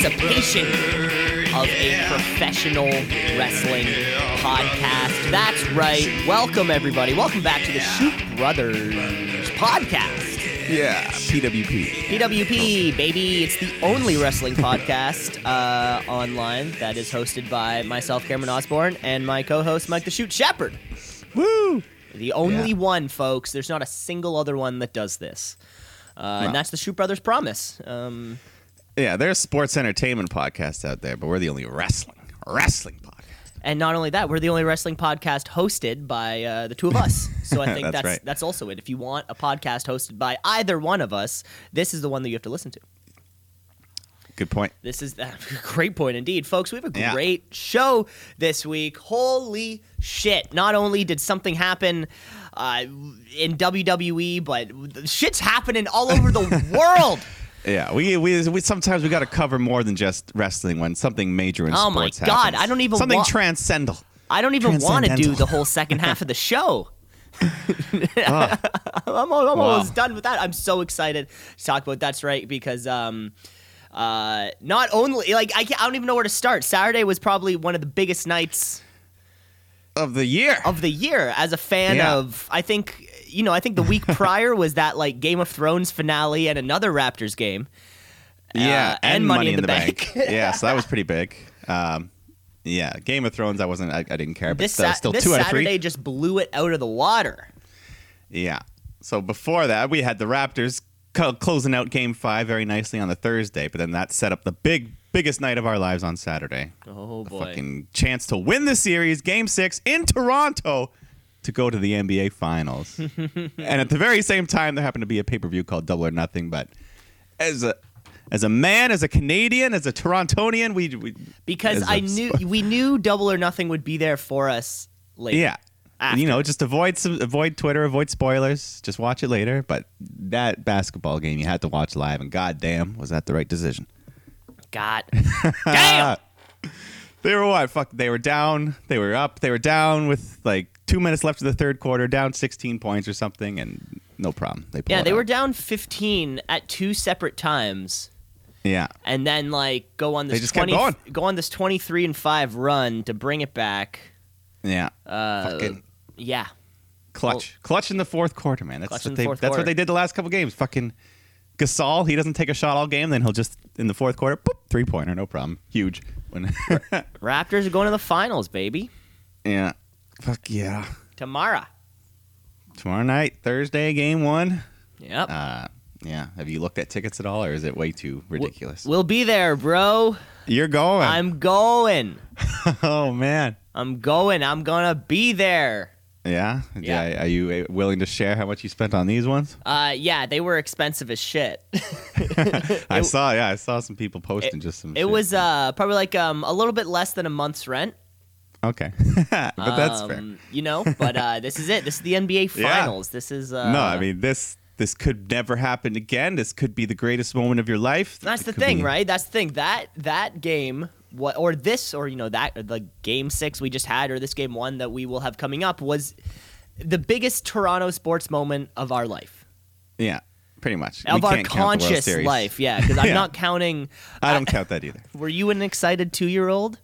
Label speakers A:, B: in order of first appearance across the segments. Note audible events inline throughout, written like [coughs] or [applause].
A: edition of a professional wrestling podcast. That's right. Welcome, everybody. Welcome back to the Shoot Brothers podcast.
B: Yeah, PWP.
A: PWP, baby. It's the only wrestling podcast uh, online that is hosted by myself, Cameron Osborne, and my co host, Mike the Shoot Shepherd.
B: Woo!
A: The only
B: Yeah.
A: one, folks. There's not a single other one that does this. Uh,
B: No.
A: And that's the Shoot Brothers promise. Um,
B: Yeah, there's sports entertainment podcasts out there, but we're the only wrestling wrestling podcast.
A: and not only that, we're the only wrestling podcast hosted by uh, the two of us.
B: [laughs]
A: So I think
B: That's
A: that's that's,
B: right.
A: also it. If you want a podcast hosted by either one of us, this is the one that you have to listen to.
B: Good point.
A: This is a [laughs] great point indeed, folks. We have a
B: Yeah.
A: great show this week. Holy shit! Not only did something happen uh, in WWE, but shit's happening all
B: [laughs]
A: over the world.
B: Yeah, we, we, we sometimes we got to cover more than just wrestling when something major in
A: Oh my
B: sports
A: God,
B: happens.
A: I don't even
B: something
A: wa-
B: transcendental.
A: I don't even want to do
B: Transcendental.
A: the whole second half of
B: [laughs]
A: the show. [laughs] I'm, al- I'm almost done with that. I'm so excited to talk about that's right because um, uh, not only like I can't, I don't even know where to start. Saturday was probably one of the biggest nights
B: Of the year.
A: of the year as a fan
B: Yeah.
A: of. I think you know I think
B: [laughs]
A: the week prior was that like Game of Thrones finale and another Raptors game.
B: yeah,
A: uh, and Money in
B: [laughs]
A: the
B: yeah, so that was pretty
A: [laughs]
B: big. Um, yeah, Game of Thrones. I wasn't. I, I didn't care, but
A: This,
B: still,
A: Sa-
B: still
A: this
B: two out of three.
A: Saturday just blew it out of the water.
B: Yeah. So before that, we had the Raptors co- closing out Game Five very nicely on the Thursday, but then that set up the big, biggest night of our lives on Saturday.
A: Oh boy.
B: Fucking chance to win the series, Game Six in Toronto, to go to the NBA
A: [laughs]
B: Finals. and at the very same time, there happened to be a pay per view called Double or Nothing. But as a as a man, as a Canadian, as a Torontonian, we, we
A: because
B: as
A: I
B: a
A: knew
B: sp-
A: we knew Double or Nothing would be there for us later.
B: yeah.
A: After.
B: You know, just avoid some, avoid Twitter, avoid spoilers. Just watch it later. But that basketball game you had to watch live, and goddamn, was that the right decision? [laughs]
A: God. Damn.
B: They were what? Fuck. They were down. They were up. They were down with like two minutes left of the third quarter, down 16 points or something, and no problem. They pulled
A: Yeah, they
B: out.
A: were down 15 at two separate times,
B: Yeah,
A: and then like go on this
B: They just kept
A: 20
B: going.
A: go on this 23 and five run to bring it back.
B: yeah.
A: Uh,
B: Fucking
A: Yeah,
B: clutch, clutch in the fourth quarter, man. That's
A: Clutch in
B: what
A: the
B: they.
A: fourth
B: that's
A: quarter.
B: what they did the last couple games. Fucking Gasol, he doesn't take a shot all game. Then he'll just in the fourth quarter, boop, three pointer, no problem, huge. When
A: Raptors are going to the finals, baby.
B: [laughs] Yeah. Fuck yeah.
A: Tomorrow.
B: Tomorrow night, Thursday, game one.
A: Yep.
B: Uh, yeah. Have you looked at tickets at all, or is it way too ridiculous?
A: We'll be there, bro.
B: You're going.
A: I'm going.
B: [laughs] oh man.
A: I'm going. I'm gonna be there.
B: Yeah.
A: Yeah.
B: Are you uh, willing to share how much you spent on these
A: [laughs]
B: ones? [laughs]
A: Uh, yeah, they were expensive as shit. [laughs]
B: I saw. Yeah, I saw some people posting just some.
A: It
B: shit.
A: was uh, probably like um, a little bit less than a month's rent.
B: okay, [laughs] but that's fair.
A: um, You know, but uh, this is it. This is the NBA
B: [laughs] Yeah.
A: Finals. This is uh,
B: no, I mean this. This could never happen again. This could be the greatest moment of your life.
A: that's
B: It
A: the
B: could
A: thing,
B: be-
A: right? That's the thing. That that game, what or this or you know that or the game six we just had or this game one that we will have coming up was the biggest Toronto sports moment of our life,
B: Yeah, pretty much.
A: of
B: we
A: our
B: can't count the World
A: conscious
B: Series.
A: life. Yeah, because
B: [laughs]
A: I'm
B: Yeah.
A: not counting.
B: I don't count that either.
A: Were you an excited two
B: [laughs]
A: year old?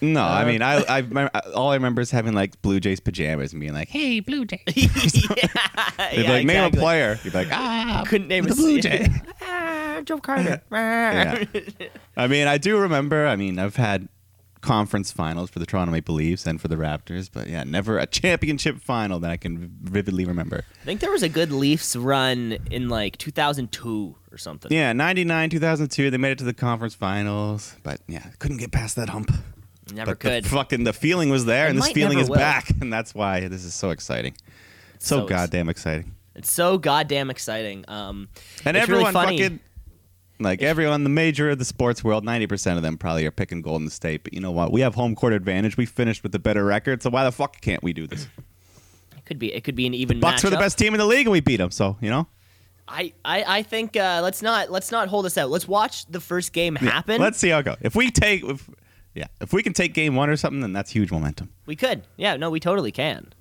B: No,
A: Uh,
B: I mean, I, I, remember, all I remember is having like Blue Jays pajamas and being like, "Hey, Blue Jay."
A: [laughs] yeah,
B: They'd be
A: yeah,
B: like, "Name
A: exactly.
B: a player." You'd be like,
A: [laughs]
B: "Ah,
A: Couldn't name
B: the
A: a
B: Blue Jay."
A: [laughs] Ah,
B: [laughs]
A: Joe Carter.
B: Yeah. I mean, I do remember. I mean, I've had conference finals for the Toronto Maple Leafs and for the Raptors, but yeah, never a championship final that I can vividly remember.
A: I think there was a good Leafs run in like 2002 or something.
B: Yeah, '99, 2002, they made it to the conference finals, but yeah, couldn't get past that hump.
A: Never
B: but
A: could.
B: The fucking the feeling was there,
A: It
B: and this
A: might
B: feeling
A: never
B: is
A: will.
B: back, [laughs] and that's why this is so exciting. So,
A: so ex-
B: goddamn exciting.
A: it's so goddamn exciting. Um,
B: And
A: it's really
B: everyone
A: funny.
B: fucking like everyone, the major of the sports world, ninety percent of them probably are picking Golden State. But you know what? We have home court advantage. We finished with the better record, so why the fuck can't we do this?
A: it could be it could be an even
B: Bucks
A: matchup.
B: were the best team in the league, and we beat them. So you know,
A: I I, I think uh, let's not let's not hold us out. Let's watch the first game happen.
B: let's see how it goes. If we take, if, yeah, if we can take game one or something, then that's huge momentum.
A: we could. Yeah, no, we totally can.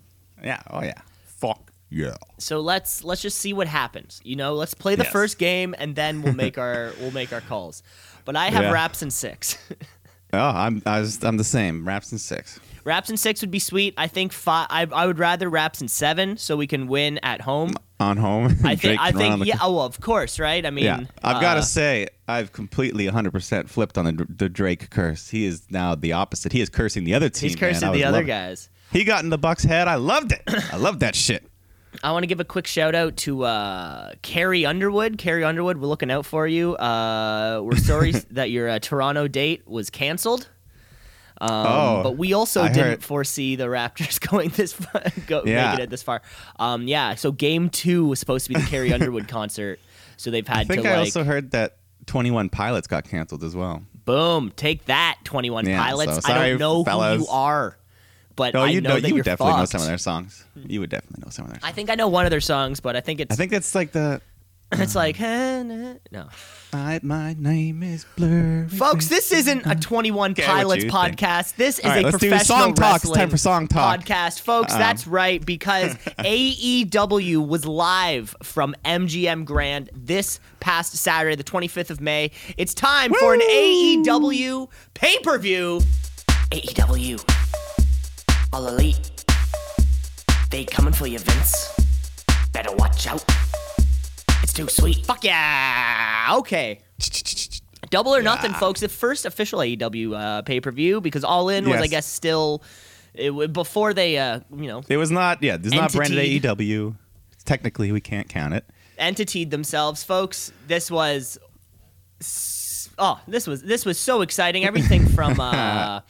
B: Yeah. Oh yeah. Fuck Yeah.
A: So let's let's just see what happens. You know, let's play the
B: Yes.
A: first game and
B: [laughs]
A: then we'll make our we'll make our calls. But I have
B: Yeah.
A: Raps and six. [laughs]
B: Oh, I'm I was, I'm the same. Raps and six.
A: Raps and six would be sweet. I think five. I, I would rather Raps and seven so we can win at home.
B: on home. [laughs]
A: I
B: Drake
A: think. I
B: can run on
A: think.
B: the-
A: Yeah. Oh, well, of course, right? I mean,
B: yeah. I've got
A: uh,
B: to say, I've completely 100% flipped on the, the Drake curse. He is now the opposite. He is cursing the other team.
A: He's
B: man.
A: cursing
B: I was
A: the other
B: loving-
A: guys.
B: He got in the Bucks' head. I loved it. I loved that shit.
A: I want to give a quick shout out to uh, Carrie Underwood. Carrie Underwood, we're looking out for you. Uh,
B: [laughs]
A: we're sorry that your uh, Toronto date was canceled. Um,
B: Oh,
A: but we also
B: I
A: didn't
B: heard-
A: foresee the Raptors [laughs] going this far, go,
B: Yeah.
A: making it this far. Um, yeah, so game two was supposed to be the
B: [laughs]
A: Carrie Underwood concert, so they've
B: I
A: had
B: think
A: [laughs] to
B: I
A: like
B: also heard that 21 Pilots got canceled as well.
A: boom, take that, Twenty One
B: Yeah,
A: Pilots.
B: so
A: I
B: sorry,
A: don't know who
B: fellas.
A: you are, but
B: Oh,
A: I
B: you
A: know,
B: know,
A: that
B: you
A: are
B: would definitely know
A: fucked.
B: some of their songs. You would definitely know some of their songs.
A: I think I know one of their songs, but I think it's
B: I think that's like the.
A: it's like eh, nah, no.
B: I, my name is Blur.
A: [laughs] Folks, this isn't a 21
B: Okay, what
A: Pilots
B: you think.
A: podcast. This is
B: All right,
A: a
B: let's do
A: professional
B: song talk. It's
A: wrestling
B: time for song talk. Um.
A: podcast. Folks, that's
B: [laughs]
A: right because AEW was live from MGM Grand this past Saturday, the 25th of May. It's time for an
B: Woo!
A: AEW pay-per-view. E
C: AEW. All elite. They coming for you, Vince. Better watch out. It's too sweet.
A: Fuck yeah. Okay. Double or nothing, folks. The first official AEW uh, pay-per-view because All In was
B: Yes.
A: I guess still it, w- before they uh, you know,
B: It was not, yeah, this is not branded
A: Entity.
B: AEW. Technically, we can't count it.
A: entitied themselves, folks. This was s- oh, this was this was so
B: [laughs]
A: exciting. Everything from uh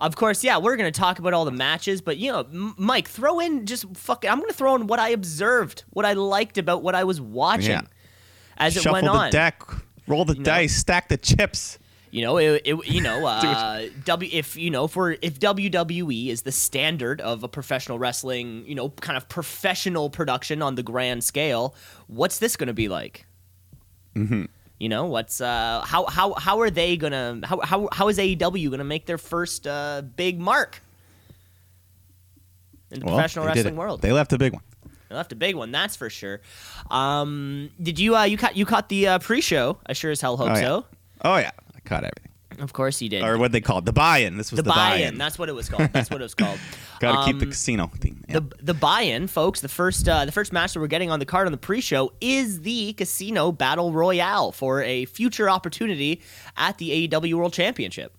A: of course, yeah, we're going to talk about all the matches, but you know, M- Mike, throw in just fuck I'm going to throw in what I observed, what I liked about what I was watching
B: Yeah.
A: as it
B: Shuffle
A: went
B: the
A: on.
B: deck, roll the
A: know?
B: dice, stack the chips.
A: You know, it, it
B: [laughs]
A: you know, uh, W if you know if we're if WWE is the standard of a professional wrestling, you know, kind of professional production on the grand scale, what's this going to be like?
B: Mm-hmm.
A: You know, what's uh, how how how are they gonna how how how is AEW gonna make their first uh, big mark in the
B: Well,
A: professional
B: they did
A: wrestling
B: it.
A: world?
B: They left a big one.
A: They left a big one, that's for sure. Um, did you uh, you caught you caught the uh, pre-show? I sure as hell hope
B: Oh, yeah.
A: so.
B: Oh yeah, I caught everything.
A: Of course you did.
B: Or what they called the buy-in. This was
A: the,
B: the,
A: buy-in. That's what it was called. That's what it
B: [laughs]
A: was called.
B: Got to keep the
A: Um,
B: casino theme. Yeah.
A: the the buy-in, folks. The first uh, the first match that we're getting on the card on the pre-show is the Casino Battle Royale for a future opportunity at the AEW World Championship.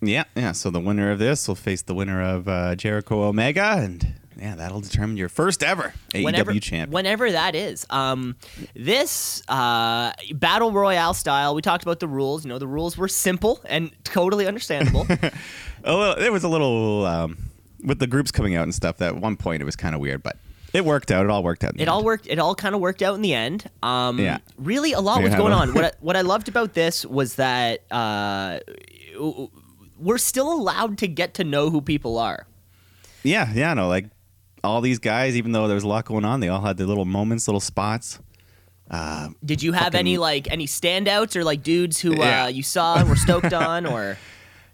B: yeah, yeah. So the winner of this will face the winner of uh, Jericho Omega, and yeah, that'll determine your first ever AEW
A: whenever,
B: E champ.
A: Whenever that is. Um, this uh, battle royale style, we talked about the rules. You know, the rules were simple and
B: [laughs]
A: totally understandable.
B: a little, Oh, there was a little um, with the groups coming out and stuff. At one point, it was kind of weird, but it worked out. It all worked out. in the
A: it
B: end.
A: all worked. It all kind of worked out in the end. Um,
B: Yeah.
A: Really, a lot was
B: Yeah.
A: going on. What I, what I loved about this was that uh, we're still allowed to get to know who people are.
B: Yeah, yeah, no, like all these guys, even though there was a lot going on, they all had their little moments, little spots.
A: Did you have any
B: Fucking-
A: like any standouts or like dudes who uh,
B: Yeah.
A: you saw and were stoked
B: [laughs]
A: on or?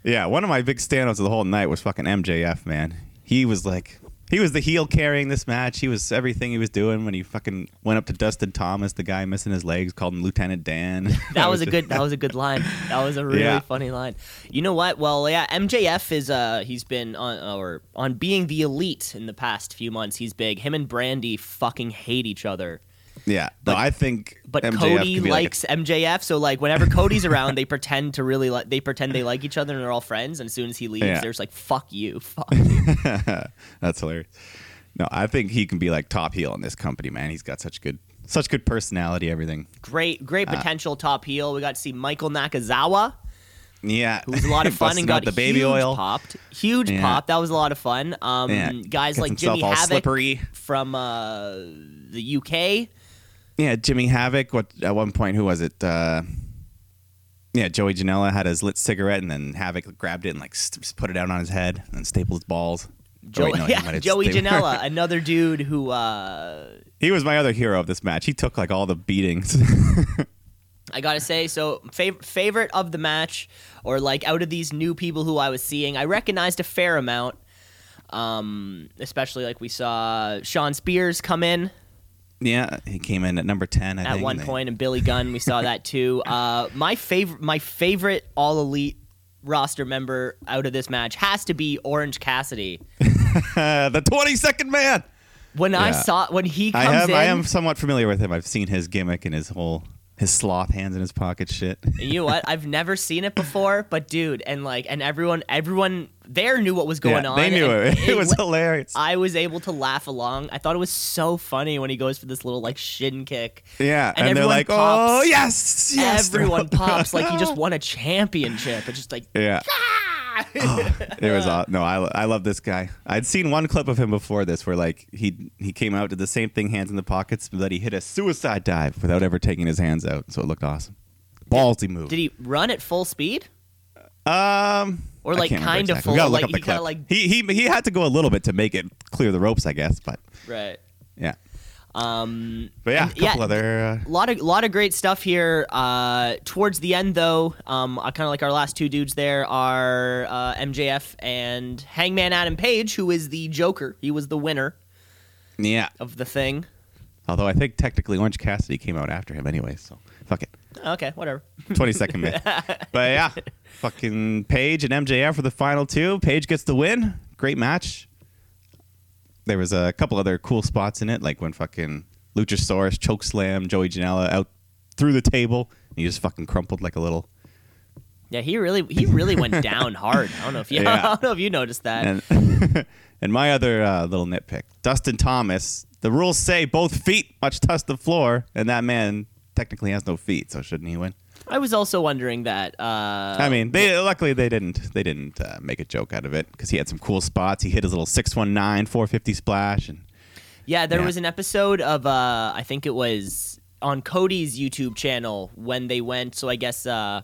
B: Yeah, one of my big standouts of the whole night was fucking MJF, man. He was like, he was the heel carrying this match. He was everything he was doing when he fucking went up to Dustin Thomas, the guy missing his legs, called him Lieutenant Dan.
A: [laughs] that was a
B: just-
A: good that was a good line. That was a really
B: Yeah.
A: funny line. You know what? Well, yeah, MJF is uh he's been on or on being the elite in the past few months. He's big. Him and Brandy fucking hate each other.
B: [laughs] Yeah, no, I think.
A: But
B: MJF
A: Cody
B: could be
A: likes MJF, so like
B: [laughs]
A: whenever Cody's around, they pretend to really like they pretend they like each other and they're all friends. And as soon as he leaves,
B: Yeah.
A: they're just like "fuck
B: [laughs]
A: you, fuck." you."
B: Like a, [laughs] that's hilarious. No, I think he can be like top heel in this company, man. He's got such good, such good personality, everything.
A: great, great
B: Uh,
A: potential top heel. We got to see Michael Nakazawa,
B: Yeah,
A: who was
B: [laughs]
A: a lot of fun
B: Busting
A: and
B: out
A: got
B: the baby
A: huge
B: oil.
A: popped, huge
B: Yeah.
A: pop. That was a lot of fun. Um,
B: Yeah,
A: guys
B: gets
A: like
B: himself
A: Jimmy
B: all
A: Havoc.
B: slippery.
A: from uh, the UK.
B: Yeah, Jimmy Havoc. What at one point? Who was it? Uh, yeah, Joey Janela had his lit cigarette, and then Havoc grabbed it and like st- put it out on his head and stapled his balls. Oh,
A: Joey,
B: wait, no, he might
A: [laughs] yeah,
B: have
A: Joey
B: stapled-
A: Janela, another dude who uh,
B: [laughs] he was my other hero of this match. He took like all the beatings. [laughs]
A: I gotta say, so fav- favorite of the match, or like out of these new people who I was seeing, I recognized a fair amount. Um, especially like we saw Sean Spears come in
B: Yeah, he came in at number ten. I
A: at
B: think,
A: one
B: and they-
A: point, and Billy Gunn, we saw that
B: [laughs]
A: too. Uh, my favorite, my favorite All Elite roster member out of this match has to be Orange Cassidy.
B: Uh, [laughs] the twenty-second man.
A: When I
B: Yeah.
A: saw when he
B: I
A: comes
B: am.
A: in,
B: I am somewhat familiar with him. I've seen his gimmick and his whole his sloth hands in his pocket shit.
A: [laughs]
B: [laughs]
A: you know what? I've never seen it before, but dude, and like, and everyone, everyone there knew what was going
B: yeah,
A: on.
B: they knew
A: and
B: it. [laughs] It was hilarious.
A: I was able to laugh along. I thought it was so funny when he goes for this little like shin kick.
B: yeah,
A: and
B: and, they're
A: everyone
B: like, "Oh
A: pops.
B: yes, yes."
A: Everyone pops like he just
B: [laughs]
A: won a championship. It's just like [laughs]
B: Yeah. Oh, it was aw- no. I, I love this guy. I'd seen one clip of him before this where like he he came out did the same thing, hands in the pockets, but he hit a suicide dive without ever taking his hands out. So it looked awesome. Ballsy move.
A: did he run at full speed?
B: um.
A: Or,
B: I
A: like,
B: can't remember
A: kinda
B: exactly.
A: full,
B: We gotta look
A: like,
B: up the
A: he kinda,
B: clip.
A: like-
B: he he he had to go a little bit to make it clear the ropes, I guess. But
A: Right.
B: yeah.
A: Um
B: But yeah,
A: And-
B: a couple
A: yeah.
B: other. Uh,
A: lot of lot of great stuff here. Uh, towards the end, though, um, kind of like our last two dudes there are uh, MJF and Hangman Adam Page, who is the Joker. He was the winner
B: yeah.
A: of the thing.
B: Although I think technically Orange Cassidy came out after him anyway, so fuck it.
A: Okay, whatever.
B: 20 second man. but yeah, fucking Paige and MJF for the final two. Paige gets the win. Great match. There was a couple other cool spots in it, like when fucking Luchasaurus choke slam Joey Janela out through the table. And he just fucking crumpled like a little.
A: Yeah, he really he
B: [laughs]
A: really went down hard. I don't know if you [laughs]
B: Yeah.
A: I don't know if you noticed that.
B: And and [laughs] my other uh, little nitpick, Dustin Thomas. The rules say both feet must touch the floor, and that man technically has no feet, so shouldn't he win?
A: I was also wondering that. Uh,
B: I mean, they luckily they didn't they didn't uh, make a joke out of it because he had some cool spots. He hit his little 619, 450 splash, and
A: Yeah, there
B: Yeah.
A: was an episode of uh I think it was on Cody's YouTube channel when they went so I guess uh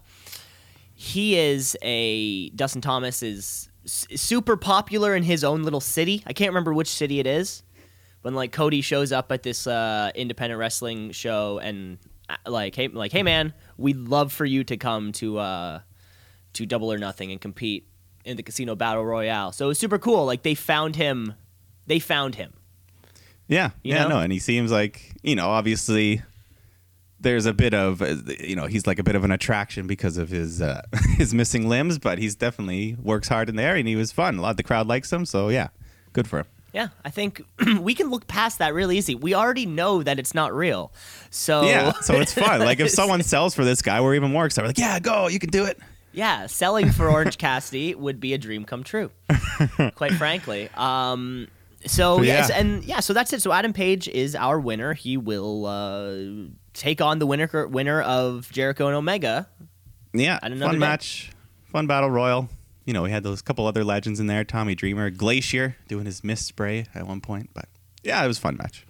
A: he is a Dustin Thomas is s- super popular in his own little city. I can't remember which city it is. When like Cody shows up at this uh independent wrestling show and uh, like hey like hey man, we'd love for you to come to uh to Double or Nothing and compete in the casino battle royale. So it was super cool. Like they found him they found him.
B: yeah,
A: You
B: yeah,
A: know?
B: no, and he seems like you know, obviously, there's a bit of uh, you know, he's like a bit of an attraction because of his uh, [laughs] his missing limbs, but he's definitely works hard in there, and he was fun. A lot of the crowd likes him, so yeah, good for him.
A: Yeah, I think [clears throat] we can look past that really easy. We already know that it's not real. So
B: Yeah, so it's fun. like
A: [laughs]
B: if someone sells for this guy, we're even more excited. We're like, yeah, go, you can do it.
A: yeah, selling for Orange Cassidy would be a dream come true.
B: [laughs]
A: quite frankly. Um so
B: But
A: yes,
B: yeah.
A: and yeah, so that's it. So Adam Page is our winner. He will uh, take on the winner winner of Jericho and Omega.
B: Yeah,
A: And
B: fun
A: another day.
B: match, fun battle royal. You know, we had those couple other legends in there: Tommy Dreamer, Glacier doing his mist spray at one point. But yeah, it was a fun match.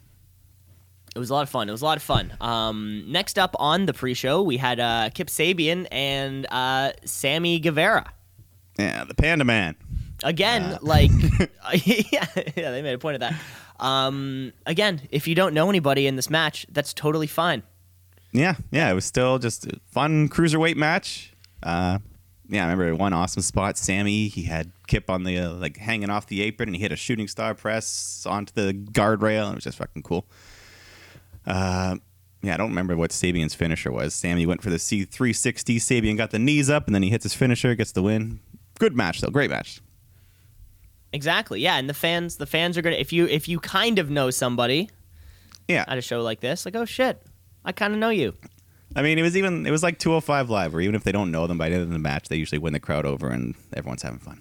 A: It was a lot of fun. It was a lot of fun. Um, next up on the pre-show, we had uh, Kip Sabian and uh, Sammy Guevara.
B: Yeah, the Panda Man.
A: again
B: Yeah.
A: like [laughs] yeah, yeah they made a point of that um again if you don't know anybody in this match that's totally fine
B: Yeah, yeah, it was still just a fun cruiserweight match. Uh, yeah, I remember one awesome spot. Sammy, he had Kip on the uh, like hanging off the apron, and he hit a shooting star press onto the guardrail, and it was just fucking cool. Uh, yeah, I don't remember what Sabian's finisher was. Sammy went for the C three sixty. Sabian got the knees up, and then he hits his finisher, gets the win. Good match though, great match.
A: exactly yeah and the fans the fans are gonna if you if you kind of know somebody
B: Yeah,
A: at a show like this like oh shit i kind of know you
B: I mean it was even it was like two hundred five live, where even if they don't know them by the end of the match, they usually win the crowd over, and everyone's having fun.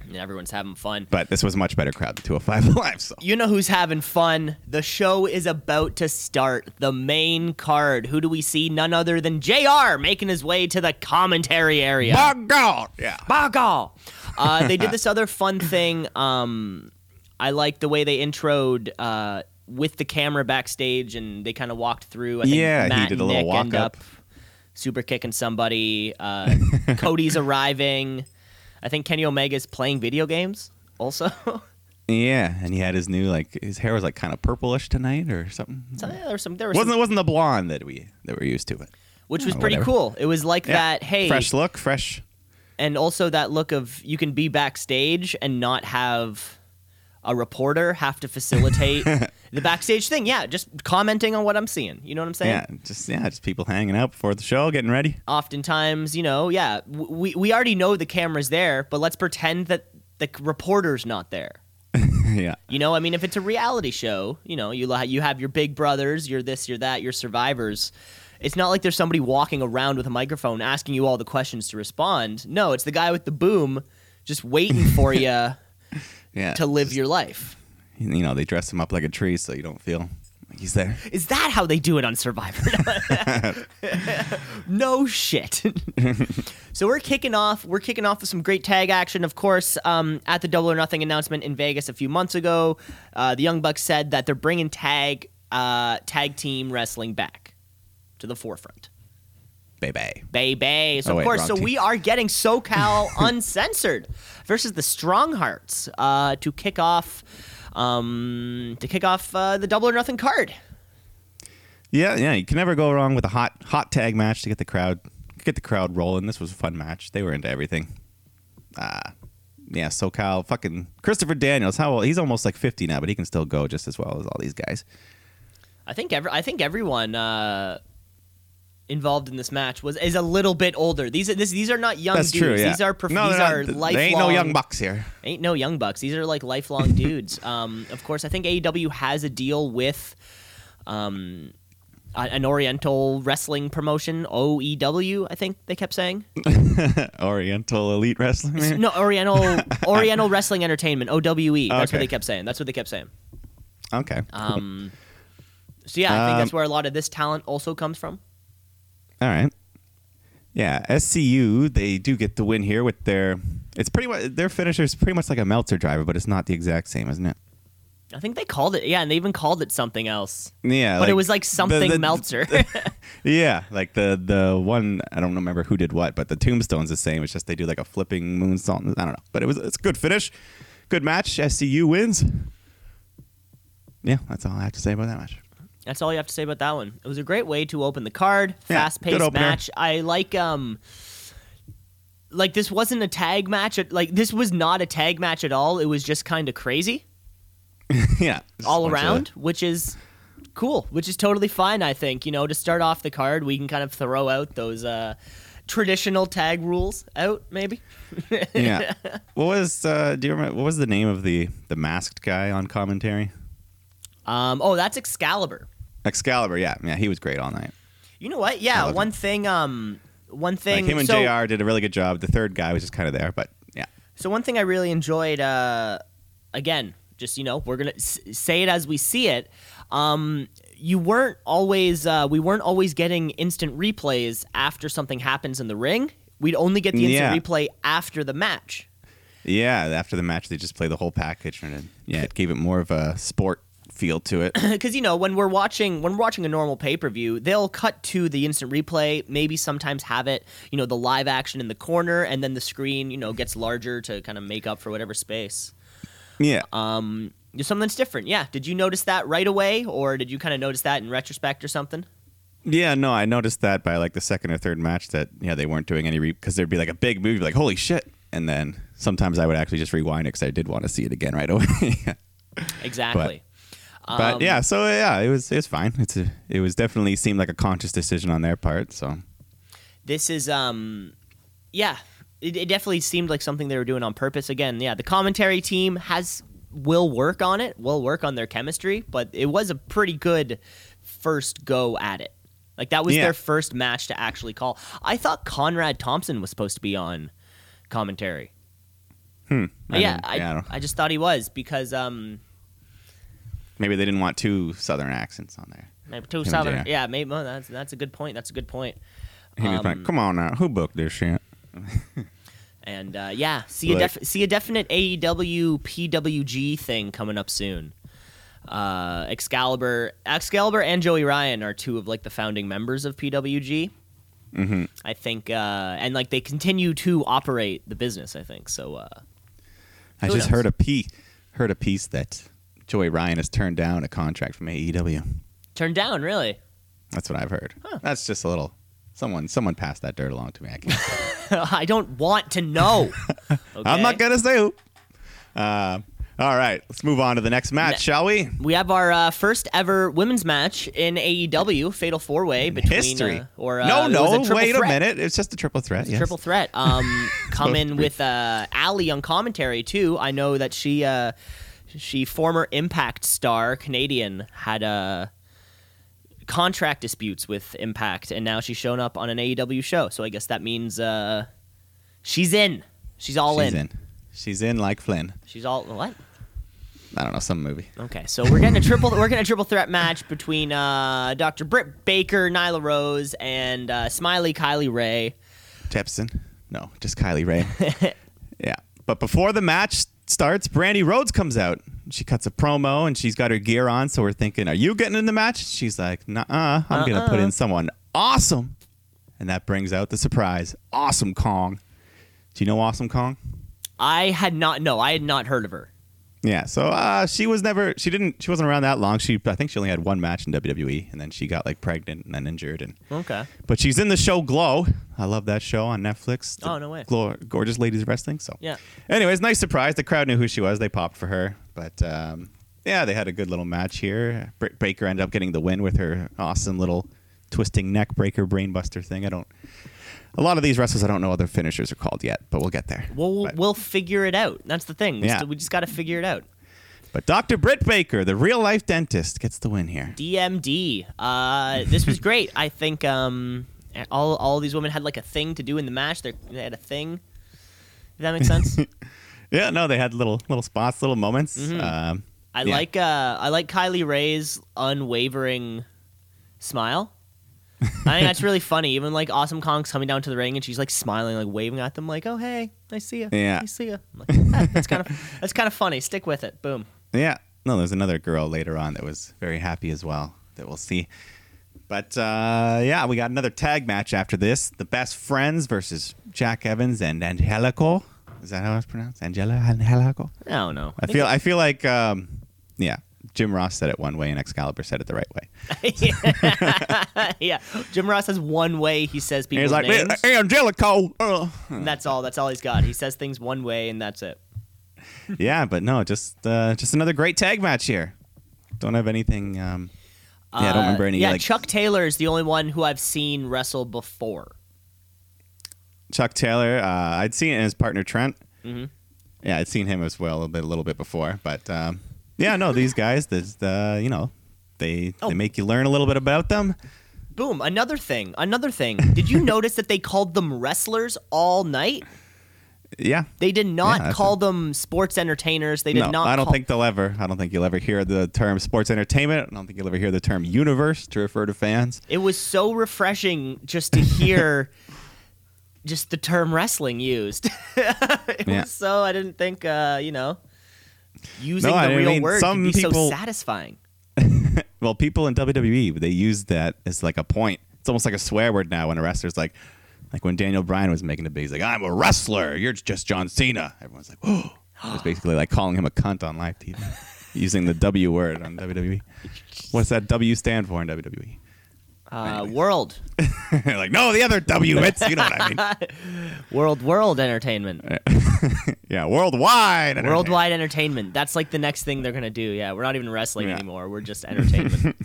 A: and everyone's having fun
B: But this was a much better crowd than two hundred five [laughs] live. So
A: you know who's having fun the show is about to start the main card who do we see none other than jr making his way to the commentary area
B: God. Yeah.
A: Bargal.
B: [laughs]
A: Uh, they did this other fun thing. Um, I like the way they introed uh, with the camera backstage, and they kind of walked through. I think
B: Yeah, he
A: Matt
B: did
A: and
B: a little
A: Nick
B: walk
A: end up.
B: up.
A: super kicking somebody. Uh,
B: [laughs]
A: Cody's arriving. I think Kenny Omega's playing video games. Also, [laughs] so,
B: Yeah, and he had his new like his hair was like kind of purplish tonight or something.
A: yeah, there was some. There was
B: Wasn't
A: some,
B: it wasn't the blonde that we that we're used to, but
A: which was
B: Oh,
A: pretty
B: whatever.
A: cool. It was like
B: Yeah.
A: that. Hey,
B: fresh look, fresh.
A: and also that look of you can be backstage and not have a reporter have to facilitate the backstage thing. Yeah, just commenting on what I'm seeing. You know what I'm saying?
B: Yeah, just yeah, just people hanging out before the show, getting ready. [laughs]
A: Oftentimes, you know, yeah, w- we we already know the camera's there, but let's pretend that the c- reporter's not there.
B: yeah,
A: You know, I mean, if it's a reality show, you know, you li- you have your Big Brothers, your this, your that, your Survivors. It's not like there's somebody walking around with a microphone asking you all the questions to respond. No, it's the guy with the boom just waiting for you
B: yeah.
A: to live your life.
B: you know, they dress him up like a tree so you don't feel like he's there.
A: Is that how they do it on Survivor? [laughs] no shit. [laughs] so we're kicking off. We're kicking off with some great tag action, of course. Um, at the Double or Nothing announcement in Vegas a few months ago, uh, the Young Bucks said that they're bringing tag uh, tag team wrestling back to the forefront.
B: Baby.
A: Baby. So
B: Oh,
A: of
B: wait,
A: course,
B: wrong
A: so
B: team.
A: we are getting SoCal [laughs] uncensored versus the Strong Hearts uh, to kick off um, to kick off uh, the Double or Nothing card.
B: Yeah, yeah. You can never go wrong with a hot hot tag match to get the crowd get the crowd rolling. This was a fun match. They were into everything. Uh yeah, SoCal fucking Christopher Daniels. How old? He's almost like 50 now, but he can still go just as well as all these guys.
A: I think every I think everyone uh, involved in this match was is a little bit older. These are this, these are not young
B: That's
A: dudes.
B: true. Yeah.
A: These are prof-
B: no,
A: these
B: they're not-
A: are lifelong.
B: They ain't no young bucks here.
A: Ain't no young bucks. These are
B: [laughs]
A: like lifelong dudes. Um, of course, I think AEW has a deal with um, a- an Oriental wrestling promotion, OEW. I think they kept saying
B: Eh. Oriental elite
A: [laughs]
B: wrestling.
A: no
B: [laughs]
A: Oriental Oriental Wrestling Entertainment OWE. That's what
B: Okay.
A: they kept saying. That's what they kept saying.
B: Okay.
A: Um, so yeah, I think that's
B: Um,
A: where a lot of this talent also comes from.
B: All right. Yeah, SCU they do get the win here with their. It's pretty much their finisher is pretty much like a Meltzer driver, but it's not the exact same, isn't it?
A: I think they called it, yeah, and they even called it something else.
B: Yeah,
A: But it was like something
B: the-
A: Meltzer. [laughs]
B: Yeah, like the the one I don't remember who did what, but the tombstone's the same. It's just they do like a flipping moonsault. and- I don't know, but it was it's a good finish, good match. SCU wins. Yeah, that's all I have to say about that match. [laughs]
A: That's all you have to say about that one. It was a great way to open the card.
B: Yeah,
A: Fast paced
B: good opener.
A: match. I like um like this wasn't a tag match. It- Like this was not a tag match at all. It was just kind of crazy
B: yeah, just
A: all
B: a bunch of-
A: around, which is cool, which is totally fine, I think. You know, to start off the card, we can kind of throw out those uh traditional tag rules out maybe.
B: [laughs]
A: [laughs]
B: yeah. What was uh, do you remember? What was the name of the the masked guy on commentary?
A: Um oh, that's Excalibur.
B: Excalibur, yeah, yeah, he was great all night.
A: You know what? Yeah,
B: Excalibur.
A: one thing um one thing
B: Like him and
A: so,
B: Jr. did a really good job. The third guy was just kind of there, but yeah,
A: So one thing I really enjoyed, uh, again, just you know, we're gonna s- say it as we see it. Um, you weren't always, uh, we weren't always getting instant replays after something happens in the ring. We'd only get the instant
B: Yeah.
A: replay after the match. [laughs]
B: yeah. After the match, they just play the whole package, and it, yeah, it gave it more of a sport feel to it.
A: because you know when we're watching when we're watching a normal pay per view, they'll cut to the instant replay. Maybe sometimes have it, you know, the live action in the corner, and then the screen, you know, gets larger to kind of make up for whatever space.
B: yeah,
A: Um, there's something that's different. Yeah. Did you notice that right away, or did you kind of notice that in retrospect or something?
B: yeah. No, I noticed that by like the second or third match that yeah they weren't doing any because there'd be like a big move, you'd be like holy shit, and then sometimes I would actually just rewind it because I did want to see it again right [laughs] away.
A: Exactly.
B: but
A: Um,
B: yeah, so yeah, it was it was fine. It's a, it was definitely seemed like a conscious decision on their part. So
A: This is um, yeah. It, it definitely seemed like something they were doing on purpose. Again, yeah. The commentary team has will work on it. Will work on their chemistry, but it was a pretty good first go at it. Like that was
B: Yeah.
A: their first match to actually call. I thought Conrad Thompson was supposed to be on commentary.
B: I
A: yeah,
B: don't-
A: I,
B: yeah, I don't-
A: I just thought he was because um,
B: maybe they didn't want two southern accents on there.
A: Maybe two
B: Him and
A: southern.
B: JR.
A: Yeah, maybe well, that's that's a good point. That's a good point.
B: He was
A: Um,
B: like, "Come on now, who booked this shit?"
A: And uh, yeah, see a
B: Like-
A: def- see a E definite AEW PWG thing coming up soon. Uh, Excalibur, Excalibur, and Joey Ryan are two of like the founding members of PWG.
B: Mm-hmm.
A: I think, uh, and like they continue to operate the business. I think so. Uh,
B: I
A: Who
B: just
A: knows?
B: heard a piece, heard a piece that Joey Ryan has turned down a E contract from AEW.
A: turned down, really. [laughs]
B: That's what I've heard. That's just a little. Someone, someone passed that dirt along to me. I can't,
A: I don't want to know.
B: [laughs] I'm not
A: okay?
B: gonna say who. Uh, All right, let's move on to the next match, shall we?
A: We have our uh, first ever women's match in AEW, Fatal Four Way between
B: History.
A: uh, or uh,
B: no,
A: it was
B: no,
A: a triple
B: wait
A: threat.
B: a minute. It's just a triple threat. yes.
A: Triple threat.
B: [laughs]
A: Um, come in with uh, Ali on commentary too. I know that she, uh, she former Impact star Canadian had uh, contract disputes with Impact, and now she's shown up on an AEW show. So I guess that means uh, she's in. She's all
B: She's in. She's in like Flynn.
A: She's all what?
B: I don't know some movie.
A: Okay, so we're getting a triple we're getting a triple threat match between uh, Dr. Britt Baker, Nyla Rose, and uh, Smiley Kylie Ray.
B: Jepson. No, just Kylie Ray. yeah. But before the match starts, Brandy Rhodes comes out. She cuts a promo and she's got her gear on. So we're thinking, are you getting in the match? She's like, nah, I'm going to put in someone awesome. And that brings out the surprise Awesome Kong. Do you know Awesome Kong?
A: I had not no, I had not heard of her.
B: Yeah, so uh, she was never she didn't she wasn't around that long. She I think she only had one match in WWE, and then she got like pregnant and then injured. And
A: Okay.
B: but she's in the show Glow. I love that show on Netflix. The
A: Oh, no way.
B: Glo- gorgeous ladies wrestling. So
A: Yeah.
B: Anyways, nice surprise. The crowd knew who she was. They popped for her. But um, yeah, they had a good little match here. Britt Baker ended up getting the win with her awesome little twisting neck breaker brainbuster thing. I don't. A lot of these wrestlers, I don't know what their finishers are called yet, but we'll get there.
A: We'll we'll,
B: But-
A: we'll figure it out. That's the thing. We,
B: Yeah.
A: still- we just got to figure it out.
B: But Dr. Britt Baker, the real life dentist, gets the win here.
A: DMD. Uh, this was great. I think um, all all these women had like a thing to do in the match. They're, they had a thing. Does that make sense?
B: Yeah, no, they had little little spots, little moments.
A: Mm-hmm.
B: Um,
A: I
B: yeah.
A: like uh, I like Kylie Ray's unwavering smile. I think that's
B: [laughs]
A: really funny. Even like Awesome Kong's coming down to the ring and she's like smiling, like waving at them, like "Oh hey, I see you,
B: Yeah.
A: I see you." I'm like, "Ah, that's kind of [laughs] that's kind of funny. Stick with it. Boom.
B: Yeah. No, there's another girl later on that was very happy as well that we'll see. But uh, yeah, we got another tag match after this. The best friends versus Jack Evans and Angelico. Is that how it's pronounced? Angela Angelico.
A: I don't know.
B: I feel I feel like um, yeah. Jim Ross said it one way and Excalibur said it the right way.
A: [laughs] yeah. Jim Ross has one way he says
B: And
A: people's
B: he's like,
A: names.
B: "Eh, Angelico. uh."
A: and that's all. That's all he's got. He says things one way and that's it.
B: [laughs] yeah, but no, just uh, just another great tag match here. Don't have anything. Um, yeah, I don't
A: Uh,
B: remember any.
A: Yeah,
B: like,
A: Chuck Taylor is the only one who I've seen wrestle before.
B: Chuck Taylor. Uh, I'd seen it in his partner Trent.
A: Mm-hmm.
B: Yeah, I'd seen him as well a, bit, a little bit before, but um, yeah, no, these guys, there's the you know, they
A: Oh.
B: they make you learn a little bit about them.
A: Boom, another thing. Another thing.
B: [laughs]
A: Did you notice that they called them wrestlers all night?
B: Yeah,
A: They did not
B: Yeah, that's
A: call them sports entertainers. They did
B: no,
A: not
B: I don't
A: call-
B: think they'll ever. I don't think you'll ever hear the term sports entertainment. I don't think you'll ever hear the term universe to refer to fans.
A: it was so refreshing just
B: [laughs]
A: to hear just the term wrestling used. [laughs] it
B: Yeah.
A: was so I didn't think uh, you know, using
B: I
A: the
B: mean,
A: real word
B: some
A: could be so
B: people-
A: satisfying.
B: Well, people in WWE they use that as like a point. It's almost like a swear word now when a wrestler's like, like when Daniel Bryan was making a big, he's like, "I'm a wrestler. You're just John Cena." Everyone's like, "Oh!" It was basically like calling him a cunt on live TV, [laughs] using the W word on WWE. What's that W stand for in WWE?
A: Uh, world.
B: [laughs] like, no, the other W. It's you know what I mean.
A: World world entertainment.
B: Eh, Yeah, worldwide. entertainment.
A: Worldwide entertainment. That's like the next thing they're gonna do. Yeah, we're not even wrestling
B: Yeah.
A: anymore. We're
B: [laughs]
A: just entertainment.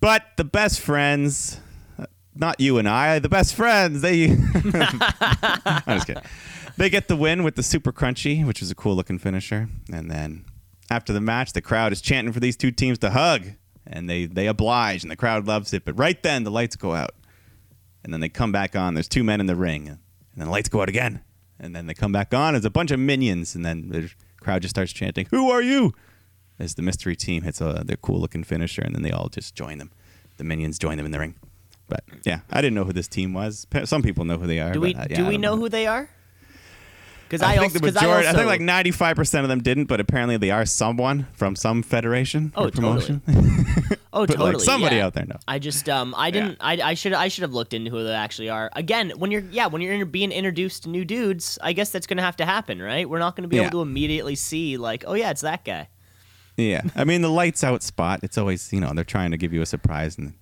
B: But the best friends, uh, not you and I, the best friends, they. I'm just kidding. They get the win with the super crunchy, which was a cool looking finisher. And then after the match, the crowd is chanting for these two teams to hug. And they, they oblige, and the crowd loves it. But right then, the lights go out. And then they come back on. There's two men in the ring. And then the lights go out again. And then they come back on. There's a bunch of minions. And then the crowd just starts chanting, Who are you? as the mystery team hits uh, their cool looking finisher, and then they all just join them. The minions join them in the ring. But yeah, I didn't know who this team was. P- Some people know who they are.
A: Do we
B: but, uh, yeah,
A: do
B: I
A: we
B: don't
A: know who they are? Because
B: I,
A: I,
B: think
A: also
B: the
A: because I
B: majority. I,
A: also
B: think like ninety five percent of them didn't, but apparently they are someone from some federation
A: Oh,
B: or promotion.
A: oh
B: [laughs] but
A: totally
B: like somebody
A: yeah.
B: out there knows.
A: I just um I didn't I, I should I should have looked into who they actually are. Again, when you're yeah when you're inter- being introduced to new dudes, I guess that's gonna have to happen, right? We're not gonna be
B: Yeah.
A: able to immediately see like oh yeah it's that guy.
B: Yeah, I mean the lights out spot. It's always you know they're trying to give you a surprise, and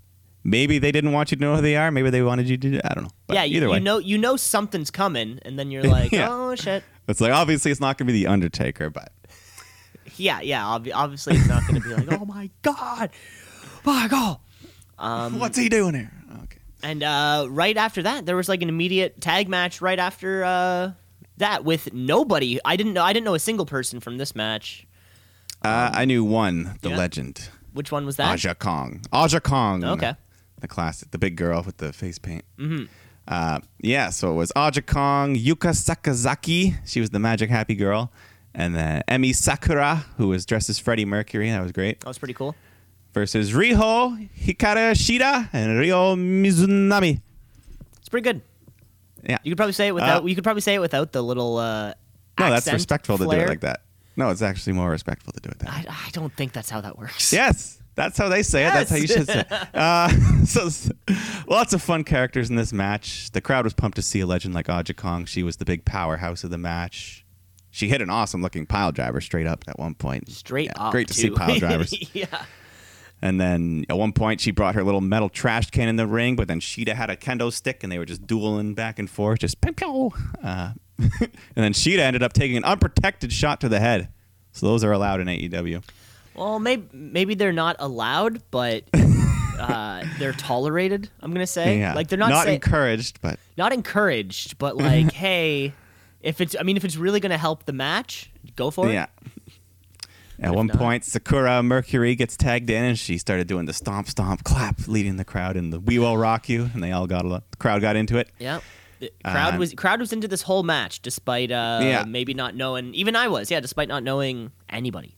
B: maybe they didn't want you to know who they are. Maybe they wanted you to. I don't know. But
A: yeah, you,
B: either way,
A: you know you know something's coming, and then you're
B: [laughs]
A: like
B: Yeah.
A: oh shit.
B: It's like obviously it's not going to be the Undertaker, but
A: yeah, yeah. Obvi- obviously, it's not going to
B: [laughs]
A: be like, oh my god, my god.
B: Um, What's he doing here? Okay.
A: And uh, right after that, there was like an immediate tag match right after uh, that with nobody. I didn't know. I didn't know a single person from this match.
B: Uh, I knew one, the
A: yeah.
B: legend,
A: Which one was that?
B: Aja Kong. Aja Kong.
A: Okay.
B: The classic, the big girl with the face paint. Mm-hmm. Uh, yeah, so it was Aja Kong, Yuka Sakazaki. She was the magic happy girl. And then Emi Sakura, who was dressed as Freddie Mercury. That was great.
A: That was pretty cool.
B: Versus Riho Hikaru Shida and Ryo Mizunami.
A: It's pretty good.
B: Yeah.
A: You could probably say it without.
B: Uh,
A: you could probably say it without the little. Uh,
B: no, that's
A: accent
B: respectful to do
A: flair.
B: it like that. No, it's actually more respectful to do it that way.
A: I, I don't think that's how that works.
B: Yes, that's how they say it. That's how you
A: Yes.
B: should say. It. Uh, [laughs] so, so lots of fun characters in this match. The crowd was pumped to see a legend like Aja Kong. She was the big powerhouse of the match. She hit an awesome looking pile driver straight up at one point.
A: Straight
B: Yeah,
A: up.
B: Great to see
A: too. [laughs]
B: pile drivers.
A: yeah.
B: and then at one point she brought her little metal trash can in the ring, but then Sheeta had a kendo stick and they were just dueling back and forth, just pim pow. Uh, [laughs] and then Sheeta ended up taking an unprotected shot to the head. So those are allowed in E AEW.
A: Well, maybe maybe they're not allowed,
B: [laughs]
A: but uh, they're tolerated. I'm gonna say,
B: Yeah.
A: like they're not say-
B: encouraged, but
A: not encouraged, but
B: [laughs]
A: like, hey, if it's I mean, if it's really gonna help the match, go for it.
B: Yeah. At one
A: not-
B: point, Sakura Mercury gets tagged in, and she started doing the stomp, stomp, clap, leading the crowd in the "We Will Rock You," and they all got a lot, the crowd got into it.
A: Yeah. The crowd
B: Um,
A: was crowd was into this whole match, despite uh,
B: Yeah.
A: maybe not knowing. Even I was, yeah, despite not knowing anybody.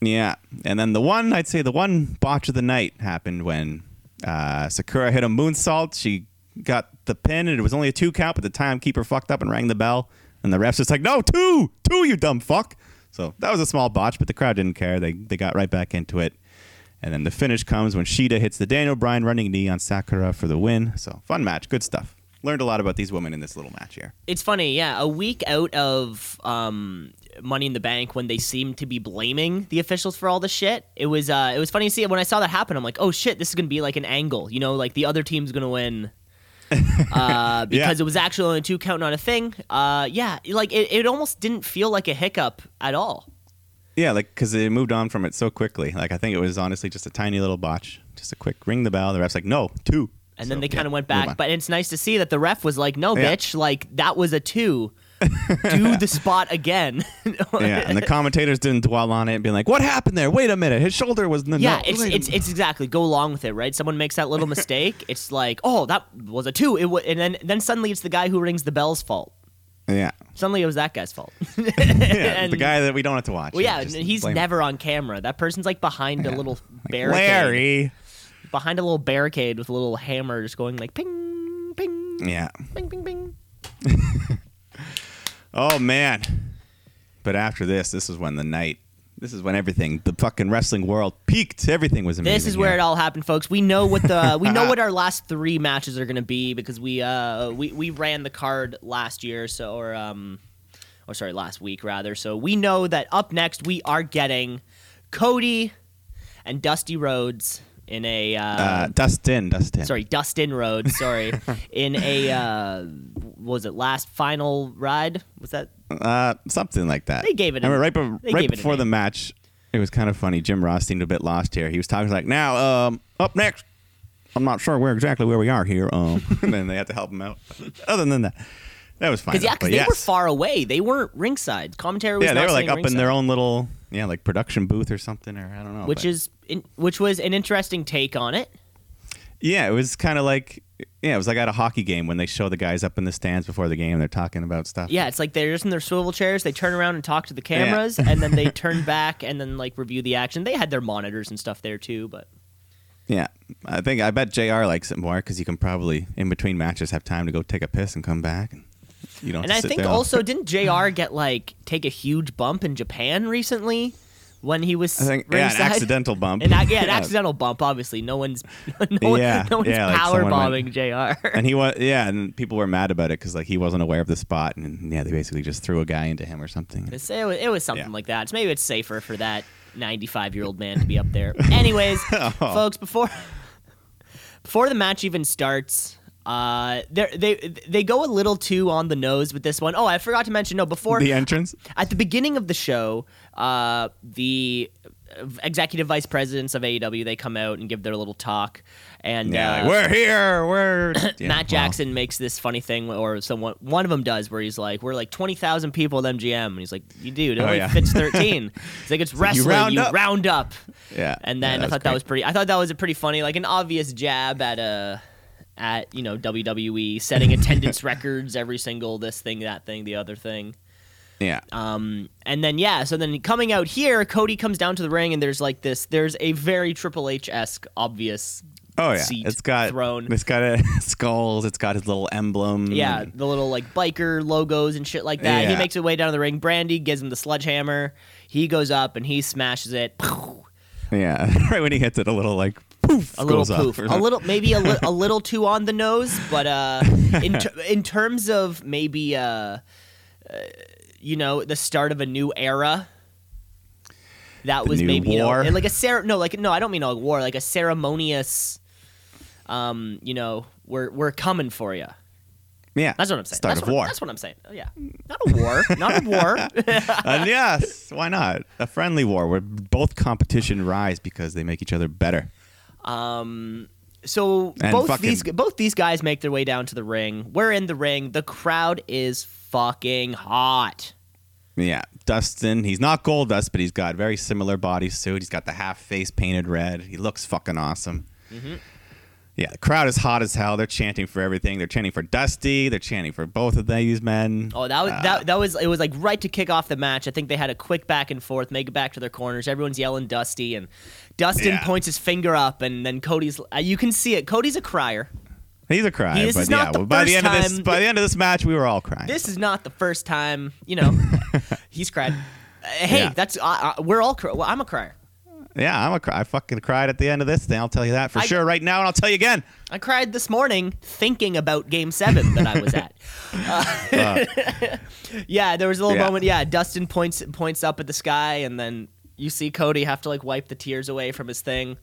B: Yeah, and then the one I'd say the one botch of the night happened when uh, Sakura hit a moonsault. She got the pin, and it was only a two count, but the timekeeper fucked up and rang the bell, and the refs just like, "No, two, two, you dumb fuck." So that was a small botch, but the crowd didn't care. They they got right back into it, and then the finish comes when Sheeta hits the Daniel Bryan running knee on Sakura for the win. So fun match, good stuff. Learned a lot about these women in this little match here.
A: It's funny, yeah. A week out of um, Money in the Bank, when they seemed to be blaming the officials for all the shit, it was uh, it was funny to see. When I saw that happen, I'm like, oh shit, this is gonna be like an angle, you know, like the other team's
B: [laughs]
A: gonna win. uh, because it was actually only two count on a thing. Uh, yeah, like it, it almost didn't feel like a hiccup at all.
B: Yeah, like because they moved on from it so quickly. Like I think it was honestly just a tiny little botch, just a quick ring the bell. The ref's like, no, two. So,
A: And then they
B: yeah,
A: kind of went
B: move on.
A: back, but it's nice to see that the ref was like, no,
B: Yeah.
A: bitch, like that was a two.
B: [laughs]
A: Do the spot again.
B: [laughs]
A: [laughs]
B: yeah, and the commentators didn't dwell on it, being like, what happened there? Wait a minute, his shoulder was no.
A: Yeah,
B: no,
A: it's
B: wait a
A: it's
B: minute."
A: it's exactly go along with it, right? Someone makes that little mistake, it's like, oh, that was a two, it wa and then then suddenly it's the guy who rings the bell's fault.
B: [laughs] yeah,
A: Suddenly it was that
B: [laughs]
A: guy's fault.
B: yeah. the
A: [laughs] and-
B: guy that we don't have to watch.
A: well, yeah,
B: just
A: and he's
B: blame-
A: never on camera. That person's like behind a little barricade,
B: Larry.
A: behind a little barricade with a little hammer, just going like ping, ping,
B: Yeah.
A: ping, ping, ping.
B: Oh man. But after this, this is when the night. This is when everything, the fucking wrestling world peaked. Everything was amazing.
A: This is where
B: here.
A: it all happened, folks. We know what the we
B: [laughs]
A: know what our last three matches are going to be because we uh we, we ran the card last year, so or um or sorry last week rather. So we know that up next we are getting Cody and Dusty Rhodes in a uh,
B: Uh, Dustin, Dustin.
A: sorry Dustin Rhodes
B: [laughs]
A: sorry in a uh what was it last final ride was that
B: Uh, something like that.
A: They gave it
B: I
A: a-
B: remember right, be-
A: they
B: right
A: gave it a
B: before the
A: name.
B: match, it was kind of funny. Jim Ross seemed a bit lost here. He was talking like, "Now, um, up next, I'm not sure where exactly where we are here." Um, [laughs] and then they had to help him out. Other than that, that was fine.
A: because yeah
B: but
A: because they
B: Uh, yes.
A: were far away they weren't ringside commentary was
B: Yeah, they
A: not
B: were like
A: saying
B: up in
A: ringside.
B: their own little yeah, like production booth or something, or I don't know.
A: which
B: but-
A: is in, which was an interesting take on it.
B: yeah, it was kind of like yeah, it was like at a hockey game when they show the guys up in the stands before the game. They're talking about stuff.
A: Yeah, it's like they're just in their swivel chairs. They turn around and talk to the cameras, and then they
B: [laughs]
A: turn back and then like review the action. They had their monitors and stuff there too, but
B: Yeah, I think I bet Jr. likes it more because you can probably in between matches have time to go take a piss and come back, and you don't.
A: and
B: have
A: I
B: to sit
A: think
B: there all-
A: also
B: [laughs]
A: didn't Jr. get like take a huge bump in Japan recently when he was
B: I think yeah, an
A: ringside?
B: accidental bump.
A: An ac- yeah, an accidental bump. Obviously, no one's [laughs] no, one,
B: Yeah,
A: no one's
B: yeah, like
A: power
B: someone
A: bombing
B: went-
A: Jr.
B: And he was yeah, and people were mad about it because like he wasn't aware of the spot, and yeah, they basically just threw a guy into him or something.
A: It's- It was, it was something
B: Yeah.
A: like that. So maybe it's safer for that 95 year old man to be up
B: [laughs] Oh.
A: there. Anyways, folks, before before the match even starts, Uh, they're- they they go a little too on the nose with this one. Oh, I forgot to mention. No, before
B: the
A: [laughs]
B: entrance.
A: at the beginning of the show, uh, the executive vice presidents of AEW they come out and give their little talk, and
B: Yeah,
A: uh,
B: like, we're here. We're Yeah, well,
A: [coughs] Matt Jackson makes this funny thing, or someone one of them does, where he's like, "We're like twenty thousand people at MGM," and he's like, "You do, it
B: Oh,
A: only
B: yeah.
A: fits 13. He's like, "It's wrestling, you
B: round
A: round,
B: up."
A: up.
B: Yeah,
A: And
B: yeah, that
A: then I thought
B: was
A: that
B: great.
A: was pretty. I thought that was a pretty funny, like an obvious jab at a, at you know WWE setting attendance records every single this thing, that thing, the other thing.
B: Yeah.
A: Um, and then yeah, so then coming out here, Cody comes down to the ring, and there's like this. There's a very Triple H esque obvious.
B: oh yeah.
A: seat
B: It's got
A: thrown.
B: It's got a, [laughs] skulls. It's got his little emblem.
A: Yeah,
B: and-
A: the little like biker logos and shit like that.
B: Yeah.
A: He makes his way down to the ring. Brandy gives him the sledgehammer. He goes up and he smashes it. Pow!
B: yeah. [laughs] right when he hits it, a little like poof.
A: A little
B: goes off
A: poof.
B: or
A: A
B: something.
A: little maybe a, li- a little too on the nose,
B: [laughs]
A: but uh in ter- in terms of maybe uh, uh you know, the start of a new era that
B: The
A: was
B: new
A: maybe you know,
B: war?
A: like a cer- no, like no, I don't mean a war, like a ceremonious um, you know, we're we're coming for you.
B: Yeah.
A: That's what I'm saying.
B: Start
A: that's
B: of
A: what,
B: war.
A: That's what I'm saying. Oh, yeah, not a war, not a
B: [laughs]
A: war.
B: Uh, yes. Why not? A friendly war where both competition rise because they make each other better. [laughs]
A: [laughs] Um, so
B: And
A: both
B: fucking-
A: these both these guys make their way down to the ring. We're in the ring. The crowd is fucking hot.
B: Yeah, Dustin. He's not gold dust, but he's got very similar bodysuit. He's got the half face painted red. He looks fucking awesome.
A: Mm-hmm.
B: Yeah, the crowd is hot as hell. They're chanting for everything. They're chanting for Dusty. They're chanting for both of these men.
A: Oh, that was
B: Uh,
A: that, that was it was like right to kick off the match. I think they had a quick back and forth, make it back to their corners. Everyone's yelling Dusty and Dustin
B: Yeah.
A: points his finger up and then Cody's uh, you can see it. Cody's a crier.
B: He's a cry,
A: This
B: but
A: is
B: yeah,
A: not the
B: well, by the
A: first
B: end of this,
A: time-
B: by the end of this match, we were all crying.
A: This is not the first time, you know,
B: [laughs]
A: he's cried. Uh, hey,
B: Yeah.
A: that's uh, uh, we're all cr- well, I'm a crier.
B: yeah, I'm a cry. I fucking cried at the end of this thing. I'll tell you that for
A: I-
B: sure right now, and I'll tell you again.
A: I cried this morning thinking about game seven that I
B: [laughs]
A: was at. Uh, [laughs] yeah, there was a little
B: Yeah.
A: moment. Yeah, Dustin points points up at the sky, and then you see Cody have to like wipe the tears away from his thing.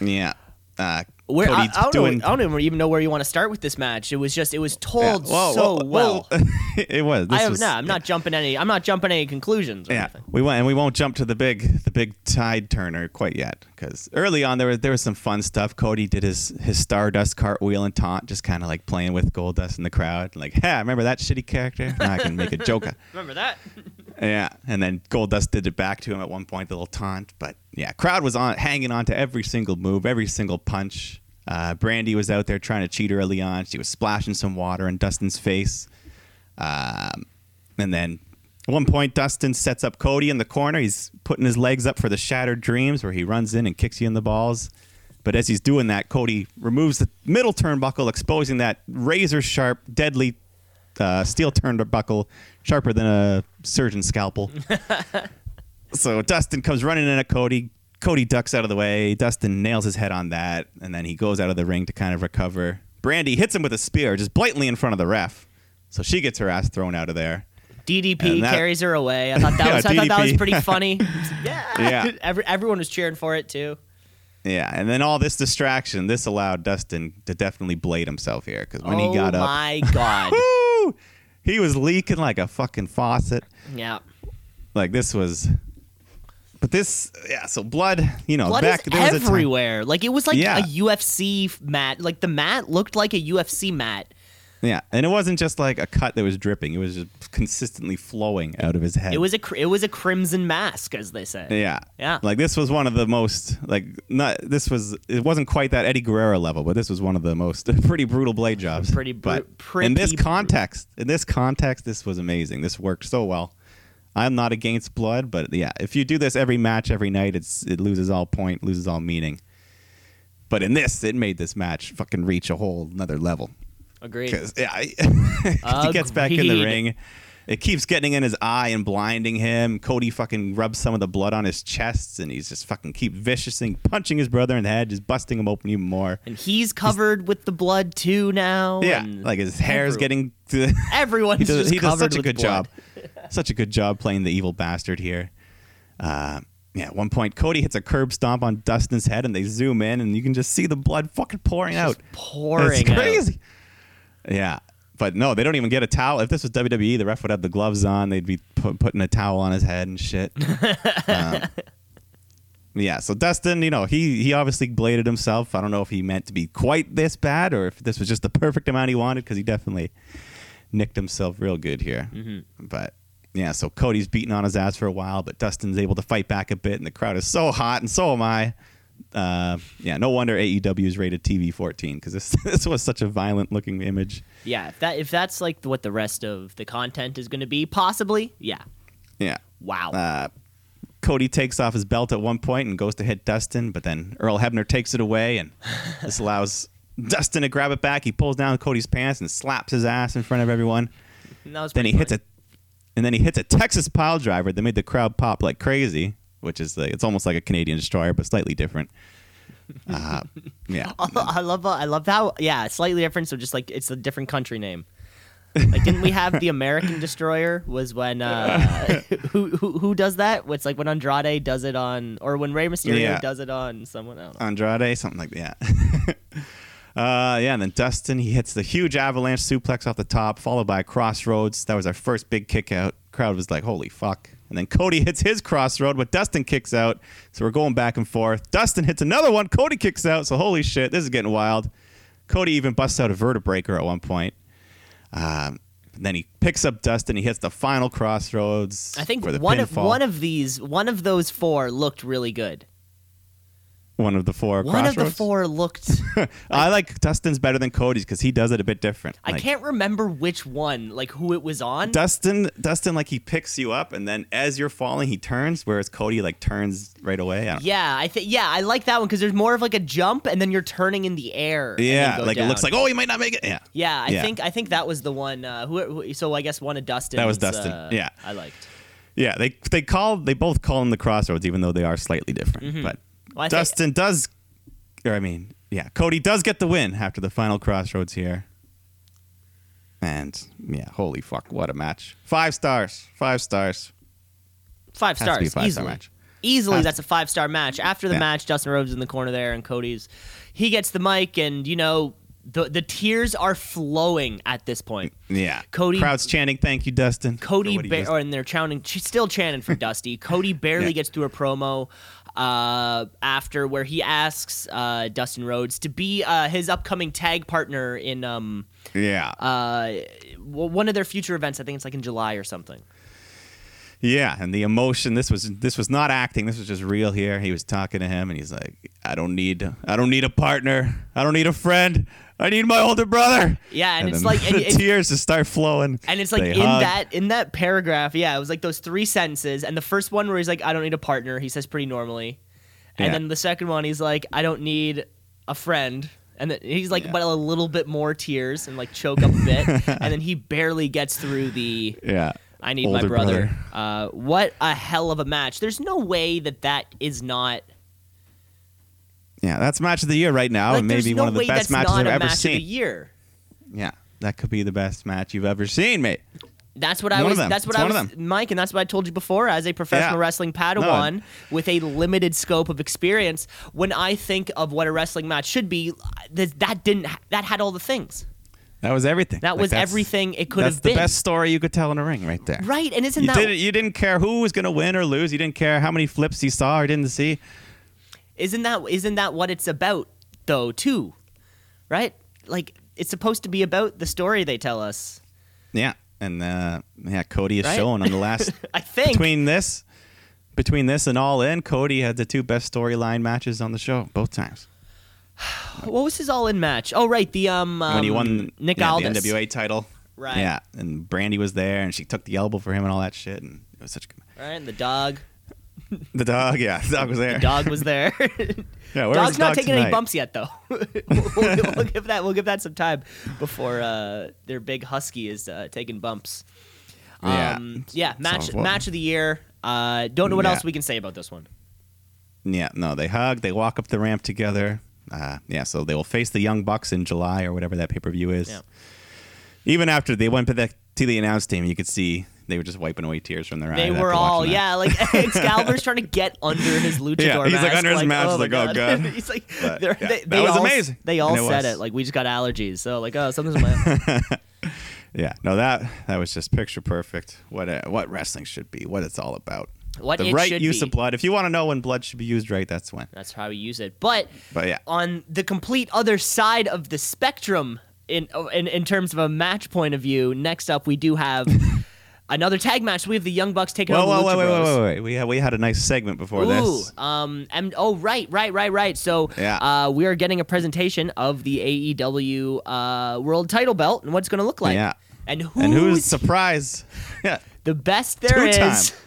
B: Yeah, uh,
A: Where I, I
B: Cody's
A: don't
B: doing.
A: know, I don't even know where you want to start with this match. It was just it was told
B: Yeah, whoa,
A: so
B: whoa,
A: well.
B: whoa. [laughs] it was. This
A: I have
B: was,
A: no. I'm not jumping any. I'm not jumping any conclusions. Or
B: Yeah,
A: anything.
B: we won't, and we won't jump to the big, the big tide turner quite yet, because early on there was there was some fun stuff. Cody did his his Stardust cartwheel and taunt, just kind of like playing with gold dust in the crowd, like, "Ha, remember that shitty character? Now I can make a joke."
A: Remember that?
B: Yeah, and then Goldust did it back to him at one point, the little taunt. But yeah, crowd was on hanging on to every single move, every single punch. Uh, Brandy was out there trying to cheat early on. She was splashing some water in Dustin's face. Um, and then at one point, Dustin sets up Cody in the corner. He's putting his legs up for the Shattered Dreams, where he runs in and kicks you in the balls. But as he's doing that, Cody removes the middle turnbuckle, exposing that razor sharp, deadly uh, steel turnbuckle, sharper than a surgeon's scalpel. so Dustin comes running in at Cody. Cody ducks out of the way. Dustin nails his head on that, and then he goes out of the ring to kind of recover. Brandy hits him with a spear, just blatantly in front of the ref. So she gets her ass thrown out of there.
A: DDP
B: And that-
A: carries her away. I thought that
B: Yeah,
A: was. I thought that was
B: DDP. [laughs]
A: pretty funny. [laughs] yeah.
B: Yeah.
A: Every, everyone was cheering for it too.
B: Yeah, and then all this distraction, this allowed Dustin to definitely blade himself here because when
A: oh
B: he got up,
A: my
B: [laughs]
A: god.
B: woo, he was leaking like a fucking faucet.
A: yeah.
B: Like this was, but this, yeah. So blood, you know,
A: Blood
B: back
A: is
B: there was a time-
A: everywhere. like it was like
B: Yeah.
A: a UFC f- mat. Like the mat looked like a UFC mat.
B: Yeah, and it wasn't just like a cut that was dripping; it was just consistently flowing out of his head.
A: It was a cr- it was a crimson mask, as they say.
B: yeah,
A: Yeah.
B: Like this was one of the most like not this was it wasn't quite that Eddie Guerrero level, but this was one of the most [laughs] pretty brutal blade jobs.
A: Pretty bru-
B: but
A: pretty
B: in this
A: brutal.
B: context, in this context, this was amazing. This worked so well. I'm not against blood, but yeah, if you do this every match every night, it's it loses all point, loses all meaning. But in this, it made this match fucking reach a whole another level.
A: Agreed.
B: Because yeah, I- [laughs] 'cause he gets back in the
A: Agreed.
B: ring. It keeps getting in his eye and blinding him. Cody fucking rubs some of the blood on his chest, and he's just fucking keep viciously punching his brother in the head, just busting him open even more.
A: And he's covered with the blood too now.
B: Yeah,
A: and
B: like his hair's
A: everyone-
B: getting. [laughs] To,
A: everyone's
B: he does,
A: just
B: he does
A: covered
B: such a
A: with
B: good
A: blood. [laughs]
B: job, such a good job playing the evil bastard here. Uh, yeah, at one point, Cody hits a curb stomp on Dustin's head, and they zoom in, and you can just see the blood fucking pouring out.
A: Pouring.
B: It's crazy. Yeah. But no, they don't even get a towel. If this was WWE, the ref would have the gloves on. They'd be put, putting a towel on his head and shit. Um, yeah. So Dustin, you know, he he obviously bladed himself. I don't know if he meant to be quite this bad or if this was just the perfect amount he wanted because he definitely nicked himself real good here. But yeah, so Cody's beating on his ass for a while, but Dustin's able to fight back a bit, and the crowd is so hot, and so am I. Uh, yeah, no wonder AEW is rated TV 14 because this [laughs] this was such a violent looking image.
A: Yeah, if that if that's like what the rest of the content is going to be, possibly. Yeah.
B: Yeah.
A: Wow.
B: Uh, Cody takes off his belt at one point and goes to hit Dustin, but then Earl Hebner takes it away, and this allows Dustin to grab it back. He pulls down Cody's pants and slaps his ass in front of everyone.
A: And that was
B: Then he
A: pretty
B: hits a,
A: funny.
B: and then he hits a Texas pile driver that made the crowd pop like crazy, which is like, it's almost like a Canadian destroyer but slightly different. Uh, yeah,
A: [laughs] I love I love how yeah, it's slightly different. So just like it's a different country name. Like didn't we have the American Destroyer? Was when
B: [laughs]
A: uh, who, who who does that? It's like when Andrade does it on, or when Rey Mysterio
B: Yeah.
A: does it on someone. I don't know.
B: Andrade, something like that. [laughs] uh, yeah, and then Dustin, he hits the huge avalanche suplex off the top, followed by a crossroads. That was our first big kick out. Crowd was like, holy fuck. And then Cody hits his crossroad, but Dustin kicks out. So we're going back and forth. Dustin hits another one. Cody kicks out. So holy shit, this is getting wild. Cody even busts out a vertebraker at one point. Um, and then he picks up Dustin. He hits the final crossroads.
A: I think
B: for the
A: one of
B: pinfall.
A: one of these, one of those four looked really good.
B: one of the four
A: One of
B: crossroads.
A: the four looked.
B: I like Dustin's better than Cody's because he does it a bit different.
A: I
B: Like,
A: can't remember which one, like who it was on.
B: Dustin, Dustin, like he picks you up, and then as you're falling, he turns. Whereas Cody, like turns right away. I don't-
A: Yeah, I think yeah, I like that one because there's more of like a jump, and then you're turning in the air. and
B: yeah,
A: then go
B: like it
A: down.
B: looks like oh, he might not make it. Yeah,
A: Yeah, I
B: Yeah.
A: think I think that was the one. Uh, who, who? So I guess one of Dustin.
B: That was Dustin, yeah.
A: I liked.
B: yeah. They they call they both call him the crossroads, even though they are slightly different. But
A: Mm-hmm. Well, I think-
B: Dustin does, or I mean, yeah, Cody does get the win after the final crossroads here. And yeah, holy fuck, what a match! Five stars, five stars.
A: Five
B: Has to be
A: stars
B: a five-star
A: easily.
B: match.
A: Easily,
B: Has to-
A: that's a five star match. After the
B: Yeah.
A: match, Dustin Rhodes in the corner there, and Cody's. He gets the mic, and you know the the tears are flowing at
B: [laughs]
A: this point.
B: Yeah,
A: Cody-
B: crowd's chanting, "Thank you, Dustin." for
A: Cody,
B: what he
A: ba-
B: just-
A: or, and they're chanting, she's still
B: [laughs]
A: chanting for Dusty. Cody barely
B: Yeah.
A: gets through a promo uh, after where he asks uh, Dustin Rhodes to be uh, his upcoming tag partner in um,
B: yeah,
A: uh, w- one of their future events. I think it's like in July or something.
B: Yeah, and the emotion. This was this was not acting. This was just real. Here, he was talking to him, and he's like, "I don't need, I don't need a partner. I don't need a friend. I need my older brother."
A: Yeah, and it's
B: then
A: like- and
B: the
A: it's-
B: tears just start flowing.
A: And it's like
B: They
A: in
B: hug.
A: that in that paragraph, yeah, it was like those three sentences. And the first one where he's like, "I don't need a partner," he says pretty normally. And
B: Yeah.
A: then the second one, he's like, "I don't need a friend," and then he's like,
B: Yeah.
A: but a little bit more tears and like choke up a
B: [laughs]
A: bit, and then he barely gets through the.
B: Yeah,
A: I need my
B: Older
A: brother. Uh, what a hell of a match! There's no way that that is not.
B: yeah, that's match of the year right now,
A: Like,
B: and
A: there's
B: Oh, maybe
A: no
B: one of the
A: way
B: best
A: that's
B: matches
A: not
B: I've
A: a
B: ever
A: match Of the
B: seen.
A: year.
B: Yeah, that could be the best match you've ever seen, mate.
A: That's what I
B: One of
A: was.
B: them.
A: That's what
B: It's
A: I
B: one
A: was,
B: of
A: Mike, and that's what I told you before. As a professional
B: Yeah.
A: wrestling Padawan with a limited scope of experience, when I think of what a wrestling match should be, that, that didn't. ha- That had all the things.
B: That was everything.
A: That
B: Like,
A: was
B: that's-
A: everything it could
B: That's
A: have
B: the
A: been.
B: best story you could tell in a ring, right there.
A: Right, and isn't
B: You
A: that
B: didn't. You didn't care who was gonna win or lose. You didn't care how many flips he saw or didn't see.
A: isn't that isn't that what it's about though too, right? Like it's supposed to be about the story they tell us. [laughs]
B: Yeah, and uh, yeah, Cody is
A: Right?
B: shown
A: [laughs]
B: on the last
A: I think.
B: between this, between this and All In. Cody had the two best storyline matches on the show both times
A: what was his all in match? Oh right, the um, um
B: when he won
A: Nick
B: yeah,
A: Aldis.
B: the NWA title.
A: Right.
B: Yeah, and Brandy was there, and she took the elbow for him and all that shit, and it was such a good.
A: Right, and the dog.
B: The dog, yeah, the dog was there.
A: Dog was there. [laughs]
B: Yeah, where
A: Dog's
B: was the
A: not
B: dog
A: taking
B: tonight?
A: any bumps yet, though. [laughs] we'll, we'll give- we'll give that we'll give that some time before uh, their big husky is uh, taking bumps.
B: Yeah.
A: Um, yeah, match
B: So, well-
A: match of the year. Uh, don't know what
B: Yeah.
A: else we can say about this one.
B: Yeah, no, they hug, they walk up the ramp together. Uh, yeah, so they will face the Young Bucks in July or whatever that pay per view is.
A: Yeah.
B: Even after they went to the, to the announce team, you could see They were just wiping away tears from their eyes.
A: They
B: after
A: were all,
B: watching that.
A: yeah,
B: [laughs]
A: like Excalibur's trying to get under his luchador
B: Yeah, he's, like,
A: mask.
B: under his mask,
A: my
B: like, oh, God.
A: [laughs] he's like,
B: But,
A: they're-
B: yeah,
A: they,
B: that
A: they
B: was
A: all,
B: amazing.
A: They all
B: And it
A: said
B: was.
A: it, like, we just got allergies. So, like, oh, something's
B: [laughs]
A: in my
B: Yeah, no that that was just picture perfect. What uh what wrestling should be, what it's all about.
A: What
B: the
A: it
B: right
A: should
B: use
A: be.
B: of blood. If you want to know when blood should be used right, that's when.
A: That's how we use it. But,
B: But
A: [laughs]
B: yeah.
A: on the complete other side of the spectrum, in, oh, in, in terms of a match point of view, next up, we
B: [laughs]
A: do have another tag match. We have the Young Bucks taking
B: Well,
A: on the
B: well,
A: Lucha
B: wait, wait,
A: Bros.
B: wait, wait, wait. We had, we had a nice segment before this.
A: Ooh, um, M- oh, right, right, right, right. So,
B: Yeah.
A: uh, we are getting a presentation of the AEW uh, World Title Belt and what it's going to look like.
B: Yeah.
A: And who's,
B: And who's surprised? [laughs] Yeah,
A: the best there is? [laughs]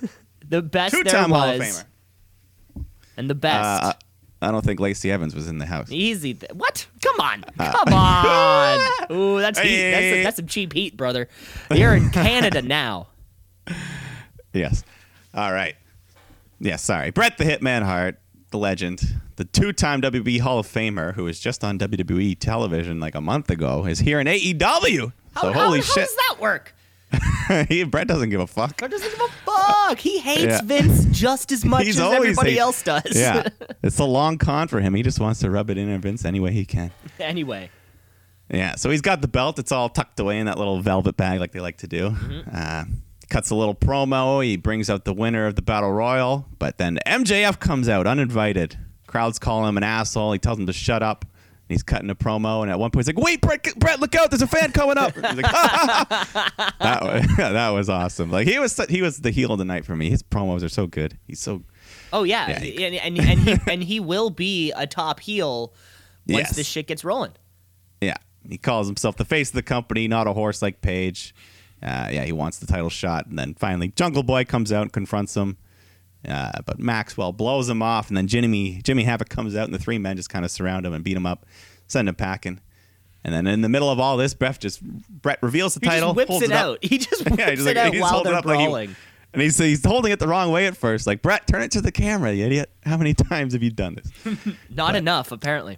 B: Two-time.
A: the best there
B: two-time
A: was,
B: Hall of Famer.
A: and the best.
B: Uh, I don't think Lacey Evans was in the house.
A: Easy. Th- what?
B: [laughs]
A: Come on. Come on. Ooh, that's heat. That's,
B: Hey.
A: that's some cheap heat, brother. You're
B: [laughs]
A: in Canada now.
B: Yes. All right. Yeah, sorry. Brett the Hitman Hart, the legend, the two time WB Hall of Famer who was just on WWE television like a month ago, is here in AEW.
A: How,
B: so
A: how-
B: holy
A: how
B: shit.
A: does that work?
B: he, [laughs] Brett doesn't give a
A: [laughs]
B: fuck.
A: Or doesn't give a fuck. He hates
B: Yeah.
A: Vince just
B: [laughs]
A: as much
B: He's
A: as
B: always
A: everybody
B: hate-
A: else does.
B: Yeah. it's a long con for him. He just wants to rub it in on Vince any way he can.
A: [laughs] anyway.
B: Yeah, so he's got the belt. It's all tucked away in that little velvet bag, like they like to do. Uh, cuts a little promo. He brings out the winner of the battle royal, but then MJF comes out uninvited. Crowds call him an asshole. He tells him to shut up. And he's cutting a promo, and at one point he's like, "Wait, Brett, Brett, look out! There's a fan coming up." He's like, [laughs] that was, [laughs] that was awesome. Like he was su- he was the heel of the night for me. His promos are so good. He's so
A: Oh yeah,
B: Yeah, he-
A: and, and and he
B: [laughs]
A: and he will be a top heel once
B: Yes.
A: this shit gets rolling.
B: Yeah. He calls himself the face of the company, not a horse like Page. Uh, yeah, he wants the title shot. And then finally, Jungle Boy comes out and confronts him. Uh, but Maxwell blows him off. And then Jimmy, Jimmy Havoc comes out, and the three men just kind of surround him and beat him up, send him packing. And then in the middle of all this, Brett just Brett reveals the
A: He
B: title,
A: just whips
B: holds
A: it
B: up.
A: out. [laughs] He just
B: [laughs]
A: whips
B: Yeah, he's
A: it
B: like,
A: out
B: he's
A: while
B: holding
A: they're
B: up like he-
A: brawling.
B: and he's he's holding it the wrong way at first. Like Brett, turn it to the camera, you idiot! How many [laughs] times have you done this?
A: Not enough, apparently.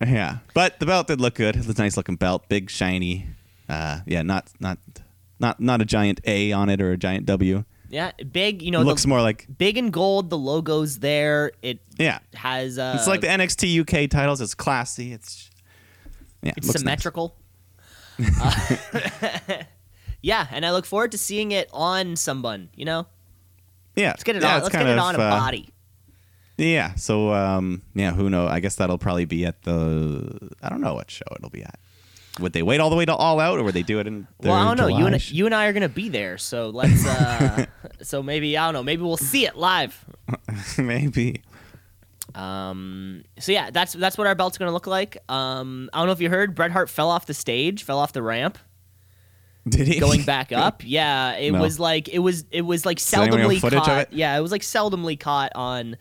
B: Yeah, but the belt did look good. It was a nice looking belt, big, shiny. Uh, yeah, not not not not a giant A on it or a giant W.
A: Yeah, big. You know,
B: looks
A: Oh, the,
B: more like
A: big and gold. The logo's there. It
B: yeah.
A: has. Uh,
B: It's like the NXT UK titles. It's classy. It's yeah,
A: It's
B: looks nice. [laughs]
A: symmetrical. Uh, [laughs] yeah, and I look forward to seeing it on someone. You know,
B: Yeah,
A: let's get it
B: yeah,
A: on.
B: it's
A: Let's get
B: kind
A: it
B: of,
A: on a
B: uh,
A: body.
B: Yeah. So um, yeah, who knows? I guess that'll probably be at the I don't know what show it'll be at. Would they wait all the way to All Out, or would they do it in?
A: Well, I
B: their
A: don't know. You
B: July [laughs]
A: and
B: sh-
A: you and I are gonna be there, so let's.
B: [laughs]
A: Uh, so maybe I don't know. Maybe we'll see it live.
B: maybe.
A: Um, so yeah, that's that's what our belt's gonna look like. Um, I don't know if you heard, Bret Hart fell off the stage, fell off the ramp,
B: Did he [laughs]
A: going back up. Yeah, it
B: No.
A: was like it was it was like
B: anyone have
A: seldomly
B: footage of
A: caught.
B: it?
A: Yeah, it was like seldomly caught on,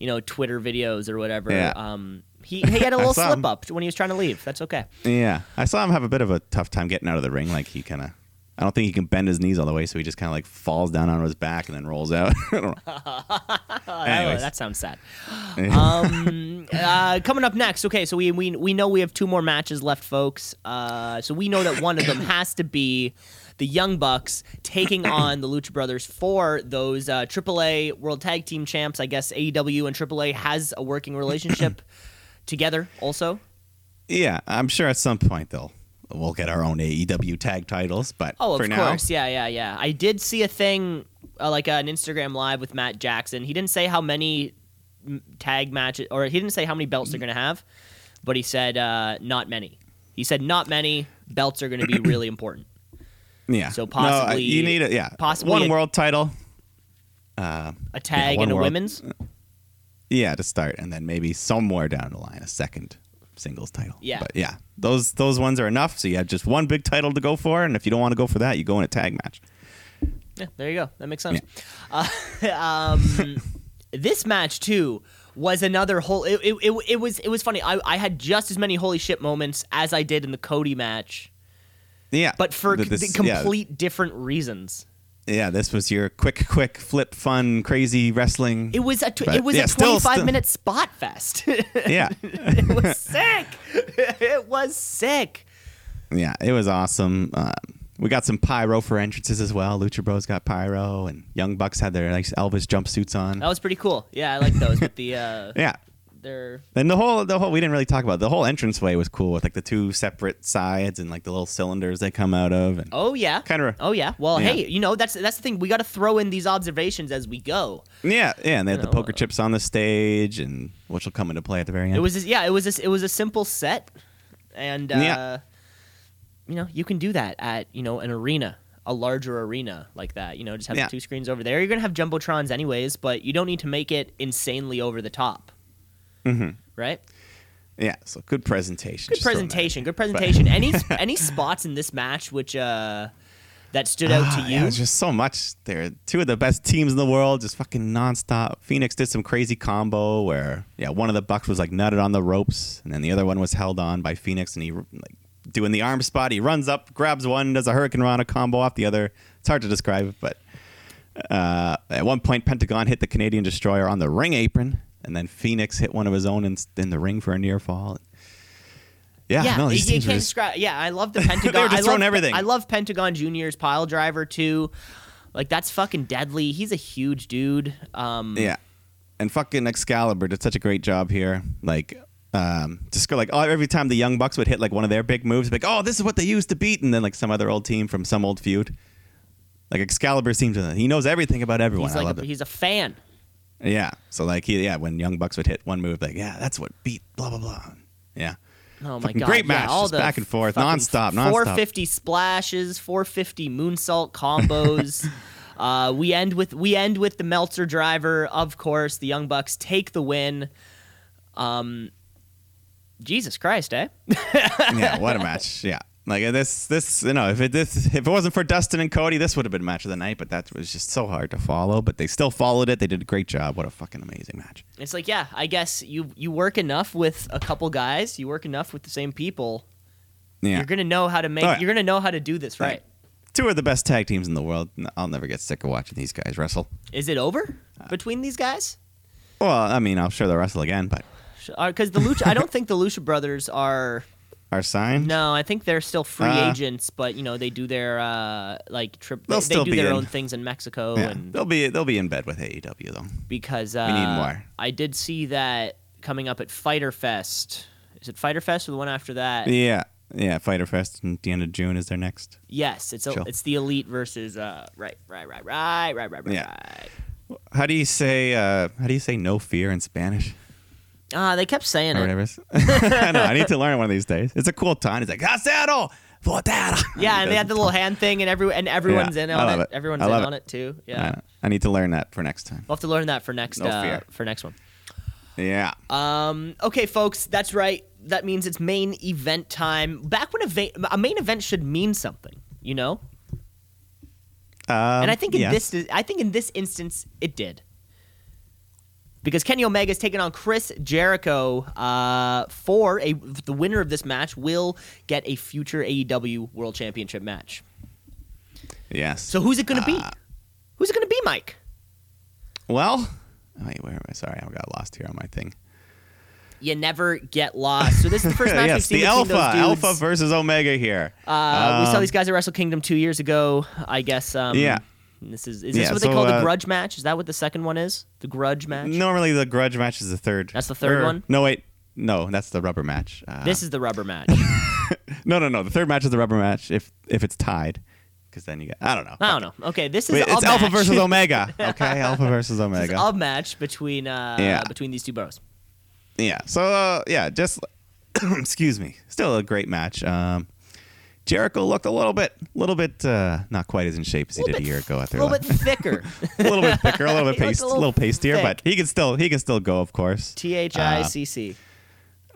A: you know, Twitter videos or whatever.
B: Yeah.
A: Um, he
B: [laughs]
A: he had a
B: I
A: little
B: saw him.
A: slip up when he was trying to leave. That's okay.
B: Yeah, I saw him have a bit of a tough time getting out of the ring. Like he kind of, I don't think he can bend his knees all the way, so he just kind of like falls down on his back and then rolls out. [laughs] I don't know. [laughs]
A: Oh,
B: Anyways.
A: [laughs] that sounds sad. um, uh, coming up next, okay, so we, we we know we have two more matches left, folks. Uh, so we know that one of them has to be the Young Bucks
B: [coughs]
A: taking on the Lucha Brothers for those uh, AAA World Tag Team Champs. I guess AEW and AAA has a
B: [coughs]
A: working relationship together, also.
B: yeah, I'm sure at some point they'll we'll get our own AEW tag titles, but
A: Oh, of
B: for now,
A: course, yeah, yeah, yeah. I did see a thing uh, like uh, an Instagram live with Matt Jackson. He didn't say how many m- tag matches, or he didn't say how many belts they're gonna have, but he said uh, not many. He said not many belts are gonna be
B: [coughs]
A: really important.
B: yeah.
A: So
B: No, I-
A: possibly-
B: you need it. Yeah,
A: possibly
B: one
A: a-
B: world title.
A: A tag
B: one
A: and a
B: world-
A: women's.
B: Yeah, to start, and then maybe somewhere down the line a second singles title.
A: Yeah.
B: but yeah, those those ones are enough. So you have just one big title to go for, and if you don't want to go for that, you go in a tag match.
A: Yeah, there you go. That makes sense. Uh, [laughs] um, this match too was another whole. It, it, it, it was it was funny. I, I had just as many holy shit moments as I did in the Cody match,
B: Yeah,
A: but for
B: Th-
A: c-
B: this- yeah.
A: complete different reasons.
B: yeah, this was your quick, quick flip, fun, crazy
A: [laughs]
B: wrestling.
A: It was a tw-
B: But,
A: it was
B: yeah,
A: a
B: still-
A: 25
B: still-
A: minute spot fest. [laughs] it
B: yeah, [laughs]
A: was sick. it was sick.
B: yeah, it was awesome. Um, We got some pyro for entrances as well. Lucha Bros got pyro, and Young Bucks had their nice Elvis jumpsuits on.
A: That was pretty cool. Yeah, I like those with the uh,
B: Yeah.
A: their
B: And the whole the whole we didn't really talk about it. the whole entranceway was cool with like the two separate sides and like the little cylinders they come out of. And
A: Oh yeah.
B: Kinda-
A: Oh yeah. Well,
B: Yeah.
A: hey, you know that's that's the thing. We got to throw in these observations as we go.
B: yeah, yeah, and they had the
A: know,
B: poker chips on the stage, and which will come into play at the very end.
A: It was just, yeah. It was just, it was a simple set, and uh,
B: Yeah.
A: you know you can do that at you know an arena, a larger arena like that. You know, just have
B: Yeah.
A: the two screens over there. You're gonna have jumbotrons anyways, but you don't need to make it insanely over the top. Mm-hmm. Right.
B: yeah, so good presentation.
A: Good
B: just throwing that-
A: presentation. Good presentation.
B: [laughs]
A: any any spots in this match which uh that stood out to
B: Ah,
A: you?
B: Yeah, there's just so much there. Two of the best teams in the world, just fucking nonstop. Phoenix did some crazy combo where, yeah, one of the Bucks was like nutted on the ropes, and then the other one was held on by Phoenix, and he like doing the arm spot. He runs up, grabs one, does a Hurricane Rana combo off the other. It's hard to describe, but uh, at one point, Pentagon hit the Canadian Destroyer on the ring apron, and then Phoenix hit one of his own in, in the ring for a near fall. Yeah,
A: Yeah,
B: ah, no,
A: you,
B: these
A: you
B: teams were
A: can't
B: just
A: describe. Yeah, I love the
B: [laughs]
A: Pentagon.
B: They were just
A: I love,
B: throwing everything.
A: I love Pentagon Junior's pile driver too. Like that's fucking deadly. He's a huge dude. Um,
B: Yeah. And fucking Excalibur did such a great job here. Like, um, just go like oh, every time the Young Bucks would hit like one of their big moves, like, oh, this is what they used to beat, and then like some other old team from some old feud. Like Excalibur seems to he knows everything about everyone.
A: he's
B: I
A: like
B: love
A: a,
B: it.
A: he's a fan.
B: Yeah. So like he yeah, when Young Bucks would hit one move, like, yeah, that's what beat blah blah blah. Yeah.
A: [laughs] Oh my
B: Fucking
A: god!
B: great
A: yeah,
B: match,
A: all
B: just
A: the
B: back and forth,
A: fucking
B: nonstop, nonstop.
A: 450 splashes, 450
B: [laughs]
A: moonsault combos. uh, we end with we end with the Meltzer driver, of course. The Young Bucks take the win. Um, Jesus Christ, eh?
B: yeah, what a match. Yeah. Like uh, this this you know, if it this if it wasn't for Dustin and Cody, this would have been match of the night, but that was just so hard to follow. But they still followed it. They did a great job. What a fucking amazing match.
A: It's like, yeah, I guess you you work enough with a couple guys, you work enough with the same people,
B: Yeah.
A: you're gonna know how to make,
B: Oh, yeah.
A: you're gonna know how to do this, right?
B: Right. Two of the best tag teams in the world. N- I'll never get sick of watching these guys wrestle.
A: Is it over between these guys?
B: Well, I mean, I'm sure they'll wrestle again, but
A: Because the Lucha, I don't think the Lucha brothers are.
B: our sign.
A: No, I think they're still free
B: Uh,
A: agents, but you know they do their uh like trip. They,
B: They'll
A: they
B: still
A: do
B: be
A: their
B: in.
A: own things in Mexico,
B: Yeah,
A: and
B: they'll be they'll be in bed with AEW though.
A: because uh,
B: need more.
A: I did see that coming up at Fighter Fest. Is it Fighter Fest or the one after that?
B: Yeah, yeah. Fighter Fest at the end of June is their next.
A: Yes, it's a,
B: Sure.
A: it's the elite versus uh right right right right right right right.
B: Yeah.
A: right.
B: How do you say uh, how do you say no fear in Spanish?
A: Ah, they kept saying
B: or
A: it.
B: whatever. it is. [laughs] I know. I need to learn one of these days. It's a cool time. He's like, "Casero, votera."
A: Yeah, and they
B: [laughs]
A: had the little hand thing, and every and everyone's in
B: I
A: on
B: love
A: it.
B: it.
A: Everyone's
B: I
A: in
B: love
A: on
B: it.
A: it too. Yeah,
B: I, I need to learn that for next time.
A: we'll have to learn that for next
B: No
A: uh,
B: fear.
A: for next one.
B: Yeah.
A: Um, okay, folks, that's right. That means it's main event time. Back when a, va- a main event should mean something, you know. and I think in
B: Um, yes.
A: this, I think in this instance, it did. Because Kenny Omega is taking on Chris Jericho uh, for a the winner of this match will get a future AEW World Championship match.
B: Yes.
A: So who's it going to be?
B: Ah.
A: Who's it going to be, Mike?
B: well, wait, where am I? Sorry, I got lost here on my thing.
A: You never get lost. So this is the
B: [laughs]
A: first match we've
B: yes,
A: seen
B: the
A: between
B: Alpha,
A: those dudes.
B: Alpha versus Omega here. Um,
A: uh, we saw these guys at Wrestle Kingdom two years ago. I guess. Um,
B: Yeah.
A: This is is this
B: Yeah,
A: what they
B: so,
A: call the
B: uh,
A: grudge match? Is that what the second one is? The grudge match.
B: Normally, the grudge match is the third.
A: That's the third
B: or-
A: one?
B: No, wait. No, that's the rubber match. Uh,
A: This is the rubber match.
B: no, no, no. The third match is the rubber match. If if it's tied, because then you get. I don't know.
A: I don't know. Okay, [laughs] this is
B: Wait,
A: a
B: it's Alpha
A: match.
B: versus Omega. Okay, Alpha versus
A: This
B: Omega.
A: is a match between uh,
B: Yeah.
A: between these two bros.
B: yeah. So uh, yeah, just [coughs] excuse me. Still a great match. Um, Jericho looked a little bit, little bit, uh, not quite as in shape as he did a year ago. Out
A: A
B: there,
A: little
B: [laughs]
A: bit thicker. [laughs]
B: a little bit thicker, a little bit
A: He looked
B: paste,
A: a
B: a
A: little
B: little, pastier,
A: thick.
B: but he can still he can still go, of course.
A: T H I C
B: Uh,
A: C.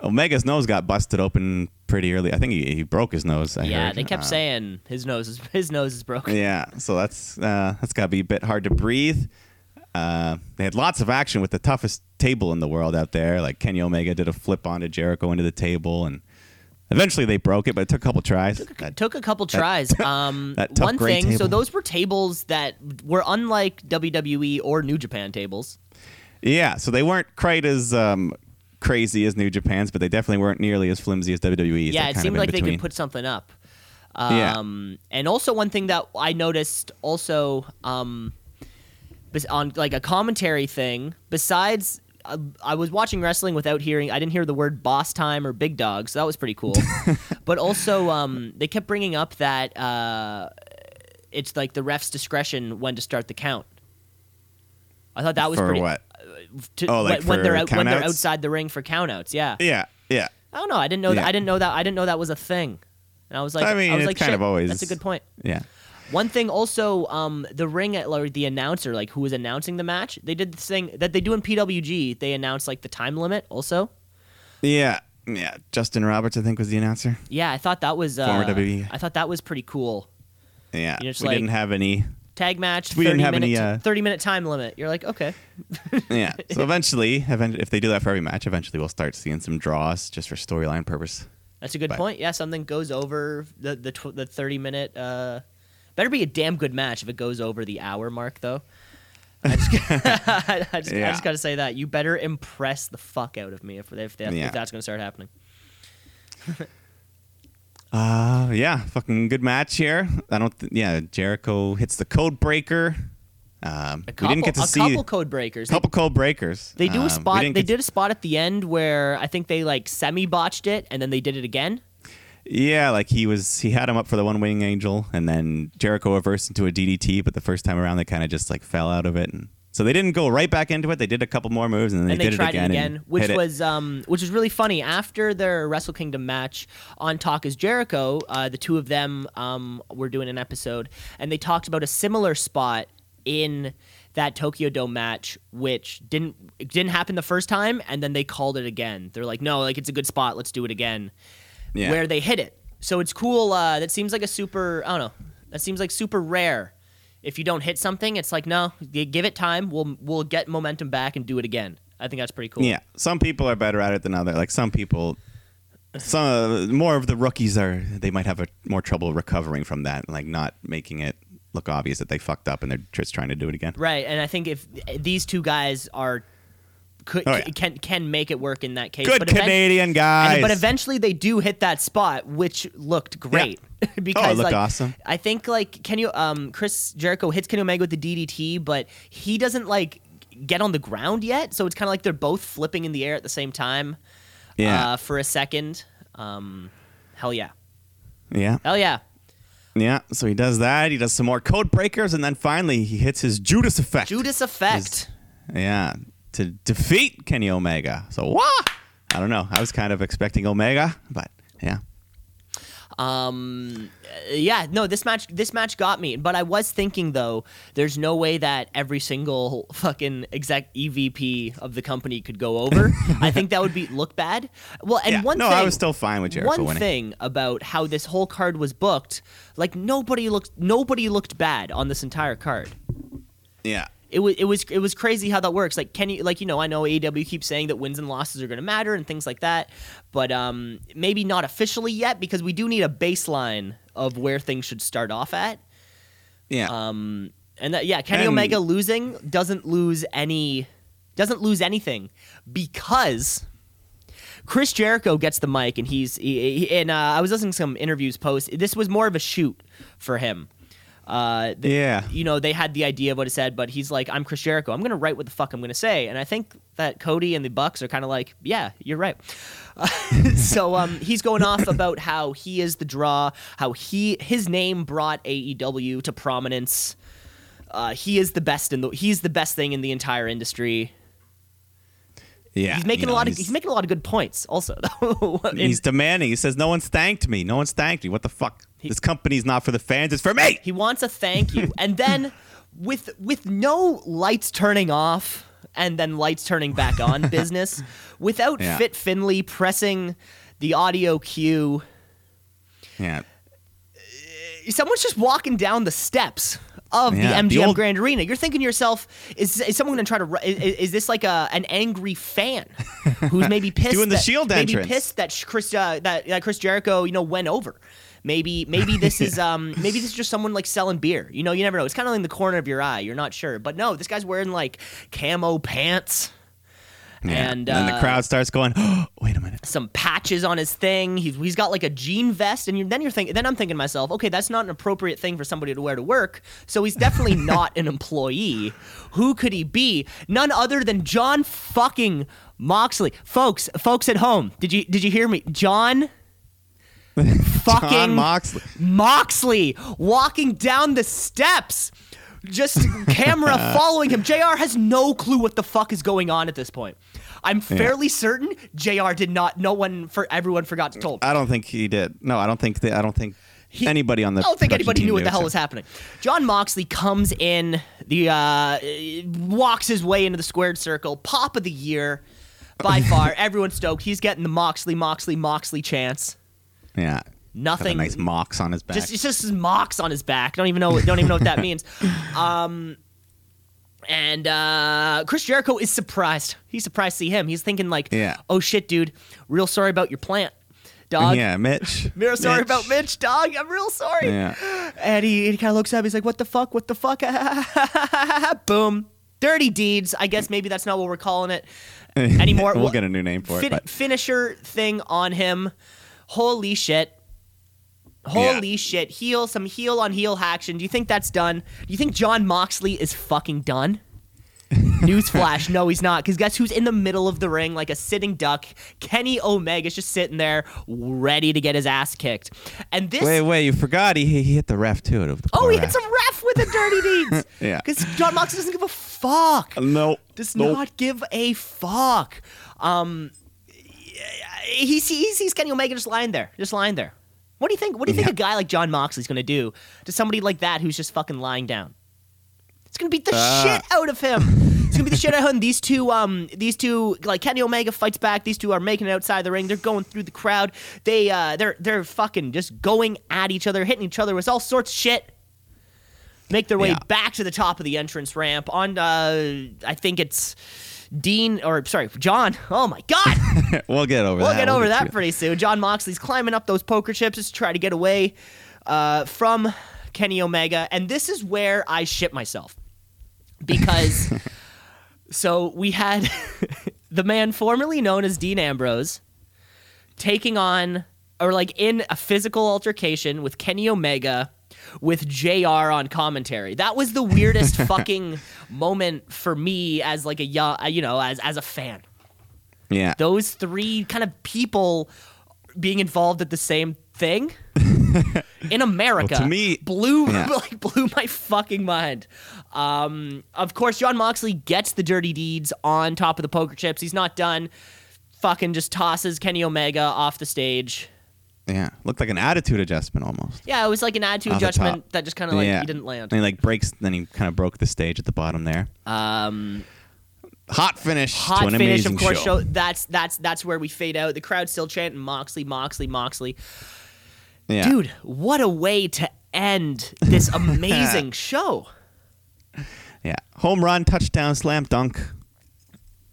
B: Omega's nose got busted open pretty early. I think he, he broke his nose. I
A: Yeah,
B: heard.
A: they kept
B: Uh,
A: saying his nose is [laughs] his nose is broken.
B: Yeah, so that's uh, that's got to be a bit hard to breathe. Uh, they had lots of action with the toughest table in the world out there. Like Kenny Omega did a flip onto Jericho into the table, and eventually they broke it, but it took a couple tries. That-
A: took a
B: [laughs]
A: couple tries. Um,
B: that tough
A: one
B: gray
A: thing. So
B: table.
A: those were tables that were unlike WWE or New Japan tables.
B: yeah, so they weren't quite as um, crazy as New Japan's, but they definitely weren't nearly as flimsy as WWE's. They're
A: yeah, it
B: kind of
A: seemed
B: in
A: like they
B: between.
A: could put something up.
B: Yeah.
A: Um, And also one thing that I noticed also um, bes- on like a commentary thing. Besides, uh, I was watching wrestling without hearing. I didn't hear the word boss time or big dog, so that was
B: [laughs]
A: pretty cool. but also, um, they kept bringing up that uh, it's like the ref's discretion when to start the count. I thought that was
B: for
A: pretty.
B: what?
A: To,
B: Oh, like
A: when- when they're
B: for
A: out, when they're
B: countouts?
A: outside the ring for countouts, yeah.
B: Yeah, yeah.
A: I don't know. I didn't know that.
B: Yeah.
A: I didn't know that. I didn't know that was a thing. And I was like,
B: I mean,
A: was
B: it's
A: like,
B: kind
A: shit,
B: of always-
A: That's a good point.
B: Yeah.
A: One thing also, um, the ring at or the announcer, like who was announcing the match, they did this thing that they do in PWG. They announce like the time limit. Also,
B: Yeah. Yeah. Justin Roberts, I think, was the announcer.
A: yeah, I thought that was uh,
B: Former E. WWE.
A: I thought that was pretty cool.
B: Yeah.
A: You know, just
B: we
A: like-
B: didn't have
A: [laughs]
B: any.
A: Tag match.
B: We
A: 30
B: didn't have
A: minute,
B: any, uh,
A: thirty minute time limit. You're like, okay,
B: Yeah. So eventually, event- if they do that for every match, eventually we'll start seeing some draws just for storyline purpose.
A: that's a good
B: But-
A: point. Yeah, something goes over the the, tw- the thirty minute. Uh, better be a damn good match if it goes over the hour mark, though.
B: [laughs]
A: [laughs] I just, I just, I
B: Yeah.
A: just got to say that you better impress the fuck out of me if, if, that,
B: Yeah.
A: if that's gonna start happening.
B: Uh, yeah, fucking good match here. I don't. Th- yeah, Jericho hits the code breaker. Um,
A: A
B: we
A: couple,
B: didn't get to
A: a
B: see
A: couple code breakers. They-
B: couple code breakers.
A: They do
B: Um, we
A: a spot. They
B: didn't get
A: did a spot at the end where I think they like semi botched it, and then they did it again.
B: Yeah, like he was, he had him up for the one wing angel, and then Jericho reversed into a DDT. But the first time around, they kind of just like fell out of it, and so they didn't go right back into it. They did a couple more moves, and then
A: and
B: they,
A: they
B: did
A: tried
B: it again, and
A: which
B: hit it.
A: was um, which was really funny. After their Wrestle Kingdom match on Talk is Jericho, uh, the two of them um, were doing an episode, and they talked about a similar spot in that Tokyo Dome match, which didn't it didn't happen the first time, and then they called it again. They're like, no, like it's a good spot, let's do it again,
B: Yeah.
A: where they hit it. So it's cool. Uh, that seems like a super. I don't know. That seems like super rare. If you don't hit something, it's like no, g- give it time. We'll we'll get momentum back and do it again. I think that's pretty cool.
B: yeah. Some people are better at it than other. Like some people, some uh, more of the rookies are. They might have a more trouble recovering from that, like not making it look obvious that they fucked up and they're just trying to do it again.
A: Right, and I think if these two guys are could,
B: Oh, yeah.
A: can can make it work in that case.
B: Good
A: but even-
B: Canadian guys.
A: and- but eventually they do hit that spot, which looked great. [laughs] because
B: Oh, looked
A: like,
B: awesome.
A: I think like Kenny um Chris Jericho hits Kenny Omega with the DDT, but he doesn't like get on the ground yet, so it's kind of like they're both flipping in the air at the same time.
B: yeah,
A: Uh, for a second. Um, hell yeah.
B: yeah.
A: Hell yeah.
B: Yeah, so he does that. He does some more code breakers, and then finally he hits his Judas effect.
A: Judas effect.
B: Yeah, to defeat Kenny Omega. So what? I don't know. I was kind of expecting Omega, but yeah,
A: Um, uh, yeah, no, this match this match got me. But I was thinking though, there's no way that every single [laughs] fucking exec EVP of the company could
B: [laughs]
A: go over. I think that would be look bad. Well, and
B: yeah.
A: one
B: no,
A: thing,
B: I was still fine with Jericho
A: one
B: winning.
A: thing about how this whole card was booked, like nobody looked nobody looked bad on this entire card
B: Yeah,
A: it was it was it was crazy how that works. Like Kenny, like you know, I know AEW keeps saying that wins and losses are going to matter and things like that, but um, maybe not officially yet because we do need a baseline of where things should start off at.
B: yeah,
A: Um, and that, yeah, Kenny
B: And-
A: Omega losing doesn't lose any doesn't lose anything because Chris Jericho gets the mic and he's he, he- and uh, I was listening to some interviews post. This was more of a shoot for him. Uh, the-
B: yeah.
A: you know, they had the idea of what it said, but he's like, I'm Chris Jericho. I'm going to write what the fuck I'm going to say. And I think that Cody and the Bucks are kind of like, yeah, you're right. [laughs] Uh, so um, he's going off about how he is the draw, how he his name brought AEW to prominence. Uh, he is the best in the he's the best thing in the entire industry.
B: yeah.
A: He's making
B: you know,
A: a lot of
B: He's,
A: he's making a lot of good points also. [laughs] In-
B: he's demanding. He says, "No one's thanked me. No one's thanked me. What the fuck? this company's not for the fans. It's for me."
A: He wants a thank you, and then with with no lights turning off and then lights turning back on business, without
B: Yeah.
A: Fit Finley pressing the audio cue,
B: yeah.
A: someone's just walking down the steps of
B: Yeah,
A: the
B: the
A: MGM
B: old-
A: Grand Arena. You're thinking to yourself, is, is someone going to try to? ru- Is, is this like a an
B: [laughs]
A: angry fan who's maybe pissed
B: doing the
A: that-
B: Shield
A: maybe
B: entrance.
A: pissed that sh- Chris uh, that, that Chris Jericho you know went over. Maybe maybe
B: [laughs]
A: this is um maybe this is just someone like selling beer. You know, you never know. It's kind of in the corner of your eye. You're not sure, but no, this guy's wearing like camo pants.
B: Yeah.
A: and
B: then
A: uh,
B: the crowd starts going, [gasps] oh, wait a minute.
A: some patches on his thing. He's, he's got like a jean vest, and you're, then you're thinking. Then I'm thinking to myself, okay, that's not an appropriate thing for somebody to wear to work. So he's definitely not an employee. Who could he be? None other than John fucking Moxley, folks. Folks at home, did you did you hear me, John? fucking
B: John Moxley.
A: Moxley walking down the steps.
B: [laughs]
A: Just camera following him. JR has no clue what the fuck is going on at this point. I'm fairly certain JR did not. No one for everyone forgot to tell.
B: I don't think he did. No, I don't think that. I don't think
A: He-
B: anybody on the.
A: I don't think
B: production
A: anybody
B: team
A: knew what the hell
B: so-
A: was happening. John Moxley comes in, the uh, walks his way into the squared circle, pop of the year,
B: [laughs]
A: by far. Everyone's stoked. He's getting the Moxley, Moxley, Moxley chance.
B: Yeah. Got a
A: Nothing.
B: nice mocks on his back.
A: Just it's just his mocks on his back. Don't even know. Don't even
B: [laughs]
A: know what that means. Um, and uh, Chris Jericho is surprised. He's surprised to see him. He's thinking like,
B: Yeah.
A: "Oh shit, dude! Real sorry about your plant, dog.
B: yeah, Mitch.
A: Real uh, sorry
B: [laughs]
A: about Mitch, dog. I'm real sorry."
B: Yeah.
A: And he, he kind of looks up. He's like, "What the fuck? What the fuck?" [laughs] Boom. Dirty deeds. I guess maybe that's not what we're calling it anymore.
B: we'll
A: Well,
B: get a new name for
A: fin-
B: it. But
A: finisher thing on him. Holy shit. Holy shit. Heel, some heel on heel action. Do you think that's done? Do you think John Moxley is
B: [laughs]
A: fucking done? Newsflash, no, he's not. Because guess who's in the middle of the ring like a sitting duck? Kenny Omega's just sitting there ready to get his ass kicked. And this.
B: wait, wait, you forgot he, he hit the ref too. The
A: oh,
B: poor
A: he
B: ref.
A: hits a ref with a dirty deeds.
B: [laughs] Yeah.
A: Because John Moxley doesn't give a fuck
B: No,
A: does
B: nope.
A: not give a fuck. Um, he sees he's Kenny Omega just lying there, just lying there. What do you think? What do you
B: Yeah.
A: think a guy like John Moxley's going to do to somebody like that who's just fucking lying down? It's going to beat the
B: Ah.
A: shit out of him. It's going to beat the shit out of him. These two, um, these two, like Kenny Omega fights back. These two are making it outside the ring. They're going through the crowd. They, uh, they're they're fucking just going at each other, hitting each other with all sorts of shit make their way
B: Yeah.
A: back to the top of the entrance ramp on uh I think it's Dean or sorry, John. [laughs] Oh my god.
B: [laughs] We'll get over
A: we'll
B: that.
A: get over
B: through
A: that pretty soon. John Moxley's climbing up those poker chips just to try to get away uh, from Kenny Omega and this is where I shit myself. Because so we had [laughs] the man formerly known as Dean Ambrose taking on or like in a physical altercation with Kenny Omega with JR on commentary. That was the weirdest fucking moment for me as like a young, you know, as as a fan.
B: Yeah.
A: Those three kind of people being involved at the same
B: [laughs]
A: thing in America
B: Well, to me-
A: blew
B: yeah.
A: [laughs] like blew my fucking mind. Um, of course, John Moxley gets the dirty deeds on top of the poker chips. He's not done. Fucking just tosses Kenny Omega off the stage.
B: Yeah. Looked like an attitude adjustment almost.
A: Yeah, it was like an attitude
B: Off the
A: judgment
B: top.
A: that just kind of like
B: yeah.
A: he didn't land.
B: And he like breaks. Then he kind of broke the stage at the bottom there.
A: Um,
B: Hot finish. to
A: hot
B: an
A: finish,
B: amazing
A: of course. Show. that's that's that's where we fade out. The crowd's still chanting Moxley, Moxley, Moxley.
B: Yeah.
A: Dude, what a way to end
B: [laughs]
A: this amazing show.
B: Yeah. Home run, touchdown, slam dunk.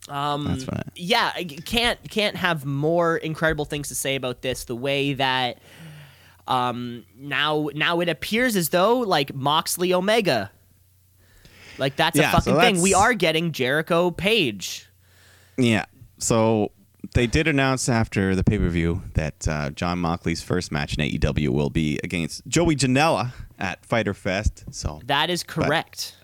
A: Um,
B: That's right.
A: Yeah, I g- can't can't have more incredible things to say about this. The way that um, now now it appears as though like Moxley Omega, like that's
B: Yeah,
A: a
B: so
A: fucking thing. We
B: that's-
A: are getting Jericho Page.
B: Yeah. So they did announce after the pay per view that uh, John Mockley's first match in AEW will be against Joey Janela at Fighter Fest. So
A: That is correct.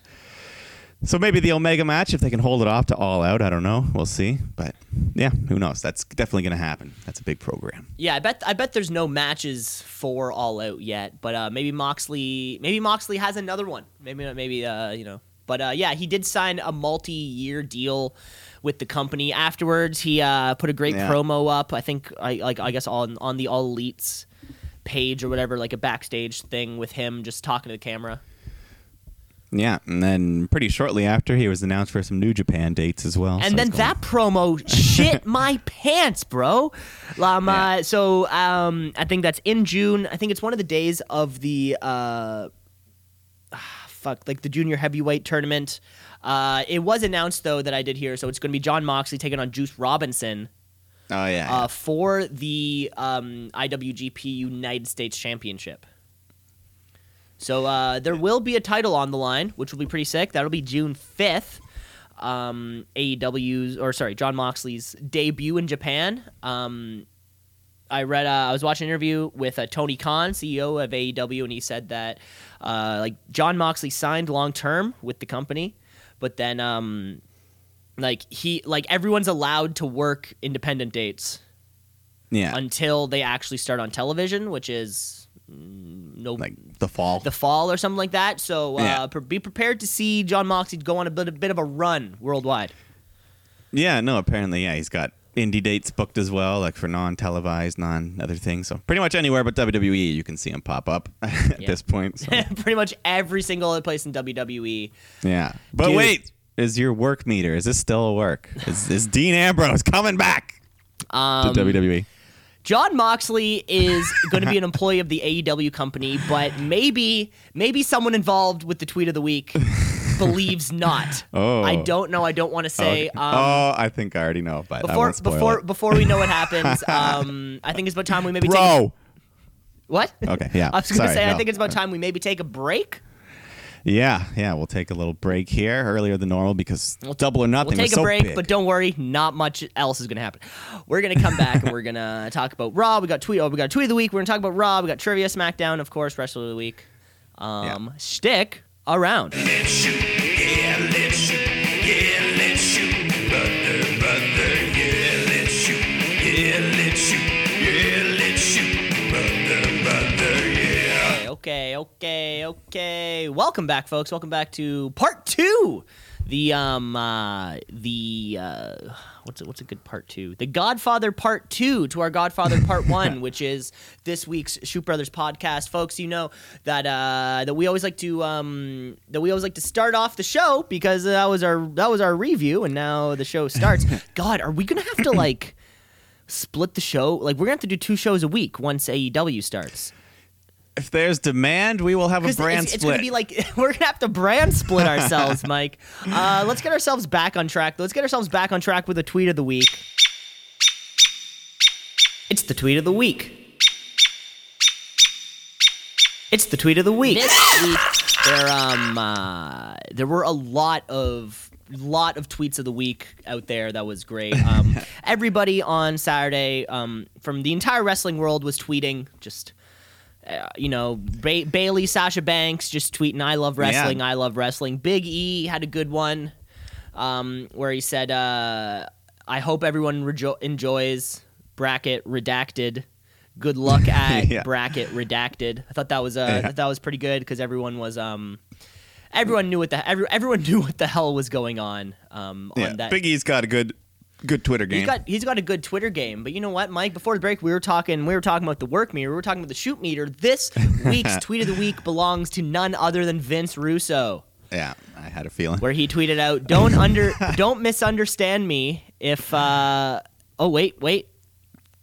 B: so maybe the Omega match if they can hold it off to All Out. I don't know. We'll see. But yeah, who knows? That's definitely going to happen. That's a big program.
A: Yeah, I bet I bet there's no matches for All Out yet, but uh, maybe Moxley maybe Moxley has another one. Maybe maybe uh, you know. But uh, yeah, he did sign a multi-year deal with the company. Afterwards, he uh, put a great
B: Yeah.
A: promo up. I think I like I guess on on the All Elites page or whatever, like a backstage thing with him just talking to the camera.
B: Yeah, and then pretty shortly after he was announced for some New Japan dates as well.
A: and
B: So
A: then
B: it's going-
A: that promo
B: [laughs]
A: shit my pants, bro. Um,
B: Yeah.
A: uh, so um, I think that's in June. I think it's one of the days of the uh, ah, fuck, like the junior heavyweight tournament. Uh, it was announced though that I did hear, so it's going to be John Moxley taking on Juice Robinson
B: Oh yeah.
A: uh, for the um, IWGP United States Championship. So uh, there will be a title on the line, which will be pretty sick. That'll be June fifth. um, AEW's or sorry, John Moxley's debut in Japan. Um, I read uh, I was watching an interview with uh, Tony Khan, CEO of AEW, and he said that uh, like John Moxley signed long term with the company, but then um, like he like everyone's allowed to work independent dates
B: Yeah.
A: until they actually start on television, which is mm, no
B: like the fall.
A: the fall or something like that. So uh,
B: Yeah.
A: pre- be prepared to see John Moxley go on a bit, a bit of a run worldwide. [laughs]
B: yeah, no, apparently, yeah, he's got indie dates booked as well, like for non televised, non other things. So pretty much anywhere but WWE, you can see him pop up [laughs] at
A: Yeah.
B: this point.
A: [laughs]
B: So.
A: Pretty much every single other place in E. WWE.
B: yeah. But
A: Dude.
B: wait, is your work meter, is this still a work? Is, is Dean Ambrose coming back
A: Um,
B: to E? WWE?
A: John Moxley is going to
B: [laughs]
A: be an employee of the AEW company, but maybe maybe someone involved with the tweet of
B: [laughs]
A: the week believes not.
B: Oh.
A: I don't know. I don't want to say.
B: Okay.
A: Um,
B: oh, I think I already know, but I
A: before
B: won't spoil
A: before
B: it.
A: before we know
B: [laughs]
A: what happens, um, I think it's about time we maybe take
B: Bro.
A: a, what.
B: Okay, yeah.
A: I was going to
B: Sorry,
A: say I
B: no.
A: think it's about time we maybe take a break.
B: Yeah, yeah, we'll take a little break here earlier than normal because double or nothing.
A: We'll
B: was
A: take a
B: so
A: break,
B: big.
A: but don't worry, not much else is going to happen. We're going to come back and we're going to [laughs] talk about Raw. We got tweet. Oh, we got tweet of the week. We're going to talk about Raw. We got trivia, SmackDown, of course, Wrestle of the Week. Um, Stick around.
D: Let's shoot, yeah, let's shoot, yeah, let's shoot, brother, brother, yeah, let's shoot, yeah, let's shoot, yeah, let's shoot, brother, brother, yeah.
A: Okay, okay, okay. Welcome back, folks. Welcome back to part two. The um uh the uh what's a, what's a good part two? The Godfather part two to our Godfather part one, which is this week's Shoot Brothers podcast, folks. You know that uh that we always like to um that we always like to start off the show because that was our that was our review, and now the show starts. God, are we gonna have to like? Split the show. Like we're gonna have to do two shows a week once AEW starts.
B: if there's demand, we will have a
A: 'Cause
B: brand
A: it's,
B: split.
A: It's gonna be like [laughs] we're gonna have to brand
B: [laughs]
A: split ourselves, Mike. Uh, let's get ourselves back on track. Let's get ourselves back on track with a tweet of the week. It's the tweet of the week. It's the tweet of the week. This week there um uh, there were a lot of lot of tweets of the week out there that was great. Um, everybody on Saturday um, from the entire wrestling world was tweeting just uh, you know, ba- Bailey, Sasha Banks just tweeting, I love wrestling,
B: Yeah.
A: I love wrestling. Big E had a good one um, where he said, uh, I hope everyone rejo- enjoys bracket redacted.
B: [laughs]
A: Good luck at
B: Yeah.
A: bracket redacted. I thought that was uh, I thought that was pretty good because everyone was um, everyone knew what the every, everyone [laughs] knew what the hell was going on um, on
B: yeah.
A: that
B: Big E's got a good, good Twitter game.
A: He's got he's got a good Twitter game, but you know what, Mike? Before the break, we were talking we were talking about the work meter, we were talking about the shoot
B: [laughs]
A: meter. This week's tweet of the week belongs to none other than Vince Russo,
B: yeah, I had a feeling.
A: where he tweeted out, "Don't under don't misunderstand me if uh oh wait wait."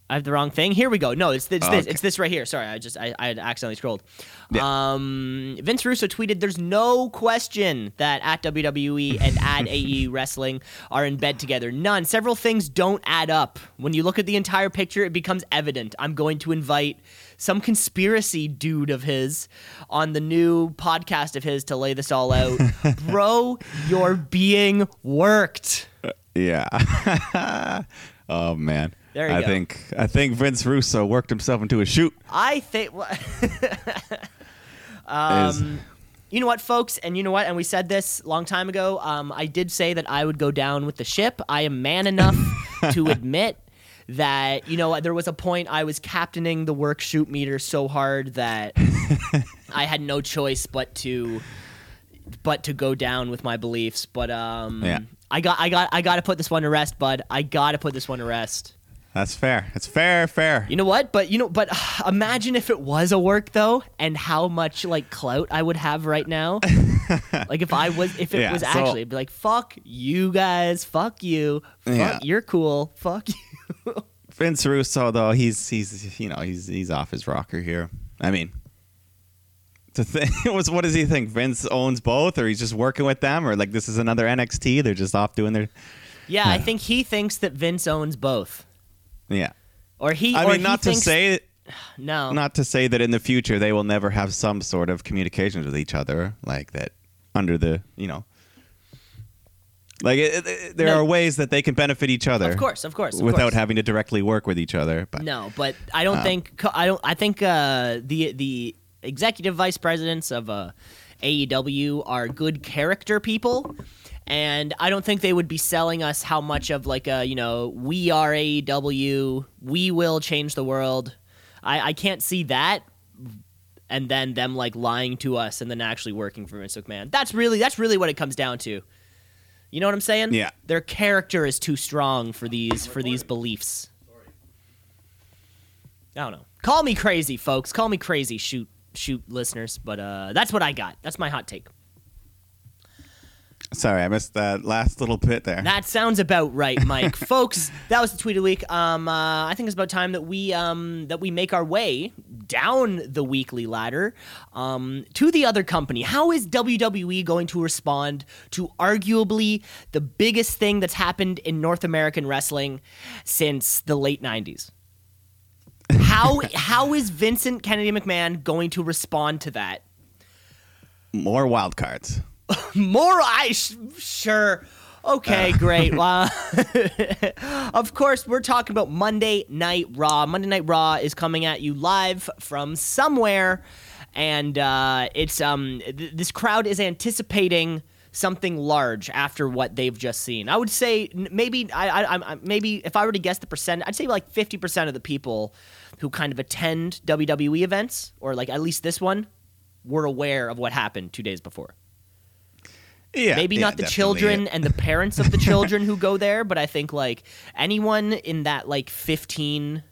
A: I have the wrong thing. Here we go. No, it's, it's this.
B: Okay.
A: It's this right here. Sorry, I just I, I had accidentally scrolled.
B: Yeah.
A: Um, Vince Russo tweeted, "There's no question that at WWE and
B: [laughs]
A: at AE Wrestling are in bed together. None. Several things don't add up. When you look at the entire picture, it becomes evident. I'm going to invite some conspiracy dude of his on the new podcast of his to lay this
B: [laughs]
A: all out. Bro, you're being worked."
B: yeah. [laughs] oh man.
A: There you
B: I
A: go.
B: think I think Vince Russo worked himself into a shoot.
A: I think.
B: Um,
A: You know what, folks, and you know what, and we said this a long time ago. Um, I did say that I would go down with the ship. I am man enough to admit that you know there was a point I was captaining the work shoot meter so hard that I had no choice but to but to go down with my beliefs. But um,
B: Yeah.
A: I got I got I got to put this one to rest, bud. I got to put this one to rest.
B: that's fair. That's fair, fair.
A: You know what? But you know, but [sighs] imagine if it was a work though, and how much like clout I would have right now.
B: [laughs]
A: like if I was, if it
B: Yeah,
A: was
B: so-
A: actually, it'd be like, "Fuck you guys, fuck you, fuck
B: Yeah.
A: you're cool, fuck you." [laughs]
B: Vince Russo though, he's he's you know he's he's off his rocker here. I mean, the thing [laughs] was, what does he think? Vince owns both, or he's just working with them, or like this is another NXT? They're just off doing their
A: Yeah, I think he thinks that Vince owns both,
B: yeah.
A: or he.
B: I
A: or
B: mean,
A: he
B: not to
A: thinks-
B: say
A: no,
B: not to say that in the future they will never have some sort of communications with each other, like that under the you know Like it, it- there
A: No.
B: are ways that they can benefit each other.
A: Of course, of course, of
B: without
A: course.
B: having to directly work with each other. But
A: No, but I don't think co- I don't. I think uh, the the executive vice presidents of uh, AEW are good character people, and I don't think they would be selling us how much of like a you know we are AEW, we will change the world. I, I can't see that. And then them like lying to us, and then actually working for Vince McMahon. That's really that's really what it comes down to. You know what I'm saying?
B: Yeah.
A: Their character is too strong for these for these beliefs. I don't know. Call me crazy, folks. Call me crazy, shoot shoot listeners. But uh that's what I got. That's my hot take.
B: sorry, I missed that last little bit there.
A: [laughs] That sounds about right, Mike. folks, that was the tweet of the week. Um uh, I think it's about time that we um that we make our way down the weekly ladder um to the other company. How is WWE going to respond to arguably the biggest thing that's happened in North American wrestling since the late 90s? how how is Vincent Kennedy McMahon going to respond to that?
B: More wild cards.
A: More I sh- sure. Okay, great. Well, [laughs] of course, we're talking about Monday Night Raw. Monday Night Raw is coming at you live from somewhere, and uh, it's um th- this crowd is anticipating something large after what they've just seen. I would say n- maybe I, I, I- I maybe if I were to guess the percent, I'd say like fifty percent of the people who kind of attend WWE events or like at least this one were aware of what happened two days before
B: Yeah,
A: maybe
B: yeah,
A: not the
B: definitely.
A: children and the
B: [laughs]
A: parents of the children who go there, but I think like anyone in that like 15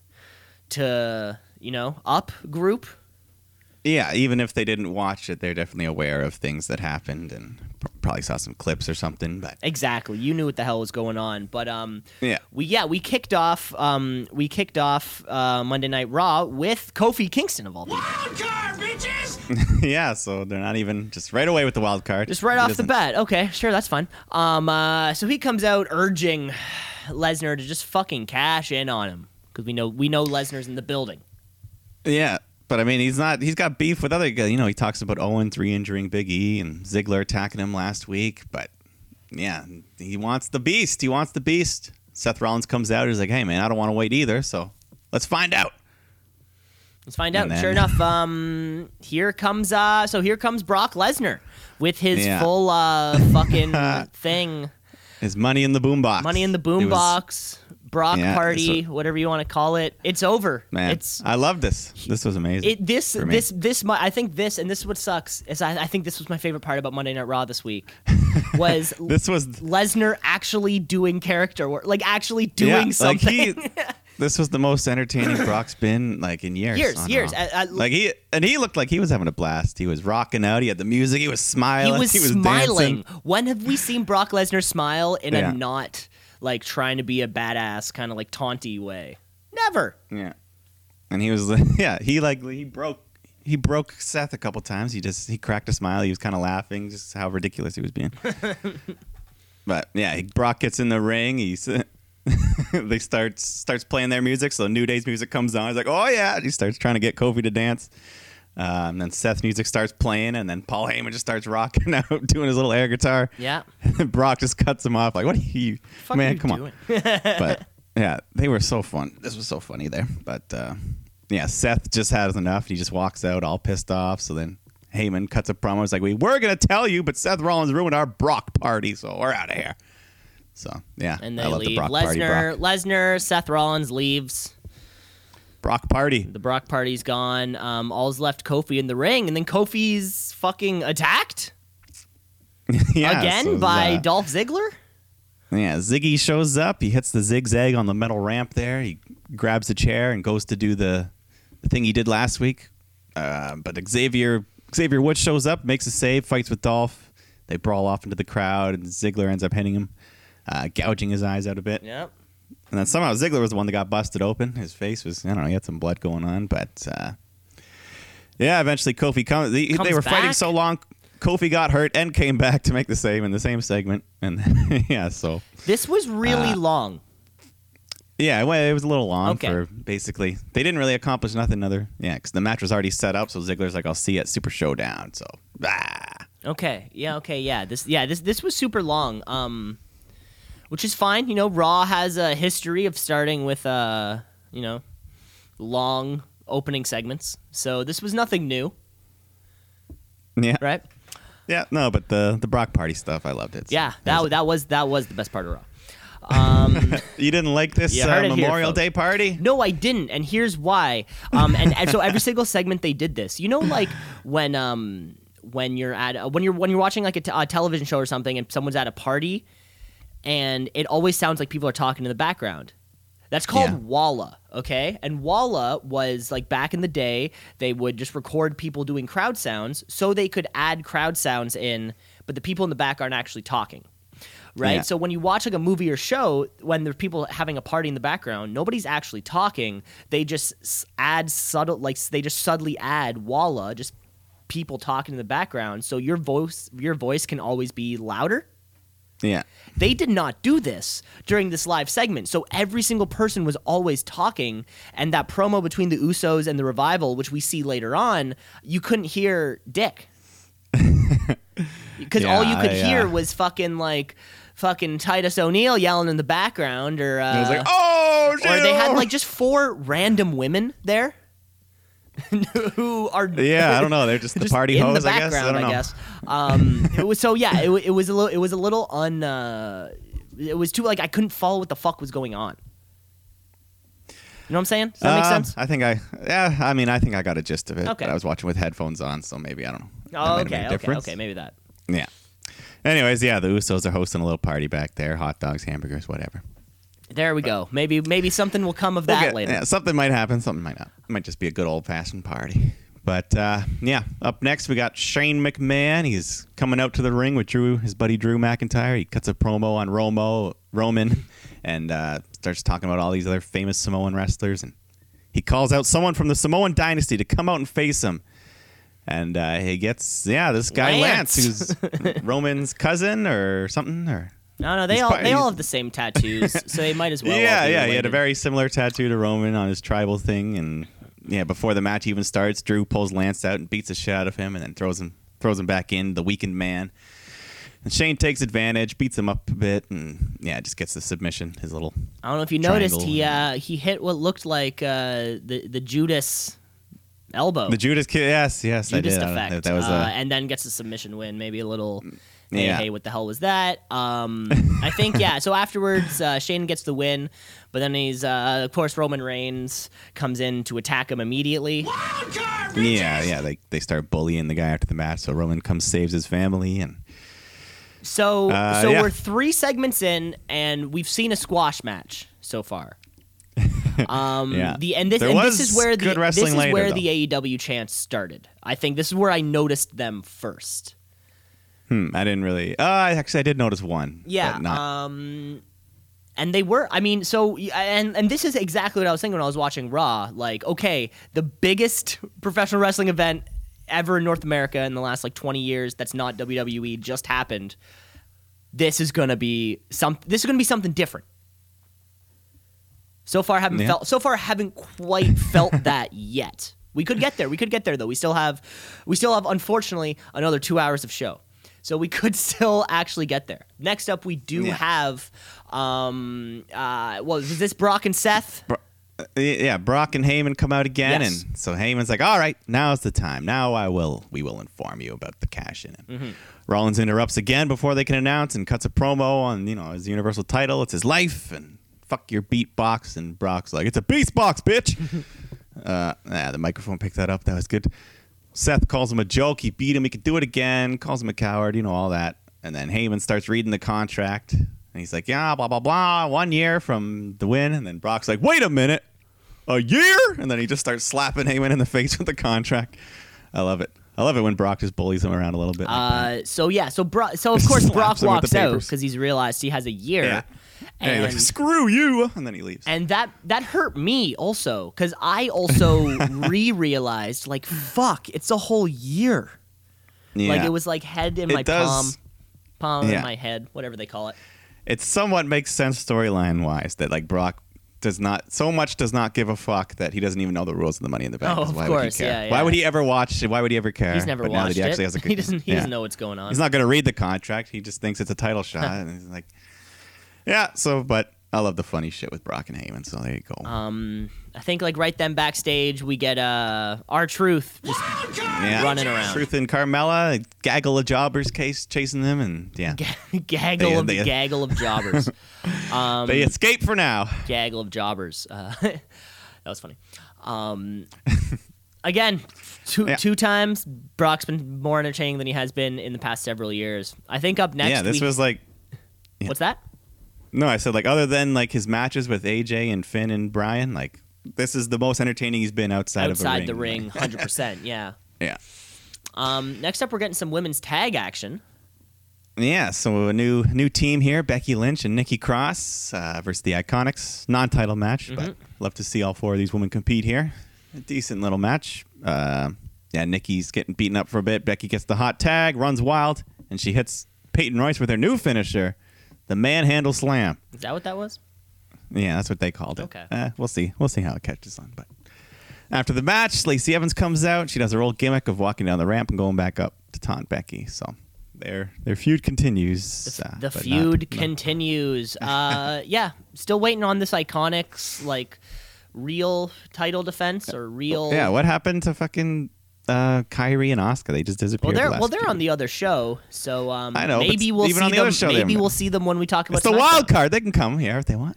A: to, you know, up group.
B: Yeah, even if they didn't watch it, they're definitely aware of things that happened and pr- probably saw some clips or something. But [laughs]
A: Exactly. You knew what the hell was going on, but um
B: Yeah. [laughs]
A: we yeah, we kicked off um we kicked off uh Monday Night Raw with Kofi Kingston of all people.
B: yeah, so they're not even just right away with the wild card.
A: Just right
B: He
A: off the
B: doesn't-
A: bat. Okay, sure, that's fine. Um, uh, so he comes out urging [sighs] Lesnar to just fucking cash in on him because we know we know Lesnar's in the building.
B: Yeah, but I mean, he's not. He's got beef with other guys. You know, he talks about Owens re-injuring Big E and Ziggler attacking him last week. But yeah, he wants the beast. He wants the beast. Seth Rollins comes out. He's like, "Hey, man, I don't want to wait either. So let's find out."
A: Let's find out.
B: And then- [laughs]
A: Sure enough, um, here comes uh, so here comes Brock Lesnar with his
B: Yeah.
A: full uh,
B: [laughs]
A: fucking thing,
B: His money in the boombox.
A: money in the
B: It was-
A: boombox, Brock
B: Yeah,
A: party,
B: it's
A: whatever you want to call it. It's over.
B: Man,
A: It's
B: I love this. This was amazing.
A: it this
B: for me.
A: this this my I think this and this is what sucks is I, I think this was my favorite part about Monday Night Raw
B: [laughs]
A: this week was
B: this was
A: Lesnar actually doing character work, like actually doing
B: yeah,
A: something. [laughs]
B: Like he, [laughs] this was the most entertaining Brock's been like in years.
A: Years,
B: on
A: years.
B: Raw.
A: I- I-
B: like he and he looked like he was having a blast. He was rocking out. He had the music. He was
A: he
B: smiling.
A: was,
B: dancing.
A: smiling. When have we seen Brock Lesnar smile in
B: Yeah.
A: a not like trying to be a badass kind of like taunty way? Never.
B: Yeah. And he was [laughs] yeah, he like he broke he broke Seth a couple times. He just he cracked a smile. He was kind of laughing just how ridiculous he was
A: [laughs]
B: being. but yeah, he, Brock gets in the ring. He's [laughs] they start starts playing their music. So New Day's music comes on. He's like, "Oh yeah." And he starts trying to get Kofi to dance. Um, then Seth's music starts playing, and then Paul Heyman just starts rocking [laughs] out, doing his little air guitar.
A: Yeah.
B: [laughs] Brock just cuts him off, like, "What are you,
A: Fuck
B: man?
A: are you
B: come on!" [laughs]
A: doing?
B: but yeah, they were so fun. This was so funny there. But uh, yeah, Seth just has enough. He just walks out all pissed off. So then Heyman cuts a promo. He's like, "We were gonna tell you, but Seth Rollins ruined our Brock party, so we're out of here." So yeah,
A: And they
B: I love
A: leave.
B: the Brock party.
A: Lesnar,
B: Brock,
A: Lesnar, Seth Rollins leaves.
B: Brock party. [laughs]
A: The Brock party's gone. Um, all's left Kofi in the ring, and then Kofi's fucking attacked
B: yeah,
A: again
B: so,
A: by
B: uh,
A: Dolph Ziggler.
B: yeah. Ziggy shows up. He hits the zigzag on the metal ramp there. He grabs a chair and goes to do the, the thing he did last week. Uh, but Xavier Xavier Woods shows up, makes a save, fights with Dolph. They brawl off into the crowd, and Ziggler ends up hitting him, uh, gouging his eyes out a bit.
A: Yep.
B: And then somehow Ziggler was the one that got busted open. His face was, I don't know, he had some blood going on. But uh, yeah, eventually Kofi comes. They,
A: Comes
B: they were fighting
A: back.
B: so long, Kofi got hurt and came back to make the save in the same segment. And [laughs] yeah, so.
A: This was
B: Uh,
A: really long.
B: Yeah, well, it was a little long
A: Okay.
B: for basically. They didn't really accomplish nothing other. Yeah, because the match was already set up, so Ziggler's like, "I'll see you at Super Showdown." So, ah.
A: Okay. Yeah. Okay. Yeah. This. Yeah. This. This was super long. Um, which is fine. You know, Raw has a history of starting with uh, you know, long opening segments. So this was nothing new,
B: Yeah,
A: right?
B: yeah. No, but the the Brock party stuff, I loved it. So
A: Yeah,
B: that
A: that
B: was-
A: wa- that was that was the best part of Raw. Um,
B: you didn't like this
A: You
B: uh,
A: heard it here,
B: Memorial
A: folks.
B: Day party?
A: no, I didn't, and here's why. Um, and, and so every single segment they did this. You know, like when um when you're at a, when you're when you're watching like a, t- a television show or something, and someone's at a party, and it always sounds like people are talking in the background. That's called
B: Yeah.
A: Walla, okay? And Walla was like back in the day, they would just record people doing crowd sounds so they could add crowd sounds in, but the people in the back aren't actually talking. Right?
B: Yeah.
A: So when you watch like a movie or show, when there's people having a party in the background, nobody's actually talking. They just s- add subtle, like they just subtly add Walla, just people talking in the background. So your voice, your voice can always be louder.
B: Yeah.
A: They did not do this during this live segment. So every single person was always talking. And that promo between the Usos and the Revival, which we see later on, you couldn't hear
B: [laughs]
A: Dick. Because all you
B: Yeah,
A: could
B: I, uh,
A: hear was fucking like fucking Titus O'Neil yelling in the background or. Uh,
B: I was like, oh,
A: or they had
B: Jill!"
A: like just four random women
B: [laughs]
A: there who are
B: yeah, I don't know. They're
A: [laughs]
B: just the
A: just
B: party
A: in
B: hoes,
A: the
B: I guess. I
A: background,
B: don't know.
A: Um, it was so yeah. It, wa- it was a little. It was a little un. Uh, it was too like I couldn't follow what the fuck was going on. You know what I'm saying? Does that make
B: Uh,
A: sense?
B: I think I, yeah, I mean, I think I got a gist of it.
A: Okay.
B: But I was watching with headphones on, so maybe I don't know. That might have made
A: Oh,
B: a
A: okay, okay,
B: difference.
A: okay. Maybe that.
B: Yeah. Anyways, yeah, the Usos are hosting a little party back there. Hot dogs, hamburgers, whatever.
A: There we go. Maybe maybe something will come of
B: We'll
A: that
B: get-
A: later.
B: yeah, something might happen. Something might not. It might just be a good old fashioned party. But uh, yeah, up next we got Shane McMahon. He's coming out to the ring with Drew, his buddy Drew McIntyre. He cuts a promo on Romo Roman, and uh, starts talking about all these other famous Samoan wrestlers. And he calls out someone from the Samoan dynasty to come out and face him. And uh, he gets yeah, this guy
A: Lance.
B: Lance,
A: [laughs]
B: who's Roman's cousin or something, or
A: No, no. They
B: he's
A: all
B: part-
A: they all
B: he's-
A: have the same tattoos, so they might as well. all
B: yeah,
A: be
B: yeah. He had a
A: related.
B: very similar tattoo to Roman on his tribal thing, and yeah, before the match even starts, Drew pulls Lance out and beats the shit out of him, and then throws him throws him back in the weakened man. And Shane takes advantage, beats him up a bit, and yeah, just gets the submission. His little
A: I don't know if you noticed
B: triangle
A: he uh,
B: and-
A: he hit what looked like uh, the the Judas elbow.
B: the Judas kick. Yes, yes,
A: Judas
B: I did. I don't know
A: effect,
B: if that was
A: uh,
B: a
A: and then gets a submission win. Maybe a little, hey,
B: Yeah.
A: hey, what the hell was that?
B: [laughs]
A: Um, I think yeah. So afterwards, uh, Shane gets the win, but then he's uh, of course Roman Reigns comes in to attack him immediately.
B: yeah, yeah. They they start bullying the guy after the match, so Roman comes saves his family, and
A: So
B: Uh,
A: so
B: yeah.
A: we're three segments in, and we've seen a squash match
B: [laughs]
A: so far. Um,
B: Yeah.
A: the and this
B: There
A: and
B: was
A: this is where the
B: good
A: this is
B: wrestling later,
A: where
B: though.
A: the AEW chance started. I think this is where I noticed them first.
B: hmm, I didn't really. Uh, actually, I did notice one.
A: Yeah.
B: but not-
A: Um, and they were. I mean, so and and this is exactly what I was thinking when I was watching Raw. Like, okay, the biggest [laughs] professional wrestling event ever in North America in the last like 20 years. That's not WWE. Just happened. This is gonna be some. This is gonna be something different. So far, haven't
B: Yeah.
A: felt. So far, haven't quite
B: [laughs]
A: felt that yet. We could get there. We could get there though. We still have, we still have, unfortunately, another two hours of show. So we could [laughs] still actually get there. Next up, we do
B: Yeah.
A: have, um, uh, well, is this Brock and Seth?
B: Uh, Yeah, Brock and Heyman come out again,
A: Yes.
B: and so Heyman's like, "All right, now's the time. Now I will, we will inform you about the cash in." Rollins interrupts again before they can announce and cuts a promo on you know his Universal title. It's his life, and fuck your beatbox. And Brock's like, "It's a beast box, bitch." uh, nah, the microphone picked that up. That was good. Seth calls him a joke. He beat him. He could do it again. Calls him a coward. You know all that. And then Heyman starts reading the contract, and he's like, "Yeah, blah blah blah. One year from the win." And then Brock's like, "Wait a minute." a year, and then he just starts slapping Heyman in the [laughs] face with the contract. I love it. I love it when Brock just bullies him around a little bit. like that.
A: Uh, so yeah, so Bro-
B: [laughs]
A: so of course
B: Slaps
A: Brock
B: him with
A: walks
B: the
A: out
B: papers.
A: because he's realized he has a year.
B: Yeah. And he's
A: And,
B: like, screw you, and then he leaves.
A: and that that hurt me also because
B: [laughs]
A: I also re-realized like fuck, it's a whole year.
B: yeah.
A: Like it was like head in
B: It
A: my
B: does-
A: palm, palm in
B: Yeah.
A: my head, whatever they call it.
B: It somewhat makes sense storyline wise that like Brock does not so much does not give a fuck that he doesn't even know the rules of the Money in the Bank.
A: Oh,
B: 'cause
A: of
B: why Would
A: course,
B: he care?
A: yeah, yeah.
B: Why would he ever watch? Why would he ever care?
A: He's never
B: But now that
A: watched
B: he
A: it.
B: Actually
A: [laughs]
B: has a good,
A: he doesn't. He
B: yeah.
A: doesn't know what's going on. [laughs]
B: He's not going to read the contract. He just thinks it's a title shot, and he's like, Yeah. So, but I love the funny shit with Brock and Heyman. So there you go.
A: Uh, Um, I think like right then backstage we get uh our truth. Just
B: yeah.
A: running around.
B: Truth and Carmella, gaggle of jobbers case chasing them, and yeah,
A: [laughs] gaggle of
B: They- they-
A: gaggle of
B: [laughs]
A: jobbers. Um,
B: they escape for now.
A: gaggle of jobbers. Uh, [laughs] that was funny.
B: [laughs]
A: Um, again, two
B: Yeah.
A: two times Brock's been more entertaining than he has been in the past several years. I think up next.
B: yeah, this
A: we-
B: was like
A: what's that?
B: no, I said like other than like his matches with AJ and Finn and Brian, like this is the most entertaining he's been outside,
A: Outside
B: of
A: the ring, hundred percent.
B: [laughs]
A: Yeah.
B: Yeah.
A: Um, next up, we're getting some women's tag action.
B: Yeah, so a new new team here: Becky Lynch and Nikki Cross uh, versus the Iconics, non-title match.
A: Mm-hmm.
B: But love to see all four of these women compete here. A decent little match. Uh, yeah, Nikki's getting beaten up for a bit. Becky gets the hot tag, runs wild, and she hits Peyton Royce with her new finisher, the Manhandle Slam.
A: Is that what that was?
B: Yeah, that's what they called it.
A: Okay.
B: Uh, we'll see. We'll see how it catches on. But after the match, Lacey Evans comes out. She does her old gimmick of walking down the ramp and going back up to taunt Becky. So their their feud continues. uh,
A: the
B: but not-
A: feud
B: not- [laughs]
A: continues. Uh, yeah, still waiting on this Iconics like real title defense or real.
B: yeah. What happened to fucking uh, Kyrie and Oscar? They just
A: Well,
B: disappeared.
A: they're
B: the last
A: well, they're
B: few
A: on the other show, so um,
B: I know, but
A: maybe we'll
B: even
A: see
B: on the
A: them.
B: other show they
A: maybe
B: haven't-
A: we'll see them when we talk about
B: It's the
A: SmackDown.
B: wild card. They can come here if they want.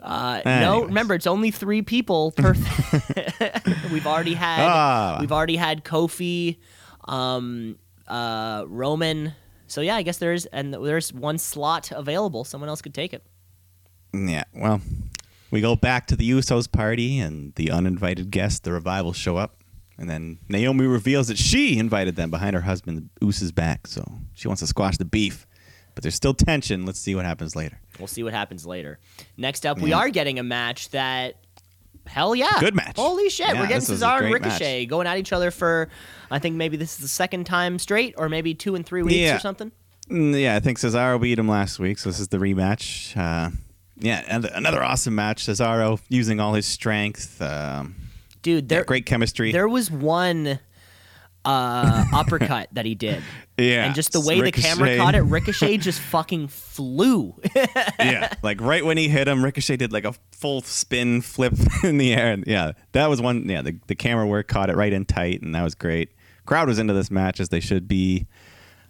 A: Uh, no,
B: Anyways.
A: remember it's only three people
B: [laughs]
A: per. [laughs] Th- we've already had
B: Ah.
A: we've already had Kofi, um, uh, Roman. So yeah, I guess there is and there's one slot available. Someone else could take it.
B: Yeah. Well, we go back to the Usos party, and the uninvited guests, the revival, show up. And then Naomi reveals that she invited them behind her husband Usa's back, so she wants to squash the beef. But there's still tension. Let's see what happens later.
A: We'll see what happens later. Next up, we
B: Yeah.
A: are getting a match that. Hell yeah!
B: Good match.
A: Holy shit!
B: Yeah,
A: We're getting
B: this was a
A: Cesaro and
B: great match.
A: Ricochet going at each other for, I think maybe this is the second time straight, or maybe two and three weeks
B: Yeah.
A: or something.
B: Mm, Yeah, I think Cesaro beat him last week, so this is the rematch. Uh, yeah, and another awesome match. Cesaro using all his strength. Um,
A: Dude,
B: yeah,
A: there
B: great chemistry.
A: there was one uh, uppercut that he did.
B: [laughs] Yeah,
A: And just the way the camera
B: ricocheted.
A: caught it, Ricochet just fucking flew. [laughs]
B: yeah, like right when he hit him, Ricochet did like a full spin flip [laughs] in the air. And yeah, that was one. Yeah, the, the camera work caught it right in tight, and that was great. Crowd was into this match as they should be.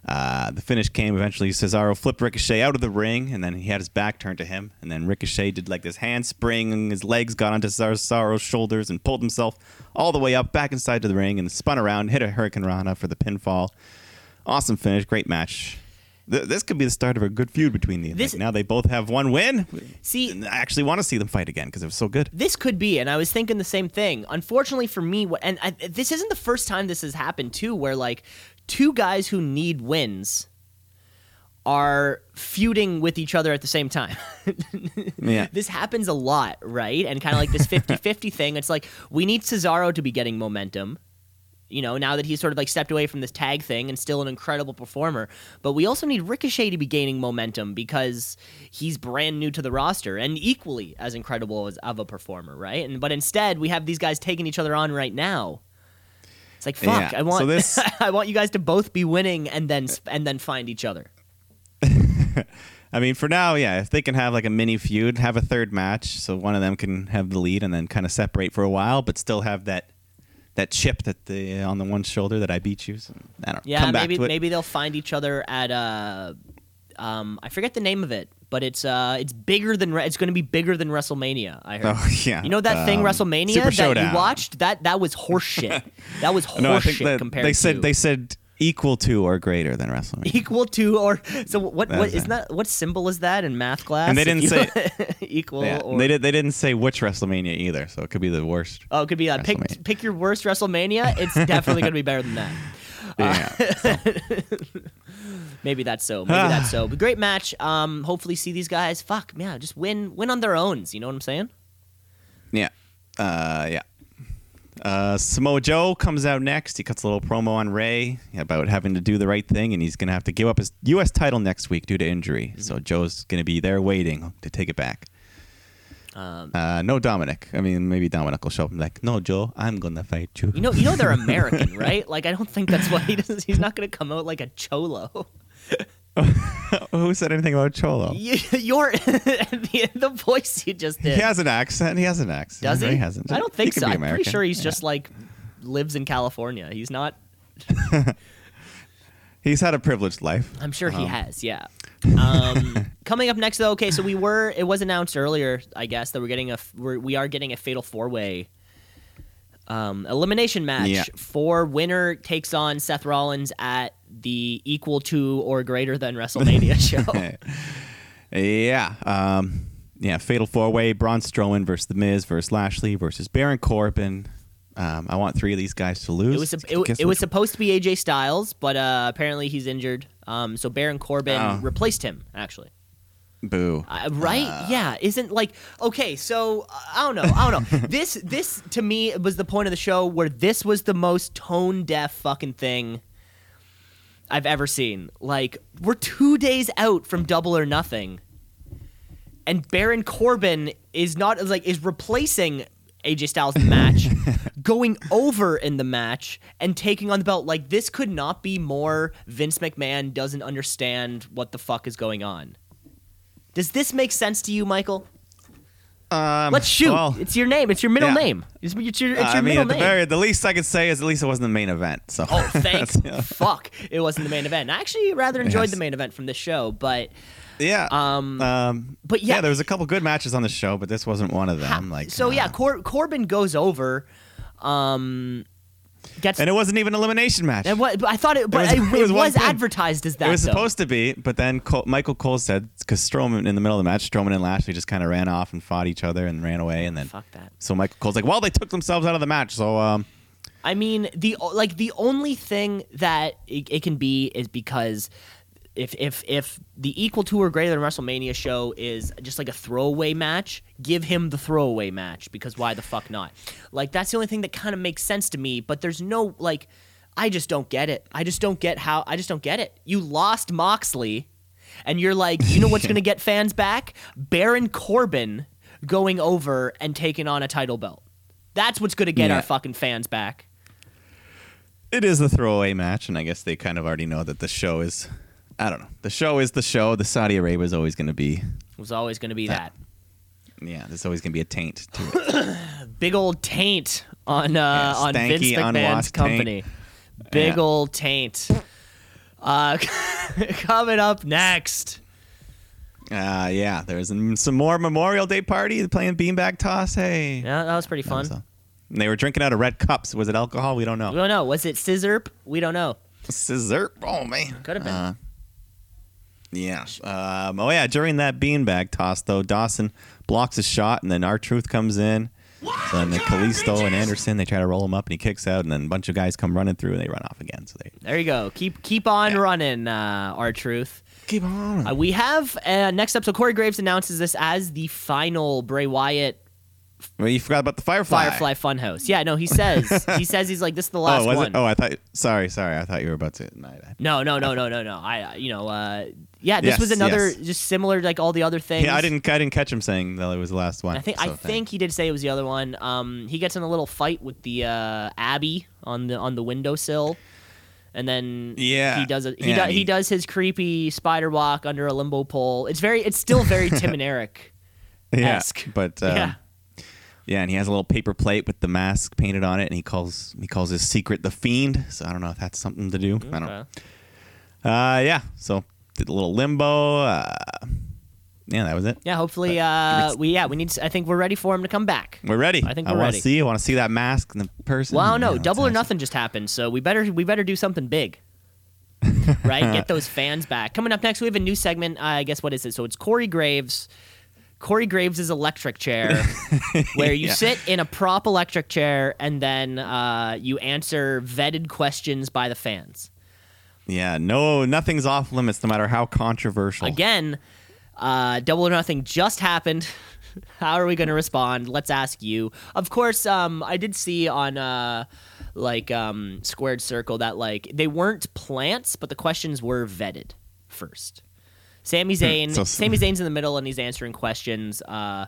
B: Uh, the finish came eventually. Cesaro flipped Ricochet out of the ring, and then he had his back turned to him. And then Ricochet did like this handspring, and his legs got onto Cesaro's shoulders and pulled himself all the way up back inside to the ring and spun around, hit a Hurricane Rana for the pinfall. Awesome finish, great match. Th- this could be the start of a good feud between the.
A: This-
B: like, now they both have one win.
A: See,
B: And I actually want to see them fight again because it was so good.
A: this could be and i was thinking the same thing unfortunately for me what- and I, this isn't the first time this has happened too where like two guys who need wins are feuding with each other at the same time [laughs]
B: Yeah,
A: this happens a lot right and kind
B: [laughs]
A: of like this 50-50 thing it's like we need cesaro to be getting momentum you know now that he's sort of like stepped away from this tag thing and still an incredible performer but we also need ricochet to be gaining momentum because he's brand new to the roster and equally as incredible as of a performer right and but instead we have these guys taking each other on right now it's like fuck
B: Yeah,
A: i want
B: so this-
A: [laughs] i want you guys to both be winning and then sp- and then find each other
B: I mean, for now, yeah. If they can have like a mini feud, have a third match, so one of them can have the lead and then kind of separate for a while, but still have that that chip that the on the one shoulder that I beat you. So, I don't know.
A: Yeah,
B: Come back
A: maybe
B: to it.
A: maybe they'll find each other at uh um I forget the name of it, but it's uh it's bigger than Re- it's going to be bigger than WrestleMania, I heard.
B: Oh [laughs] yeah.
A: You know that thing
B: Um,
A: WrestleMania
B: Super
A: that
B: Showdown.
A: you watched? That that was
B: [laughs]
A: horseshit. that was horseshit
B: No, I think that
A: compared
B: they said
A: to
B: they said equal to or greater than WrestleMania.
A: equal to or so what
B: That
A: what
B: was
A: is
B: it.
A: that what symbol is that in math class?
B: And they
A: If
B: didn't
A: you-
B: say-
A: [laughs] equal
B: yeah.
A: or
B: They did. They didn't say which WrestleMania either, so it could be the worst.
A: Oh, it could be that. Pick
B: WrestleMania.
A: pick your worst WrestleMania. It's definitely going to be better than that.
B: yeah.
A: Maybe that's so. Maybe
B: [sighs]
A: that's so. But great match. Um, hopefully see these guys. Fuck yeah, just win win on their own. You know what I'm saying?
B: Yeah. Uh, yeah. Uh, Samoa Joe comes out next. He cuts a little promo on Ray about having to do the right thing, and he's going to have to give up his U.S. title next week due to injury.
A: Mm-hmm.
B: So Joe's going to be there waiting to take it back.
A: Um,
B: uh, no Dominic. I mean, maybe Dominic will show up and be like, no, Joe, I'm going to fight you.
A: You know you know
B: Oh.
A: they're American, right? Like I don't think that's why he does. He's not going to come out like a cholo.
B: [laughs] Who said anything about Cholo?
A: You, you're [laughs] the, the voice you just did.
B: He has an accent. He has an accent.
A: Does
B: No,
A: he?
B: He hasn't.
A: I don't think
B: he could
A: so.
B: be
A: I'm pretty
B: American.
A: sure he's
B: Yeah.
A: just like lives in California. He's not.
B: He's had a privileged life.
A: I'm sure he has. Yeah.
B: [laughs]
A: Um, coming up next, though. Okay, so we were. It was announced earlier, I guess, that we're getting a. f- We're, we are getting a fatal four way. Um, elimination match
B: Yeah.
A: for winner takes on Seth Rollins at the equal to or greater
B: [laughs]
A: than WrestleMania show.
B: Yeah. Um, yeah. Fatal four way: Braun Strowman versus The Miz versus Lashley versus Baron Corbin. Um, I want three of these guys to lose.
A: It was
B: Guess
A: it,
B: which
A: it was
B: one?
A: supposed to be AJ Styles, but uh, apparently he's injured. Um, so Baron Corbin
B: Oh.
A: replaced him actually.
B: boo.
A: Uh, right? yeah. Isn't like okay? So uh, I don't know. I don't [laughs] know. this this to me was the point of the show where this was the most tone deaf fucking thing I've ever seen. Like we're two days out from Double or Nothing, and Baron Corbin is not like is replacing AJ Styles in the [laughs] match, going over in the match and taking on the belt. Like this could not be more Vince McMahon doesn't understand what the fuck is going on. Does this make sense to you, Michael?
B: Um,
A: Let's shoot.
B: well,
A: it's your name. It's your middle
B: yeah.
A: name. It's, it's your, it's your
B: I mean,
A: middle
B: at the
A: name.
B: very the least I could say is at least it wasn't the main event. So [laughs]
A: Oh, thank fuck. It wasn't the main event. I actually rather enjoyed
B: Yes.
A: the main event from this show, but
B: yeah.
A: um,
B: Um,
A: but yeah.
B: yeah, there was a couple good matches on the show, but this wasn't one of them. Like
A: so
B: uh,
A: yeah, Cor- Corbin goes over, um, gets
B: and it wasn't even an elimination match.
A: and what I thought it, but
B: was-
A: it,
B: it was
A: it
B: one
A: was
B: thing.
A: advertised as that.
B: it was
A: though.
B: supposed to be, but then Cole, Michael Cole said because Strowman in the middle of the match, Strowman and Lashley just kind of ran off and fought each other and ran away, and then
A: Fuck that.
B: So Michael Cole's like, well, they took themselves out of the match, so um,
A: I mean, the o- like the only thing that it, it can be is because if if if the equal to or greater than WrestleMania show is just like a throwaway match, give him the throwaway match because why the fuck not? Like that's the only thing that kind of makes sense to me. But there's no like, I just don't get it. I just don't get how. I just don't get it. You lost Moxley, and you're like, you know what's gonna get fans back? Baron Corbin going over and taking on a title belt. That's what's gonna get
B: Yeah.
A: our fucking fans back.
B: it is a throwaway match, and I guess they kind of already know that the show is, I don't know, the show is the show. The Saudi Arabia is always going to be,
A: was always going to be that.
B: yeah, there's always going to be a taint to
A: [laughs]
B: it.
A: Big old taint on uh,
B: Yeah,
A: on
B: stanky,
A: Vince McMahon's
B: unwashed
A: company. Big
B: Yeah.
A: old taint. Uh, [laughs] coming up next.
B: Uh, yeah, there's m- some more Memorial Day party playing beanbag toss. Hey,
A: Yeah, that was pretty
B: That
A: fun.
B: was all. And they were drinking out of red cups. Was it alcohol? We don't
A: we
B: know.
A: don't know. Was it Scissorp? We don't know.
B: Scissor. Oh man,
A: Could have been.
B: Uh, yeah. Um, oh yeah. During that beanbag toss, though, Dawson blocks his shot, and then our truth comes in. So then the Kalisto and Anderson they try to roll him up, and he kicks out, and then a bunch of guys come running through, and they run off again. So they
A: There you go. Keep keep on running, uh, our truth.
B: keep on.
A: Uh, we have uh, next up. So Corey Graves announces this as the final Bray Wyatt
B: well, you forgot about the Firefly.
A: Firefly Funhouse. Yeah, no, he says
B: [laughs]
A: he says he's like this is the last
B: Oh, was
A: one.
B: it? Oh, I thought. Sorry, sorry. I thought you were about to. No, I-
A: No, no, no, no, no, no. I, I- you know, uh, yeah, this
B: Yes,
A: was another
B: yes.
A: just similar to like all the other things.
B: Yeah, I didn't. I didn't catch him saying that it was the last one.
A: I think
B: so
A: I
B: thanks.
A: think he did say it was the other one. Um, he gets in a little fight with the uh, Abbey on the on the windowsill, and then
B: Yeah.
A: he does it. He,
B: Yeah,
A: do, he
B: he-
A: does his creepy spider walk under a limbo pole. It's very, it's
B: [laughs]
A: still very Tim and Eric. esque.
B: Yeah, but um,
A: Yeah.
B: yeah. and he has a little paper plate with the mask painted on it, and he calls he calls his secret the fiend. So I don't know if that's something to do. I don't.
A: Uh,
B: Uh, yeah. So did a little limbo. Uh, yeah, that was it.
A: yeah, hopefully, uh, we yeah we need. s- I think we're ready for him to come back.
B: We're ready.
A: I think
B: I
A: we're
B: want
A: ready.
B: to see. I want to see that mask and the person.
A: Well,
B: and,
A: no,
B: you know,
A: double or
B: it's
A: nothing just happened, so we better we better do something big. right? Get those fans back. Coming up next, we have a new segment. uh, I guess what is it? So it's Corey Graves. Corey Graves' electric chair, where you sit in a prop electric chair and then uh, you answer vetted questions by the fans.
B: Yeah. No, nothing's off limits, no matter how controversial.
A: Again, uh, double or nothing just happened. [laughs] How are we going to respond? Let's ask you. Of course, um, I did see on uh, like um, Squared Circle that like they weren't plants, but the questions were vetted first. Sami Zayn,
B: Hmm. So-
A: Sami Zayn's in the middle and he's answering questions. Uh,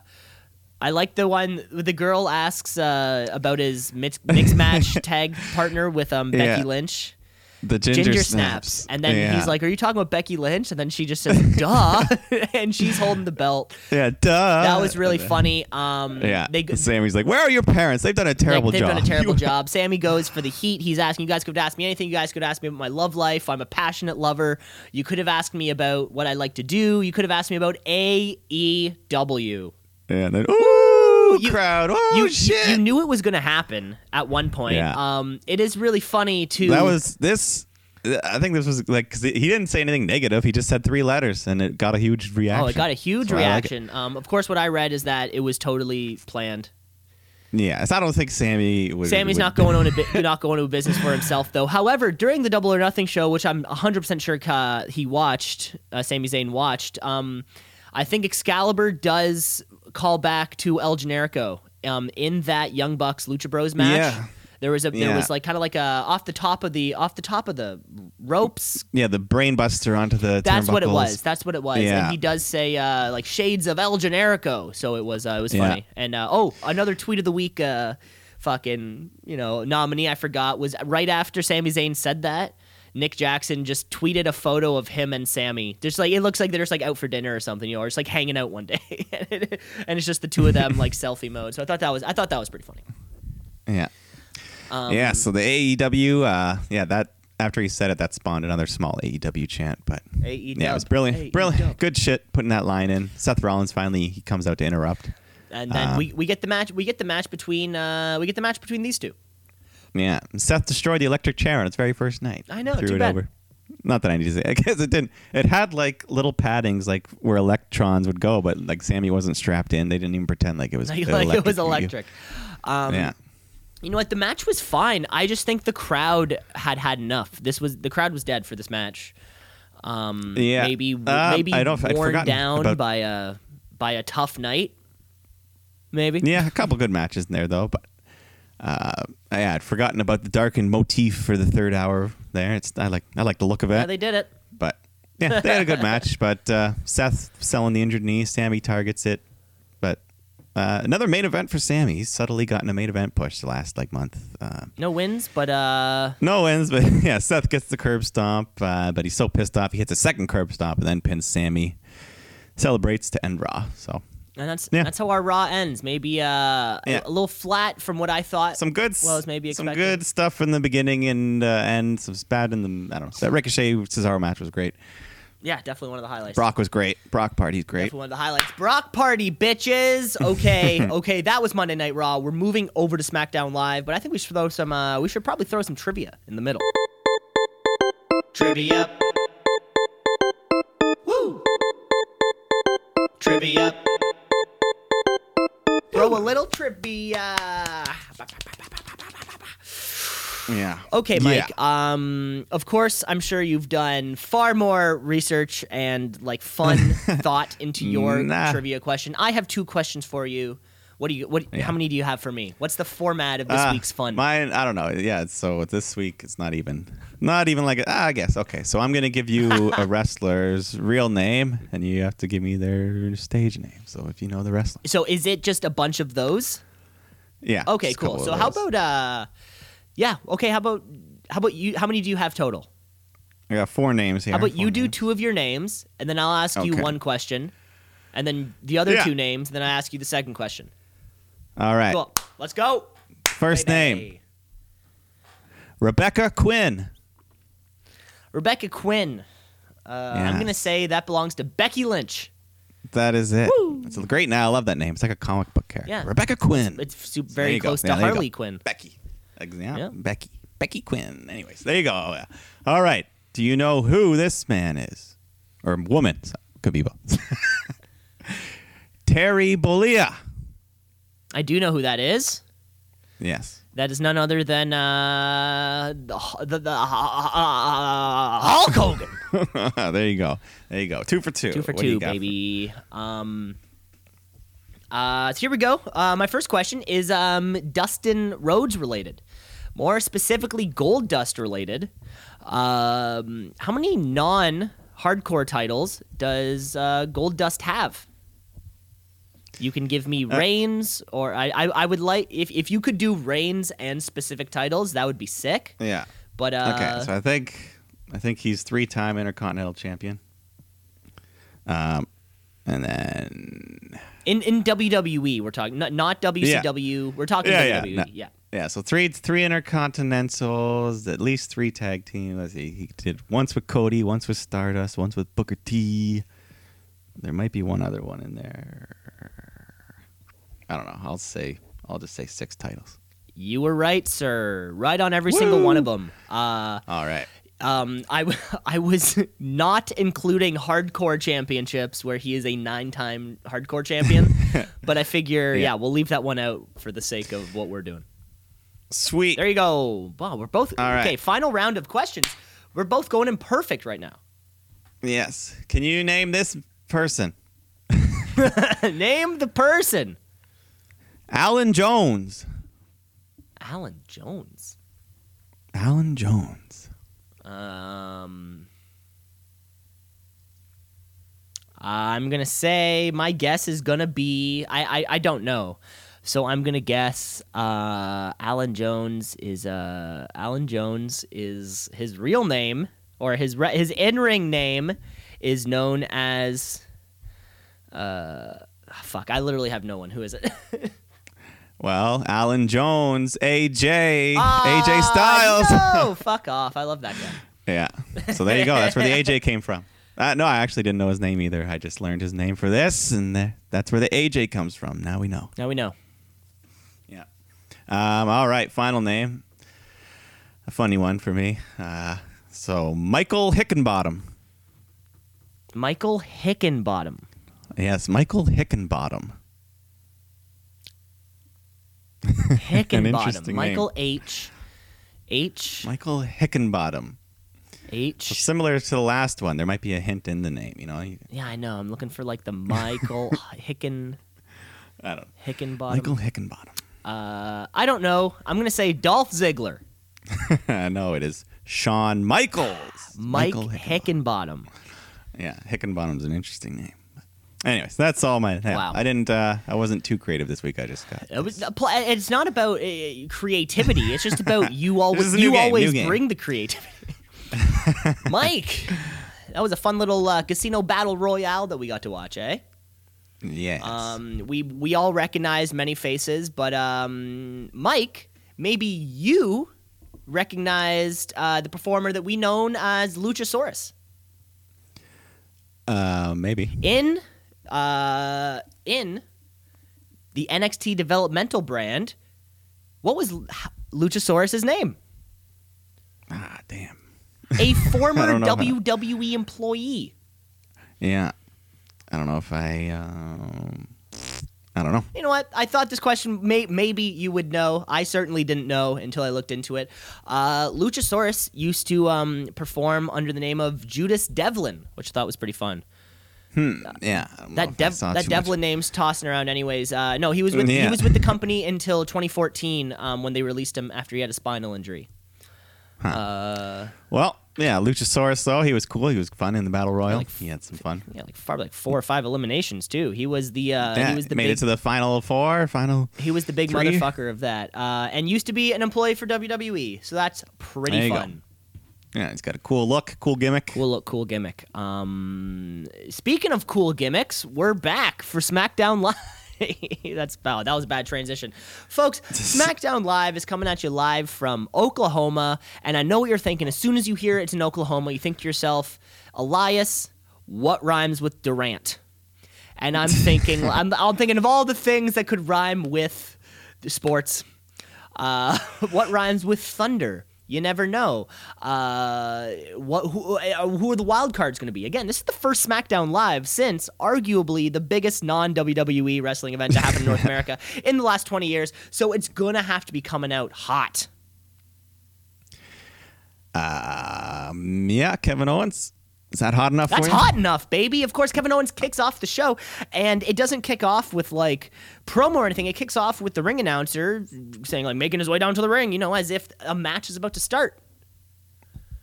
A: I like the one the
B: [laughs]
A: girl asks uh, about his mix, mix match tag partner with um, Becky
B: Yeah.
A: Lynch.
B: The ginger,
A: Ginger snaps. And then
B: Yeah.
A: he's like, Are you talking about Becky Lynch? And then she just says,
B: [laughs]
A: Duh. [laughs] and she's holding the belt.
B: Yeah, duh. That
A: That was really funny. Um,
B: Uh, Yeah.
A: They,
B: And Sammy's like, where are your parents? They've done a terrible
A: Like, they've
B: job. [laughs]
A: done a terrible job. Sammy goes for the heat. He's asking, you guys could ask me anything. You guys could ask me about my love life. I'm a passionate lover. You could have asked me about what I like to do. You could have asked me about E AEW.
B: and then, ooh,
A: You-
B: crowd. Oh,
A: you,
B: shit.
A: you knew it was going to happen at one point.
B: Yeah.
A: Um, it is really funny to.
B: that was this. I think this was like, because he didn't say anything negative. He just said three letters and it got a huge reaction.
A: Oh, it got a huge
B: So I like it.
A: reaction. um, of course, what I read is that it was totally planned.
B: Yeah. So I don't think Sammy would.
A: Sammy's
B: would-
A: not going on a bu- [laughs] not going to a business for himself though. However, during the Double or Nothing show, which I'm 100 percent sure uh, he watched, uh, Sami Zayn watched. Um, I think Excalibur does call back to El Generico um, in that Young Bucks Lucha Bros match.
B: Yeah.
A: There was a there
B: Yeah.
A: was like kind of like a off the top of the off the top of the ropes.
B: Yeah, the brain buster onto the.
A: That's what it
B: turnbuckles.
A: was. That's what it was.
B: Yeah.
A: And he does say uh, like shades of El Generico. So it was uh, it was
B: Yeah.
A: funny. And uh, oh, another tweet of the week. Uh, fucking you know nominee I forgot was right after Sami Zayn said that. Nick Jackson just tweeted a photo of him and Sammy. Just like it looks like they're just like out for dinner or something, you know, or just like hanging out one [laughs] day, and it's just the two of them like selfie mode. So I thought that was I thought that was pretty funny.
B: Yeah.
A: Um,
B: yeah. So the AEW. Uh, yeah, that after he said it, that spawned another small AEW chant, but.
A: AEW.
B: Yeah, it was brilliant.
A: AEW.
B: Brilliant. Good shit putting that line in. Seth Rollins finally he comes out to interrupt.
A: And then
B: Um,
A: we, we get the match we get the match between uh, we get the match between these two.
B: Yeah. And Seth destroyed the electric chair on its very first night.
A: I know,
B: Threw
A: too
B: it
A: bad.
B: over. Not that I need to say. [laughs] I guess it didn't. It had like little paddings like where electrons would go, but like Sammy wasn't strapped in. They didn't even pretend like it was
A: [laughs] like,
B: electric.
A: it was electric. Um,
B: Yeah.
A: You know what? The match was fine. I just think the crowd had had enough. This was the crowd was dead for this match. Um,
B: Yeah.
A: Maybe
B: Uh,
A: maybe
B: I don't- I'd
A: worn
B: forgotten
A: down
B: about-
A: by a by a tough night. Maybe.
B: Yeah, a couple good matches in there though, but uh, yeah, I'd forgotten about the darkened motif for the third hour there. It's I like I like the look of it.
A: Yeah, they did it.
B: But yeah, they had a good
A: [laughs]
B: match. But uh, Seth selling the injured knee. Sammy targets it. But uh, another main event for Sammy. He's subtly gotten a main event push the last like month. Uh,
A: No wins, but uh,
B: no wins, but [laughs] yeah, Seth gets the curb stomp. Uh, but he's so pissed off, he hits a second curb stomp and then pins Sammy. Celebrates to end Raw. So
A: and that's
B: Yeah.
A: that's how our Raw ends. Maybe uh,
B: Yeah.
A: a, a little flat from what I thought.
B: some good, s-
A: Well, as maybe
B: some
A: expected.
B: good stuff in the beginning and uh, and some bad in the I don't know. That Ricochet Cesaro match was great.
A: Yeah, definitely one of the highlights.
B: Brock was great. Brock party's great.
A: Definitely one of the highlights. Brock Party, bitches. Okay, okay, that was Monday Night Raw. We're moving over to SmackDown Live, but I think we should throw some. Uh, we should probably throw some trivia in the middle. Trivia. Woo. Trivia. Throw a little trivia.
B: Yeah.
A: Okay,
B: Yeah.
A: Mike. Um, of course, I'm sure you've done far more research and
B: [laughs]
A: like fun thought into your
B: Nah.
A: trivia question. I have two questions for you. What do you? What? How many do you have for me? What's the format of this
B: Ah,
A: week's fun?
B: Mine, I don't know. Yeah, so this week it's not even, not even like. Ah, I guess okay. So I'm gonna give you
A: [laughs]
B: a wrestler's real name, and you have to give me their stage name. So if you know the wrestler,
A: so is it just a bunch of those?
B: yeah.
A: Okay,
B: just a couple
A: cool.
B: of
A: So how
B: those.
A: about uh, yeah. Okay, how about how about you? How many do you have total?
B: I got four names here.
A: How about
B: four
A: you do
B: names.
A: two of your names, and then I'll ask you
B: Okay.
A: one question, and then the other
B: Yeah.
A: two names, and then I ask you the second question.
B: All right.
A: Cool. Let's go.
B: First
A: baby.
B: name Rebecca Quinn.
A: Rebecca Quinn. Uh, I'm
B: Yeah.
A: gonna say that belongs to Becky Lynch.
B: That is it. It's great. Now I love that name. It's like a comic book character.
A: Yeah.
B: Rebecca Quinn.
A: It's su-
B: There
A: very
B: you go.
A: close
B: Yeah,
A: to
B: there you go.
A: Harley Quinn.
B: Becky. Ex- yeah,
A: Yeah.
B: Becky. Becky Quinn. Anyways, there you go. Oh, yeah. All right. Do you know who this man is? Or woman. So, could be both. [laughs] Terry Bollea.
A: I do know who that is.
B: Yes. [laughs]
A: That is none other than uh, the the, the uh, Hulk Hogan.
B: there you go. There you go. Two for two.
A: two for
B: What do you
A: two,
B: got
A: baby. Um, uh, so here we go. Uh, my first question is um, Dustin Rhodes related, more specifically Gold Dust related. Um, how many non-hardcore titles does uh, Gold Dust have? You can give me
B: Uh,
A: reigns, or I, I, I would like if, if you could do reigns and specific titles, that would be sick.
B: Yeah.
A: But uh,
B: Okay, so I think I think he's three-time Intercontinental Champion. Um, and then
A: in in WWE, we're talking not, not WCW. We're talking
B: Yeah, yeah,
A: WWE.
B: no.
A: yeah.
B: yeah, so three three Intercontinentals, at least three tag teams. Let's see, he did once with Cody, once with Stardust, once with Booker T. There might be one other one in there. I don't know. I'll say I'll just say six titles.
A: You were right, sir. Right on every single one of them. Uh,
B: All right.
A: um, I, [laughs] w- I was not including hardcore championships where he is a nine-time
B: [laughs]
A: hardcore champion, but I figure, yeah.
B: Yeah.
A: we'll leave that one out for the sake of what we're doing.
B: Sweet.
A: There you go. Wow, we're both
B: All right.
A: okay. Final round of questions. We're both going in perfect right now. [laughs]
B: Yes. Can you name this person?
A: Name the person.
B: Alan Jones.
A: Alan Jones.
B: Alan Jones.
A: Um, I'm gonna say my guess is gonna be I I, I don't know, so I'm gonna guess uh, Alan Jones is uh Alan Jones is his real name or his re- his in ring name is known as uh fuck I literally have no one who is it [laughs]
B: Well, Alan Jones, AJ,
A: Ah,
B: AJ Styles.
A: no fuck off I love that guy
B: Yeah. So there you go. That's where the AJ came from. Uh, no, I actually didn't know his name either. I just learned his name for this, and th- that's where the AJ comes from. Now we know.
A: now we know
B: Yeah. Um, all right. Final name. A funny one for me. Uh, so Michael Hickenbottom.
A: Michael Hickenbottom.
B: Yes, Michael Hickenbottom. [laughs] An
A: Hickenbottom.
B: interesting
A: Michael H. H.
B: Michael Hickenbottom.
A: H.
B: Similar to the last one, there might be a hint in the name. You know, You-
A: Yeah, I know. I'm looking for
B: [laughs]
A: like the Michael Hicken
B: I don't.
A: Hickenbottom.
B: Michael Hickenbottom. [laughs]
A: Uh, I don't know. I'm gonna say Dolph Ziggler.
B: no, it is Sean Michaels.
A: Mike
B: Michael
A: Hickenbottom.
B: Yeah, Hickenbottom's an interesting name. Anyways, that's all my. Yeah,
A: Wow. Uh,
B: I didn't. Uh, I wasn't too creative this week. I just got.
A: It was, pl- it's not about uh, creativity. It's just
B: [laughs]
A: about you
B: is
A: always
B: a new
A: you
B: game, new
A: always
B: game.
A: bring the creativity. [laughs] Mike, that was a fun little uh, casino battle royale that we got to watch, eh?
B: Yes.
A: Um, we we all recognize many faces, but um, Mike, maybe you recognized uh, the performer that we known as Luchasaurus
B: uh, maybe.
A: in uh, in the NXT developmental brand. What was L- Luchasaurus's name?
B: Ah, damn. [laughs]
A: A former
B: don't know how to-
A: WWE employee.
B: Yeah. I don't know if I. Um, I don't know.
A: You know what? I thought this question may, maybe you would know. I certainly didn't know until I looked into it. Uh, Luchasaurus used to um, perform under the name of Judas Devlin, which I thought was pretty fun.
B: Hmm, Yeah. I don't know
A: That
B: if I
A: Dev-
B: saw
A: that
B: Oh, too much.
A: Devlin name's tossing around, anyways. Uh, no, he was with he
B: Yeah.
A: was with the company until 2014 um, when they released him after he had a spinal injury. Uh,
B: Well, yeah. Luchasaurus though he was cool. He was fun in the battle royal.
A: Like-
B: he had some fun.
A: yeah, like far like four or five eliminations too. He was the uh,
B: yeah.
A: he was the
B: made
A: big,
B: it to the final four. Final.
A: He was the big
B: Three.
A: motherfucker of that, uh, and used to be an employee for WWE. So that's pretty
B: There you go.
A: fun.
B: Yeah. He's got a cool look. Cool gimmick.
A: Cool look, cool gimmick. Um, speaking of cool gimmicks, we're back for SmackDown Live. [laughs] that's wow, that was a bad transition, folks. SmackDown Live is coming at you live from Oklahoma, and I know what you're thinking. As soon as you hear it's in Oklahoma, you think to yourself, Elias, what rhymes with Durant? and I'm thinking I'm, I'm thinking of all the things that could rhyme with the sports. Uh, [laughs] what rhymes with thunder? You never know. Uh, what who, uh, who are the wild cards going to be? Again, this is the first SmackDown Live since arguably the biggest non WWE wrestling event to happen in North America in the last 20 years. So it's going to have to be coming out hot.
B: Um, yeah. Kevin Owens. Is that hot enough
A: That's
B: for you?
A: hot enough, baby. Of course, Kevin Owens kicks off the show, and it doesn't kick off with like promo or anything. It kicks off with the ring announcer saying like making his way down to the ring, you know, as if a match is about to start.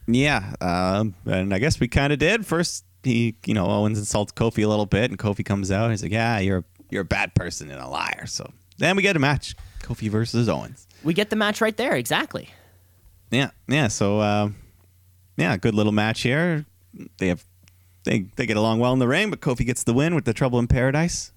B: Yeah, um, and I guess we kind of did. First, he, you know, Owens insults Kofi a little bit, and Kofi comes out. He's like, "Yeah, you're you're a bad person and a liar." So then we get a match: Kofi versus Owens.
A: We get the match right there, exactly.
B: yeah, yeah. So, uh, yeah, good little match here. They have they they get along well in the ring, but Kofi gets the win with the Trouble in Paradise.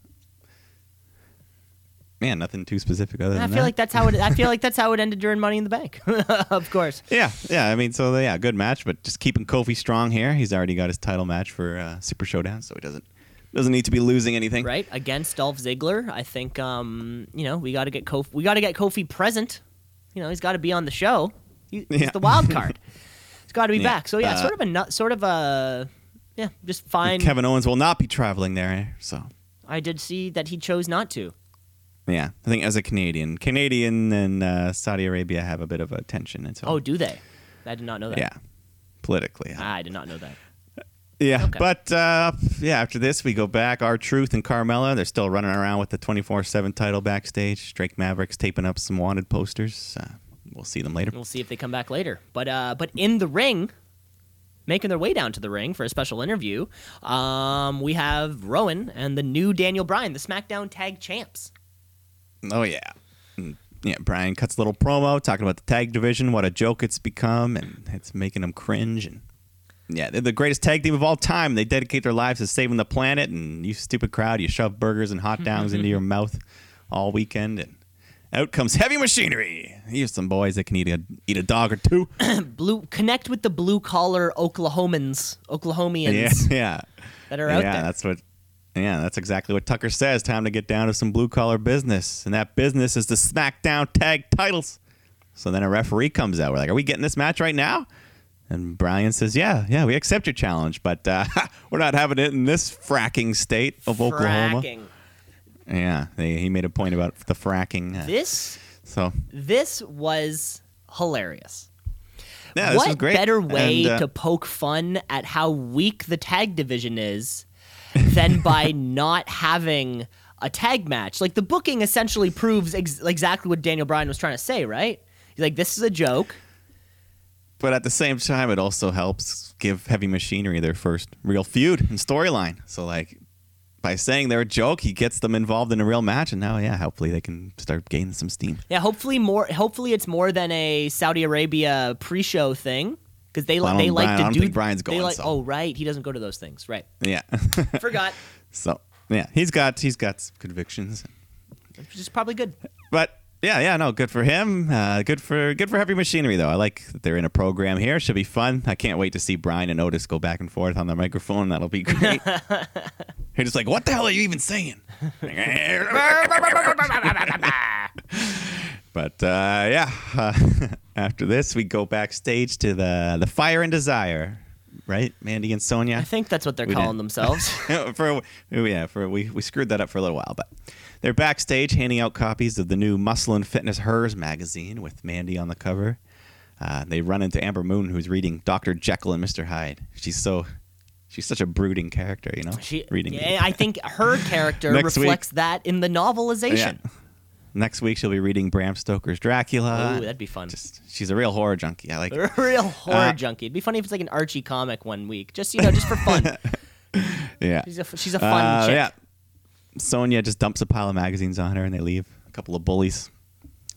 B: Man, nothing too specific other
A: I
B: than
A: feel
B: that.
A: like that's how it. I feel like that's how it ended during Money in the Bank. [laughs] of course.
B: yeah, yeah. I mean, so yeah, good match, but just keeping Kofi strong here. He's already got his title match for uh, Super Showdown, so he doesn't doesn't need to be losing anything.
A: Right against Dolph Ziggler, I think um, you know we got to get Kofi. We got to get Kofi present. You know he's got to be on the show. He, He's
B: Yeah.
A: the
B: [laughs]
A: wild card. he's got to be
B: Yeah.
A: back. So yeah,
B: Uh,
A: sort of a nut. Sort of a yeah. Just fine.
B: Kevin Owens will not be traveling there, so
A: I did see that he chose not to.
B: yeah. I think as a Canadian, Canadian and uh, Saudi Arabia have a bit of a tension, and so
A: Oh, do they? I did not know that.
B: yeah, politically.
A: I did not know that.
B: Yeah,
A: Okay.
B: but uh, yeah, after this we go back. Our Truth and Carmella, they're still running around with the twenty four seven title backstage. Drake Maverick's taping up some wanted posters. Uh, we'll see them later.
A: We'll see if they come back later. But uh, but in the ring, making their way down to the ring for a special interview, um, we have Rowan and the new Daniel Bryan, the SmackDown Tag Champs.
B: Oh yeah, And, yeah. Brian cuts a little promo talking about the tag division, what a joke it's become, and it's making them cringe. And yeah, they're the greatest tag team of all time. They dedicate their lives to saving the planet. And you stupid crowd, you shove burgers and hot dogs into your mouth all weekend, and out comes heavy machinery. Here's some boys that can eat a eat a dog or two.
A: Blue connect with the blue collar Oklahomans,
B: yeah,
A: Oklahomians
B: yeah,
A: that are
B: yeah.
A: out there.
B: That's what. Yeah, that's exactly what Tucker says. Time to get down to some blue collar business, and that business is the SmackDown Tag Titles. So then a referee comes out. We're like, "Are we getting this match right now?" And Brian says, "Yeah, yeah, we accept your challenge, but uh, [laughs] we're not having it in this fracking state of Oklahoma."
A: Fracking.
B: Yeah, they, he made a point about the fracking. uh,
A: This
B: so
A: this was hilarious.
B: yeah, this
A: what
B: was great.
A: better way
B: And, uh,
A: to poke fun at how weak the tag division is than
B: [laughs]
A: by not having a tag match? Like the booking essentially proves ex- exactly what Daniel Bryan was trying to say, right? He's like, this is a joke.
B: But at the same time, it also helps give Heavy Machinery their first real feud and storyline. So, like, by saying they're a joke, he gets them involved in a real match, and now, yeah, hopefully they can start gaining some steam.
A: Yeah, hopefully more. Hopefully it's more than a Saudi Arabia pre-show thing because they
B: Well, I
A: like they
B: don't-
A: like
B: Brian-
A: to
B: I don't
A: do.
B: think Brian's
A: They
B: going,
A: like,
B: so.
A: oh right, he doesn't go to those things. Right,
B: Yeah. [laughs]
A: forgot.
B: so, yeah, he's got he's got some convictions,
A: Which is probably good.
B: but. Yeah, yeah, no, good for him. Uh, good for good for Heavy Machinery though. I like that they're in a program here. Should be fun. I can't wait to see Brian and Otis go back and forth on the microphone. That'll be great. They're just like, "What the hell are you even saying?" But uh, yeah, uh, [laughs] after this, we go backstage to the the Fire and Desire, right? Mandy and
A: I
B: Sonia.
A: think that's what they're
B: We
A: calling
B: did. [laughs]
A: themselves.
B: for a- oh, yeah, for we, we screwed that up for a little while, but they're backstage handing out copies of the new Muscle and Fitness Hers magazine with Mandy on the cover. Uh, they run into Amber Moon, who's reading Doctor Jekyll and Mister Hyde. She's so she's such a brooding character, you know.
A: She,
B: reading.
A: yeah, I think her character
B: [laughs] Next week.
A: reflects that in the novelization.
B: Yeah. Next week she'll be reading Bram Stoker's Dracula.
A: Ooh, that'd be fun.
B: Uh,
A: [laughs]
B: Just, she's a real horror junkie. I like. it.
A: Real horror
B: Uh,
A: junkie. It'd be funny if it's like an Archie comic one week, just you know, just
B: [laughs]
A: for fun.
B: Yeah.
A: She's a, she's a fun
B: Uh,
A: chick.
B: Yeah. Sonia just dumps a pile of magazines on her and they leave. A couple of bullies.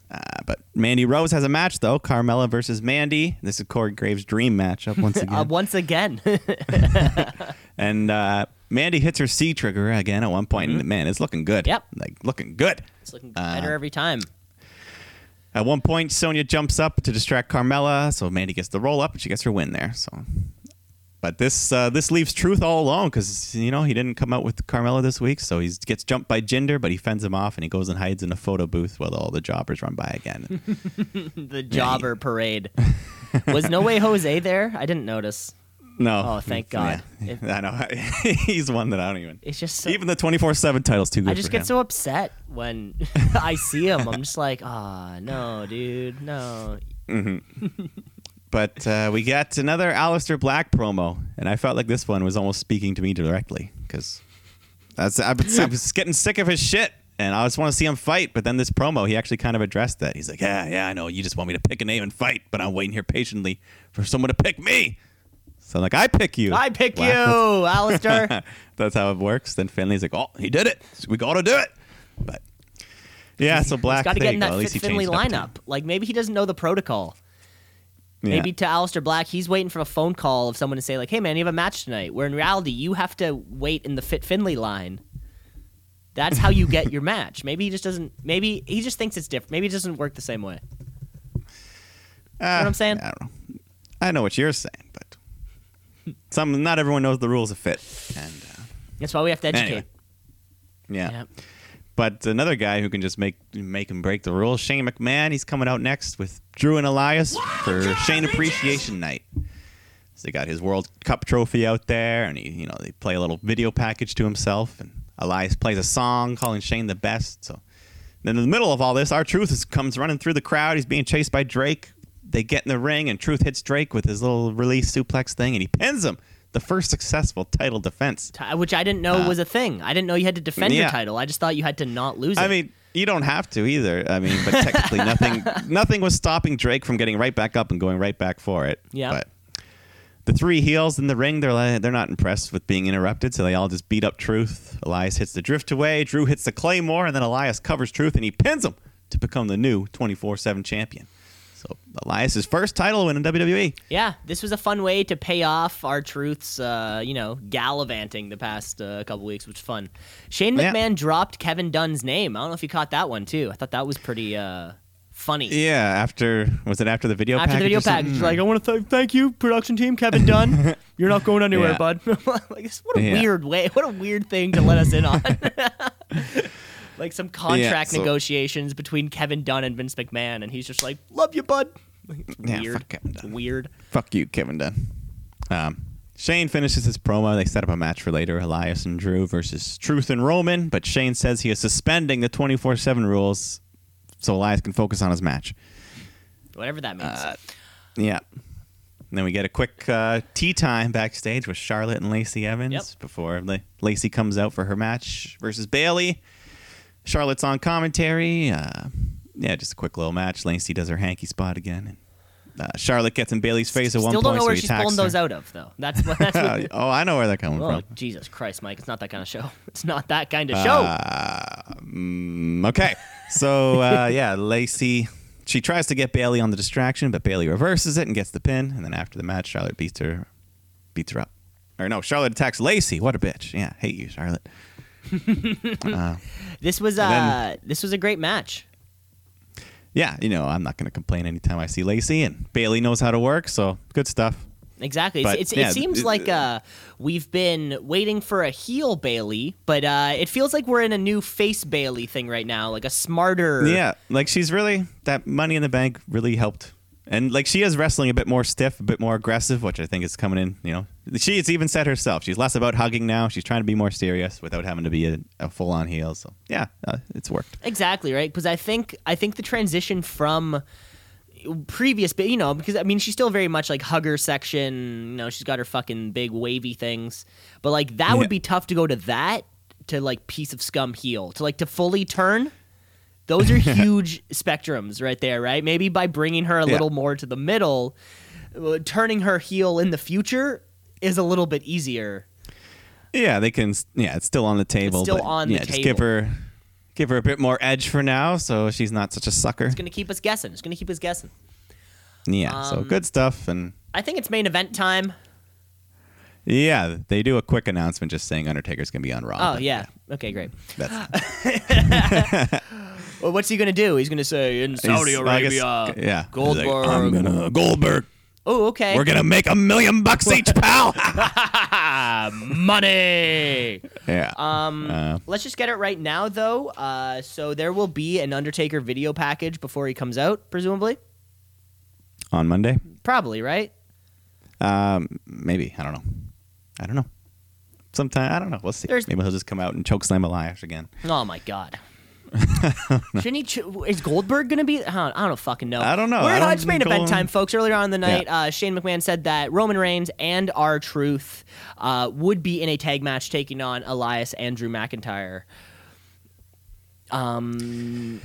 B: Uh, but Mandy Rose has a match, though. Carmella versus Mandy. This is Corey Graves' dream matchup
A: [laughs]
B: once again.
A: Uh, once again, [laughs]
B: and uh, Mandy hits her C trigger again at one point, And man, it's looking good.
A: Mm-hmm. Yep.
B: Like, looking good.
A: it's looking
B: Uh,
A: better every time. [laughs]
B: At one point, Sonia jumps up to distract Carmella, so Mandy gets the roll up and she gets her win there. So, but this uh, this leaves Truth all alone because you know he didn't come out with Carmella this week, so he gets jumped by Jinder, but he fends him off and he goes and hides in a photo booth while all the jobbers run by again.
A: The
B: [laughs]
A: jobber parade was no way Jose there. I didn't notice.
B: no,
A: Oh, thank God.
B: [laughs] Yeah.
A: If-
B: I know [laughs] he's one that I don't even.
A: It's just so,
B: even the twenty four seven title's too good.
A: I just
B: for
A: get
B: him.
A: so upset when [laughs] I see him. I'm just like, ah, no, dude, no.
B: But uh, we got another Alistair Black promo, and I felt like this one was almost speaking to me directly because that's I was, I was getting sick of his shit, and I just want to see him fight. But then this promo, he actually kind of addressed that. He's like, "Yeah, yeah, I know. You just want me to pick a name and fight, but I'm waiting here patiently for someone to pick me." So I'm like, "I pick you.
A: I
B: [laughs]
A: pick
B: Wow.
A: you, Alistair.
B: [laughs] That's how it works. Then Finley's like, "Oh, he did it. We got to do it." But yeah, so Black
A: He's got to
B: there
A: get
B: you
A: in
B: go. At
A: that
B: least
A: Fit
B: he
A: Finley
B: changed it up to-
A: lineup. Like maybe he doesn't know the protocol.
B: Yeah.
A: Maybe to Alistair Black, he's waiting for a phone call of someone to say like, "Hey man, you have a match tonight." Where in reality, you have to wait in the Fit Finley line. That's how you
B: [laughs]
A: get your match. Maybe he just doesn't. Maybe he just thinks it's different. Maybe it doesn't work the same way.
B: Ah,
A: what I'm saying?
B: I don't know. I know what you're saying, but some not everyone knows the rules of fit, and uh,
A: That's why we have to educate.
B: Anyway. yeah.
A: Yeah.
B: But another guy who can just make make and break the rules, Shane McMahon. He's coming out next with Drew and Elias for Shane Appreciation Night. So they got his World Cup trophy out there, and he, you know, they play a little video package to himself, and Elias plays a song calling Shane the best. So then, in the middle of all this, our Truth is, comes running through the crowd. He's being chased by Drake. They get in the ring, and Truth hits Drake with his little release suplex thing, and he pins him. The first successful title defense.
A: Ti- Which I didn't know was a thing. I didn't know you had to defend your
B: Uh, yeah.
A: title. I just thought you had to not lose it.
B: I mean, you don't have to either. I mean, but technically,
A: [laughs]
B: nothing nothing was stopping Drake from getting right back up and going right back for it.
A: Yeah.
B: But the three heels in the ring, they're like, they're not impressed with being interrupted, so they all just beat up Truth. Elias hits the drift away. Drew hits the claymore, and then Elias covers Truth and he pins him to become the new twenty four seven champion. So Elias's first title win in E. WWE.
A: yeah, this was a fun way to pay off our truths. Uh, you know, gallivanting the past uh, couple weeks, which was fun. Shane
B: Yeah.
A: McMahon dropped Kevin Dunn's name. I don't know if you caught that one too. I thought that was pretty uh, funny.
B: Yeah. Mm. After was it after the video
A: After
B: package
A: the video
B: or something?
A: package, like I want to th- thank you, production team,
B: [laughs]
A: Kevin Dunn. You're not going anywhere,
B: Yeah.
A: bud. [laughs] like, this- what a
B: Yeah.
A: weird way, what a weird thing to let us
B: [laughs]
A: in on. like some contract
B: so-
A: negotiations between Kevin Dunn and Vince McMahon, and he's just like, "Love you, bud." Like, it's
B: Yeah,
A: weird.
B: fuck Kevin Dunn.
A: It's Weird.
B: Fuck you, Kevin Dunn. Um, Shane finishes his promo. They set up a match for later Elias and Drew versus Truth and Roman, but Shane says he is suspending the 24 7 rules so Elias can focus on his match.
A: Whatever that means.
B: Uh, Yeah. And then we get a quick uh, tea time backstage with Charlotte and Lacey Evans
A: Yep.
B: before La- Lacey comes out for her match versus Bailey. Charlotte's on commentary. Uh, yeah, just a quick little match. Lacey does her hanky spot again. And, uh, Charlotte gets in Bailey's face at one
A: Still
B: point.
A: don't know
B: so
A: where
B: he
A: she's
B: attacks
A: pulling those
B: her.
A: out of, though. That's
B: [laughs]
A: what. That's
B: Oh,
A: what.
B: oh, I know where they're coming
A: Oh,
B: from.
A: Jesus Christ, Mike! It's not that kind of show. [laughs] It's not that kind
B: Uh,
A: of
B: Mm, Okay. So, uh, yeah, Lacey, she tries to get Bailey on the distraction, but Bailey reverses it and gets the pin. And then after the match, Charlotte beats her, beats her up. Or no, Charlotte attacks Lacey. What a bitch. Yeah, hate you, Charlotte.
A: show. This was uh,
B: And then-
A: this was a great match.
B: Yeah, you know, I'm not going to complain anytime I see Lacey. And Bailey knows how to work, so good stuff.
A: Exactly.
B: But,
A: it's, it's,
B: yeah, th-
A: it seems
B: th-
A: like uh, we've been waiting for a heel Bailey, but uh, it feels like we're in a new face Bailey thing right now, like a smarter.
B: Yeah, like she's really that money in the bank really helped, and like she is wrestling a bit more stiff, a bit more aggressive, which I think is coming in. You know, she has even said herself she's less about hugging now. She's trying to be more serious without having to be a, a full on heel. So yeah, uh, it's worked.
A: Exactly right, because I think I think the transition from previous, but you know, because I mean, she's still very much like hugger section. You know, she's got her fucking big wavy things, but like that
B: Yeah.
A: would be tough to go to that to like piece of scum heel to like to fully turn.
B: [laughs]
A: Those are huge spectrums right there, right? Maybe by bringing her a
B: Yeah.
A: little more to the middle, uh, turning her heel in the future is a little bit easier.
B: Yeah, they can. Yeah, it's still on the table.
A: still
B: but,
A: on the
B: yeah, Just give
A: table.
B: her, give her a bit more edge for now, so she's not such a sucker.
A: It's going to keep us guessing. It's going to keep us guessing.
B: Yeah, so
A: um,
B: good stuff and.
A: I think it's main event time.
B: Yeah, they do a quick announcement just saying Undertaker's gonna be on Raw.
A: Oh
B: but
A: yeah. Okay, great.
B: that's
A: Well, what's he gonna do? He's gonna say in Saudi
B: he's- I guess- yeah,
A: Arabia.
B: he's like,
A: Goldberg.
B: I'm gonna Goldberg.
A: Oh, okay.
B: We're gonna make a million bucks each,
A: [laughs]
B: pal. [laughs]
A: money.
B: yeah. [laughs]
A: Um,
B: Uh,
A: let's just get it right now, though. Uh, so there will be an Undertaker video package before he comes out, presumably.
B: on Monday,
A: Probably, right?
B: um, maybe I don't know. I don't know. Sometime I don't know. We'll see.
A: There's-
B: maybe he'll just come out and choke slam Elias again.
A: Oh
B: [laughs]
A: my god. Shouldn't he? Cho- is Goldberg gonna be? I don't, I don't fucking know.
B: I don't know.
A: We're
B: I
A: at
B: don't
A: Hutch main
B: think
A: event
B: Gold-
A: time, folks. Earlier on in the night, uh, Shane McMahon said that Roman Reigns and R Truth uh, would be in a tag match taking on Elias and Drew McIntyre. Um,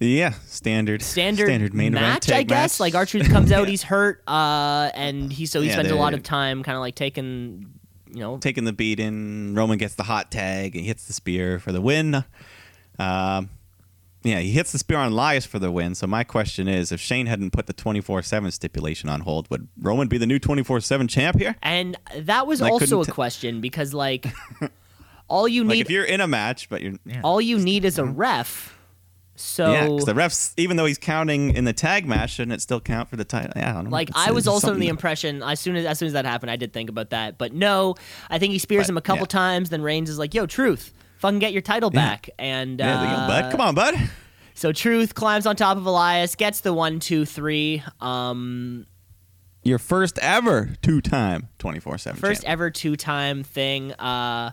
B: Yeah, standard.
A: standard,
B: main event
A: match,
B: tag
A: I guess.
B: match.
A: Like R Truth comes out,
B: [laughs]
A: he's hurt, uh, and he so he
B: Yeah,
A: spends a lot
B: they-
A: of time kind of like taking, you know,
B: taking the beat in. Roman gets the hot tag and hits the spear for the win. Um, Yeah, he hits the spear on Elias for the win. So my question is, if Shane hadn't put the 24/7 stipulation on hold, would Roman be the new 24/7 champ here?
A: And that was
B: I
A: also
B: couldn't
A: a
B: t-
A: question because like all
B: [laughs]
A: you
B: Like
A: need
B: if you're in a match, but you're yeah,
A: all you need is a ref. So
B: yeah, 'cause the refs, even though he's counting in the tag match, shouldn't it still count for the title? Yeah, I don't know.
A: like
B: It's-
A: I
B: it's
A: was
B: just
A: also in the
B: something-
A: impression as soon as as soon as that happened I did think about that. But no, I think he spears
B: But,
A: him a couple
B: yeah.
A: times then Reigns is like, "Yo, Truth, fucking get your title back." And
B: Yeah, there you
A: uh,
B: go, bud. Come on, bud.
A: So Truth climbs on top of Elias, gets the one, two, three. Um,
B: Your first ever two-time 24/7
A: first
B: champ.
A: ever two time thing. Uh,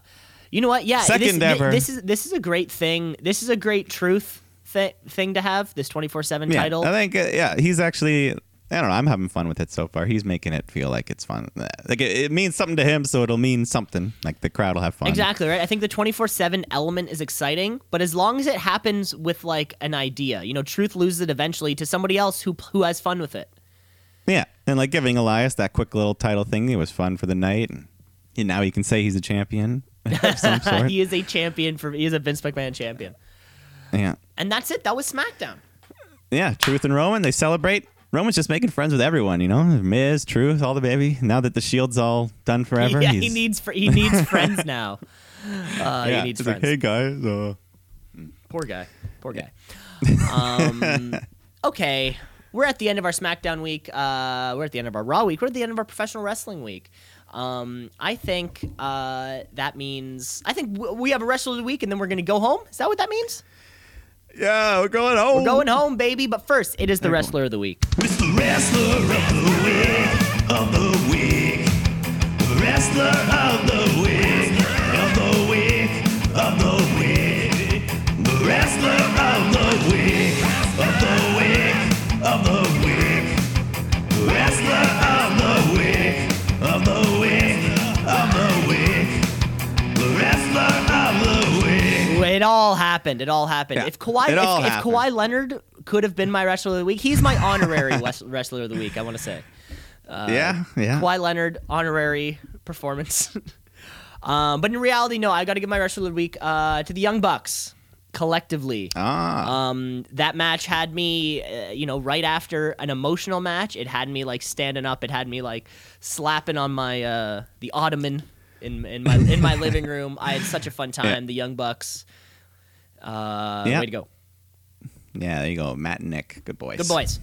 A: you know what? Yeah, this-
B: Second
A: thi-
B: ever.
A: This is this is a great thing. This is a great Truth thi- thing to have. This twenty four seven
B: yeah,
A: title.
B: I think uh, yeah, he's actually I don't know. I'm having fun with it so far. He's making it feel like it's fun. Like it, it means something to him, so it'll mean something. Like the crowd will have fun.
A: Exactly right. I think the twenty four seven element is exciting, but as long as it happens with like an idea, you know, Truth loses it eventually to somebody else who who has fun with it.
B: Yeah, and like giving Elias that quick little title thing, it was fun for the night, and, and now he can say he's a champion
A: [laughs]
B: of some sort.
A: He is a champion for. He is a Vince McMahon champion,
B: yeah,
A: and that's it. That was SmackDown.
B: yeah. Truth and Roman, they celebrate. Roman's just making friends with everyone, you know. Miz, Truth, all the baby. Now that the Shield's all done forever,
A: [laughs] yeah,
B: he's,
A: he needs fr- he needs
B: [laughs]
A: friends now. Uh,
B: yeah,
A: he needs
B: he's
A: friends.
B: like, hey guys, uh,
A: Poor guy. Poor guy.
B: [laughs]
A: Um, okay. We're at the end of our SmackDown week. Uh, we're at the end of our Raw week. We're at the end of our professional wrestling week. Um, I think uh, that means I think w- we have a wrestle of the week, and then we're going to go home. Is that what that means?
B: yeah, we're going home.
A: We're going home, baby. But first, it is the wrestler of the week.
D: It's the wrestler of the week, of the week. Wrestler of the week, of the week, of the week. The wrestler of the week, of the week, of the week. Wrestler of the week, of the week, of the week. The wrestler of the week.
A: It all happened. It all happened.
B: Yeah.
A: If Kawhi,
B: It
A: if,
B: all
A: if
B: happened.
A: Kawhi Leonard could have been my wrestler of the week, he's my honorary wes- [laughs] wrestler of the week. I want to say.
B: yeah, yeah.
A: Kawhi Leonard honorary performance. [laughs] um, but in reality, no, I got to give my wrestler of the week uh, to the Young Bucks collectively.
B: Ah,
A: Um, that match had me, uh, you know, right after an emotional match. It had me like standing up. It had me like slapping on my uh, the ottoman in in my in
B: [laughs]
A: my living room. I had such a fun time. The Young Bucks. Uh,
B: Yeah.
A: Way to go,
B: yeah. There you go, Matt and Nick. Good boys.
A: good boys.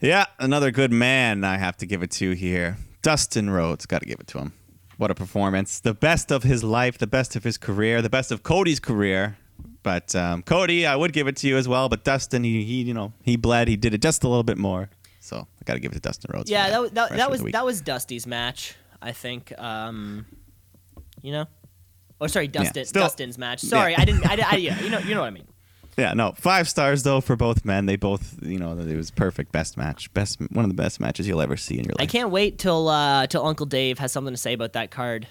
B: Yeah, another good man I have to give it to here. Dustin Rhodes, got to give it to him. What a performance. The best of his life, the best of his career, the best of Cody's career. But um, Cody, I would give it to you as well, but Dustin, he, he you know, he bled, he did it just a little bit more. So I got to give it to Dustin Rhodes.
A: Yeah, that,
B: for
A: wa- that,
B: Wrestler
A: that
B: of
A: was
B: the Week.
A: that was Dusty's match. I think, um, you know, oh sorry, Dustin
B: still-
A: Dustin's match. Sorry,
B: yeah.
A: I didn't. I, di-
B: [laughs]
A: I, yeah, you know, you know what I mean.
B: Yeah, no, five stars though for both men. They both, you know, it was perfect, best match, best one of the best matches you'll ever see in your
A: I
B: life.
A: can't wait till uh, till Uncle Dave has something to say about that card.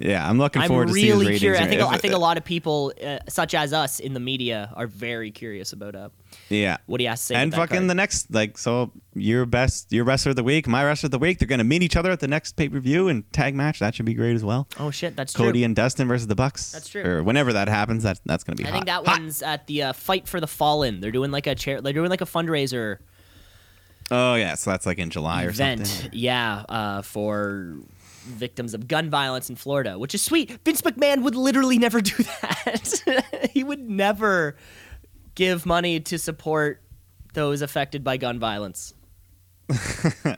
B: Yeah, I'm looking
A: I'm
B: forward to seeing his
A: really
B: ratings.
A: curious. I think
B: If-
A: I think a lot of people, uh, such as us in the media, are very curious about uh,
B: Yeah,
A: what he has to say.
B: and
A: about that
B: fucking
A: card.
B: the next like so your best your wrestler of the week my wrestler of the week they're gonna meet each other at the next pay-per-view and tag match that should be great as well
A: oh shit, that's
B: cody
A: true.
B: and dustin versus the bucks
A: That's true.
B: or whenever that happens that, that's gonna be
A: I
B: hot.
A: think that
B: Hot!
A: one's at the uh, Fight for the Fallen. They're doing like a chair. They're doing like a fundraiser.
B: oh yeah so that's like in july or
A: event,
B: something
A: yeah, uh, for victims of gun violence in Florida, which is sweet. Vince McMahon would literally never [laughs] do that. [laughs] he would never give money to support those affected by gun violence.
B: [laughs]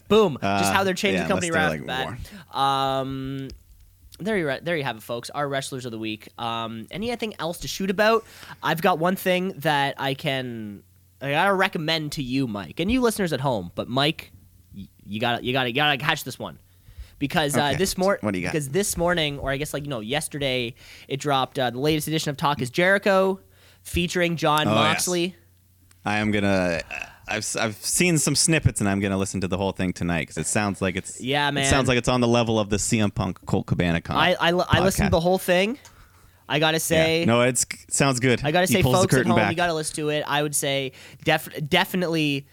A: Boom! Just
B: Uh,
A: how they're
B: yeah,
A: changing the company
B: unless
A: around.
B: they're, like,
A: Um, there you re- there you have it, folks. Our wrestlers of the week. Um, anything else to shoot about? I've got one thing that I can I gotta recommend to you, Mike, and you listeners at home. But Mike, y- you gotta you gotta you gotta catch this one because uh,
B: Okay.
A: this morning
B: What do you got?
A: because this morning or I guess like you know yesterday it dropped uh, the latest edition of Talk Is Jericho featuring John
B: Oh, yes.
A: Moxley.
B: i am gonna I've, s- I've seen some snippets and i'm gonna listen to the whole thing tonight because it sounds like it's
A: Yeah, man.
B: it sounds like it's on the level of the cm punk colt cabana con
A: I I, li- I listened to
B: podcast.
A: the whole thing. I gotta say.
B: yeah. no it's sounds good
A: I gotta
B: He
A: say,
B: pulls the
A: folks at
B: curtain
A: home,
B: back.
A: you gotta listen to it. I would say def- definitely,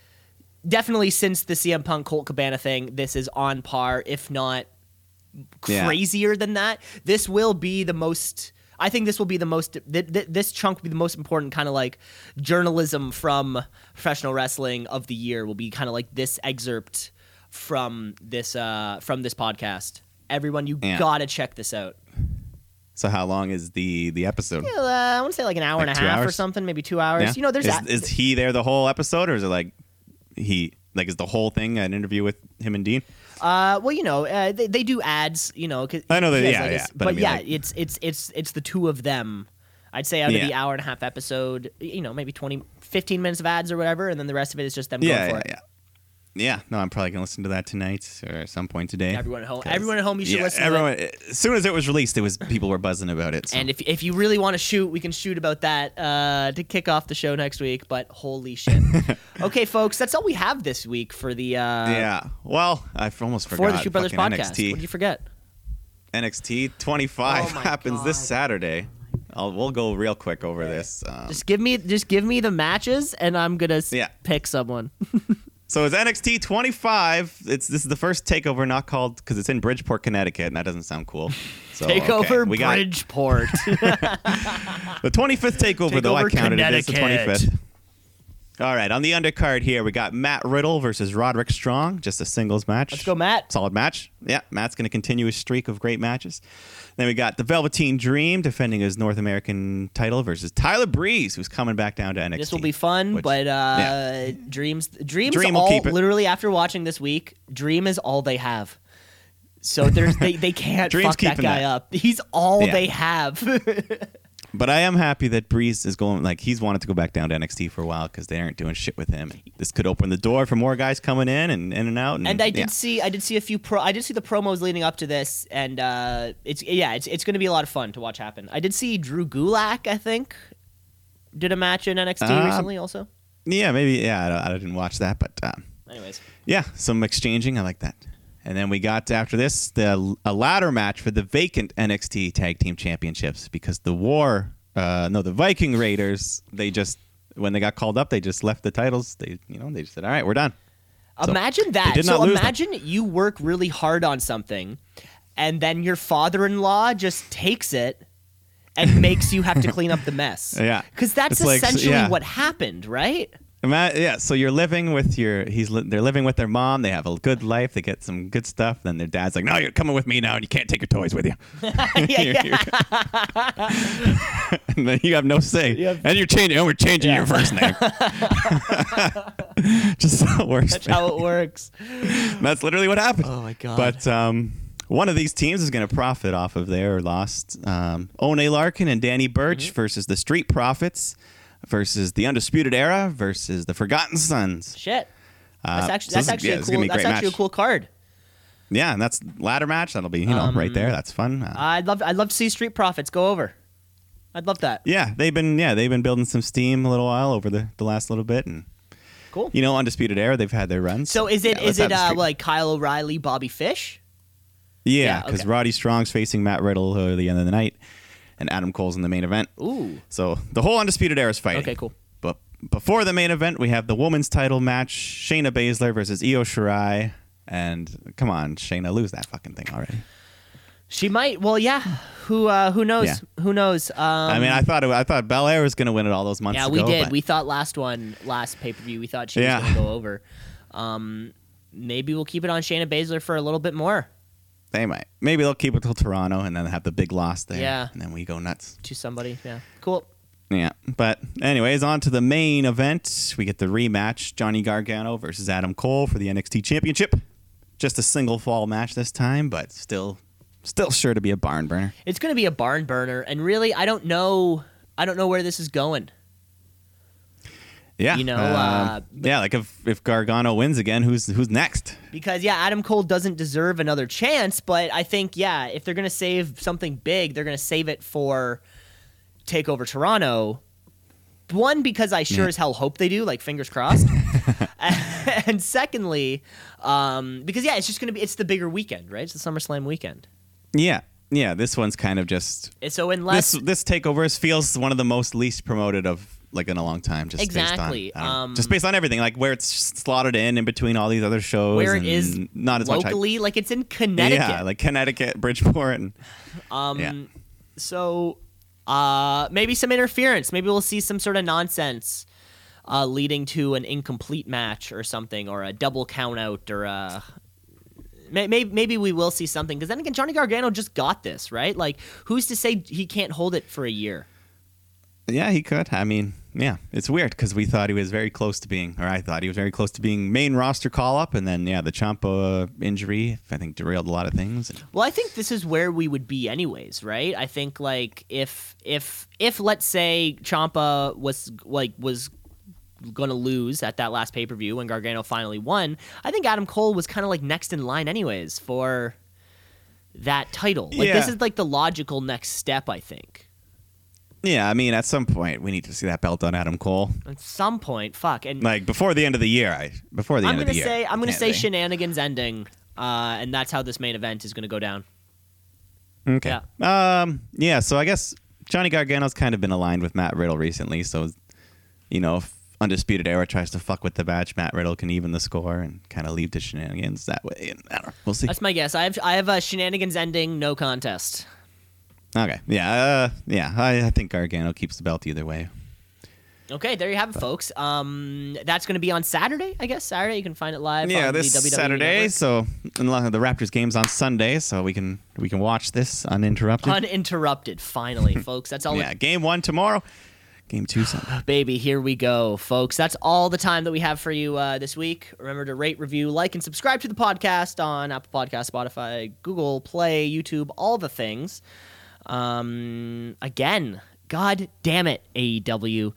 A: definitely since the CM Punk Colt Cabana thing, this is on par, if not
B: Yeah.
A: crazier than that. This will be the most. I- I think this will be the most th- th- this chunk will be the most important kind of like journalism from professional wrestling of the year will be kind of like this excerpt from this uh from this podcast. Everyone, you
B: Yeah.
A: gotta check this out.
B: So how long is the the episode?
A: Uh, I want to say like an hour
B: Like
A: and a
B: two
A: half or
B: hours?
A: something, maybe two hours.
B: Yeah?
A: You know, there's
B: is,
A: that.
B: is he there the whole episode, or is it like he like is the whole thing an interview with him and Dean?
A: Uh, well, you know, uh, they, they do ads. You know, 'cause
B: I know that-
A: he has,
B: yeah,
A: like,
B: yeah,
A: his-
B: but
A: But,
B: I mean,
A: yeah,
B: like-
A: it's it's it's it's the two of them. I'd say out of
B: Yeah.
A: the hour and a half episode, you know, maybe 20, 15 minutes of ads or whatever, and then the rest of it is just them
B: Yeah,
A: going for
B: yeah,
A: it.
B: yeah. Yeah, no, I'm probably gonna listen to that tonight or at some point today.
A: Everyone at home,
B: 'Cause-
A: everyone at home, you should
B: yeah,
A: listen. to it.
B: everyone, as soon as it was released, it was people were buzzing about it. so-
A: And if if you really want to shoot, we can shoot about that uh, to kick off the show next week. But holy shit!
B: [laughs]
A: okay, folks, that's all we have this week for the uh,
B: yeah, well, I f- almost
A: for
B: forgot.
A: the Shoot Brothers
B: fucking
A: podcast.
B: NXT,
A: What did you forget?
B: NXT 25
A: Oh my
B: happens this
A: God.
B: Saturday. I'll, we'll go real quick over this. Um,
A: Just give me just give me the matches, and I'm gonna s-
B: Yeah.
A: pick someone.
B: So it's NXT 25. It's this is the first takeover, not called because it's in Bridgeport, Connecticut, and that doesn't sound cool. So,
A: Take
B: Oh, okay,
A: over
B: We got [laughs]
A: Bridgeport.
B: the 25th takeover, though. I
A: Takeover
B: counted it as the
A: Connecticut.
B: 25th. All right, on the undercard here, we got Matt Riddle versus Roderick Strong, just a singles match.
A: Let's go, Matt.
B: Solid match. Yeah, Matt's going to continue his streak of great matches. Then we got the Velveteen Dream defending his North American title versus Tyler Breeze, who's coming back down to NXT.
A: this will be fun,
B: which-
A: but uh,
B: yeah.
A: dreams, dreams,
B: Dream will
A: all
B: keep it.
A: literally after watching this week, dream is all they have. So there's they, they
B: [laughs]
A: can't
B: Dream's
A: fuck that
B: keeping
A: guy
B: that.
A: up. He's all
B: Yeah.
A: they
B: [laughs]
A: have.
B: But I am happy that Breeze is going like he's wanted to go back down to NXT for a while because they aren't doing shit with him. This could open the door for more guys coming in and in and out. And,
A: and I did
B: yeah.
A: see I did see a few pro I did see the promos leading up to this, and uh, it's yeah it's it's going to be a lot of fun to watch happen. I did see Drew Gulak I think did a match in NXT
B: Uh,
A: recently also.
B: yeah, maybe yeah. I, don't- I didn't watch that, but um,
A: Anyways,
B: yeah, some exchanging. I like that. And then we got after this the a ladder match for the vacant NXT Tag Team Championships because the War, uh, no, the Viking Raiders, they just when they got called up, they just left the titles. They you know they just said, all right, we're done. So,
A: imagine that.
B: did
A: So
B: not lose them.
A: imagine you work really hard on something, and then your father-in-law just takes it
B: [laughs]
A: and makes you have to clean up the mess.
B: Yeah.
A: because that's
B: It's like, so-
A: essentially
B: yeah.
A: what happened, right?
B: [laughs]
A: [laughs]
B: Ima- yeah, so you're living with your he's li- they're living with their mom. They have a good life. They get some good stuff. Then their dad's like, "No, you're coming with me now, and you can't take your toys with you." [laughs]
A: yeah,
B: You're-
A: [laughs] yeah.
B: you're- and then you have no say.
A: You have-
B: and you're changing. And we're changing
A: Yeah.
B: your first
A: [laughs]
B: name. [laughs] Just the worst.
A: That's how
B: [laughs]
A: it works.
B: That's literally what happened.
A: Oh my God.
B: But um, one of these teams is going to profit off of their lost um, One Larkin and Danny Birch
A: Mm-hmm.
B: versus the Street Profits versus the Undisputed Era versus the Forgotten Sons.
A: Shit. That's
B: Uh,
A: actually
B: so this
A: that's
B: is-
A: actually
B: yeah,
A: a
B: this is gonna
A: cool
B: be a
A: that's
B: great
A: actually
B: match.
A: a cool card.
B: Yeah, and that's ladder match. That'll be you know right
A: Um,
B: there. That's fun. Uh,
A: I'd love I'd love to see Street Profits go over. I'd love that.
B: yeah, they've been yeah they've been building some steam a little while over the, the last little bit, and
A: Cool.
B: you know undisputed era they've had their runs.
A: So is
B: yeah,
A: it
B: let's
A: is
B: have
A: it
B: the
A: uh,
B: street-
A: like Kyle O'Reilly, Bobby Fish?
B: yeah
A: yeah,
B: because
A: okay.
B: Roddy Strong's facing Matt Riddle at the end of the night, and Adam Cole's in the main event.
A: Ooh.
B: So the whole undisputed era is fighting.
A: Okay, cool.
B: But before the main event, we have the women's title match: Shayna Baszler versus Io Shirai. And come on, Shayna, lose that fucking thing already.
A: She might. Well, yeah. Who uh, who knows?
B: Yeah.
A: Who knows? Um,
B: I mean, I thought it, I thought Belair was going to win it all those months
A: yeah,
B: ago.
A: we did.
B: but-
A: We thought last one, last pay per view, we thought she
B: Yeah.
A: was gonna go over. Um, maybe we'll keep it on Shayna Baszler for a little bit more.
B: They might. Maybe they'll keep it till Toronto and then have the big loss there.
A: Yeah.
B: And then we go nuts.
A: To somebody, yeah, cool.
B: Yeah. But, anyways, on to the main event. We get the rematch Johnny Gargano versus Adam Cole for the NXT Championship. Just a single fall match this time, but still. Still sure to be a barn burner.
A: It's gonna be a barn burner, and really, I don't know, I don't know where this is going.
B: Yeah,
A: You know,
B: um,
A: uh,
B: yeah, like if, if Gargano wins again, who's who's next?
A: because yeah, Adam Cole doesn't deserve another chance, but I think yeah, if they're gonna save something big, they're gonna save it for Takeover Toronto. One because I sure as hell hope they do, like
B: [laughs]
A: fingers crossed, [laughs] and secondly, um, because yeah, it's just gonna be it's the bigger weekend, right? It's the SummerSlam weekend,
B: Yeah, yeah. This one's kind of just
A: and so unless
B: this. This takeover is, feels one of the most least promoted of like in a long time. Just
A: Exactly,
B: Based on, I don't know,
A: um,
B: just based on everything, like where it's slotted in in between all these other shows.
A: where it
B: and
A: is
B: not as much hype.
A: locally, like it's in Connecticut.
B: Yeah, like Connecticut, Bridgeport, and
A: um,
B: yeah.
A: so Uh, maybe some interference. Maybe we'll see some sort of nonsense uh, leading to an incomplete match or something, or a double count out, or a. Maybe, maybe we will see something because then again, Johnny Gargano just got this right. Like, who's to say he can't hold it for a year?
B: Yeah, he could. I mean, yeah, it's weird because we thought he was very close to being, or I thought he was very close to being main roster call up, and then yeah, the Champa injury I think derailed a lot of things.
A: Well, I think this is where we would be anyways, right? I think like if if if let's say Champa was like was going to lose at that last pay-per-view when Gargano finally won, I think Adam Cole was kind of like next in line anyways for that title. Like this
B: Yeah.
A: is like the logical next step, I think.
B: Yeah, I mean, at some point we need to see that belt on Adam Cole,
A: At some point, fuck. And
B: like before the end of the year. I before the
A: I'm
B: end
A: going
B: of the
A: to
B: year.
A: say I'm going to
B: can't
A: say shenanigans ending uh, and that's how this main event is going to go
B: [laughs]
A: down.
B: Okay. Um. Yeah. So I guess Johnny Gargano's kind of been aligned with Matt Riddle recently. So, you know, if Undisputed Era tries to fuck with the match, Matt Riddle can even the score and kind of leave the shenanigans that way. And I don't know. We'll see.
A: That's my guess. I have I have a shenanigans ending no contest.
B: Okay. Yeah. Uh, yeah. I, I think Gargano keeps the belt either way.
A: Okay, there you
B: Uh,
A: have it, folks. Um, that's going to be on Saturday, I guess. Saturday, you can find it live.
B: yeah,
A: on
B: this
A: the E WWE
B: Saturday.
A: Network.
B: So and lo- the Raptors game's on Sunday, so we can we can watch this uninterrupted. [laughs]
A: uninterrupted. Finally, folks. That's all.
B: yeah. Game one tomorrow. Game two Sunday.
A: baby, here we go, folks. That's all the time that we have for you uh, this week. Remember to rate, review, like, and subscribe to the podcast on Apple Podcast, Spotify, Google Play, YouTube, all the things. Um, again, God damn it, AEW.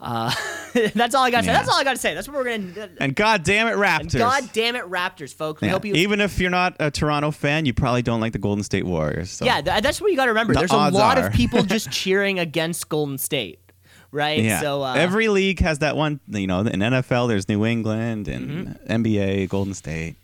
A: Uh, [laughs] that's all I got to say.
B: Yeah.
A: That's all I got to say. That's what we're gonna.
B: And God damn it, Raptors!
A: God damn it, Raptors, folks. We
B: Yeah.
A: hope you.
B: Even if you're not a Toronto fan, you probably don't like the Golden State Warriors. So.
A: Yeah, th- that's what you got to remember.
B: The
A: There's a
B: odds
A: lot
B: are.
A: of
B: [laughs]
A: people just cheering against Golden State, right?
B: Yeah.
A: So uh,
B: Every league has that one. You know, in NFL, there's New England and
A: Mm-hmm.
B: NBA, Golden State.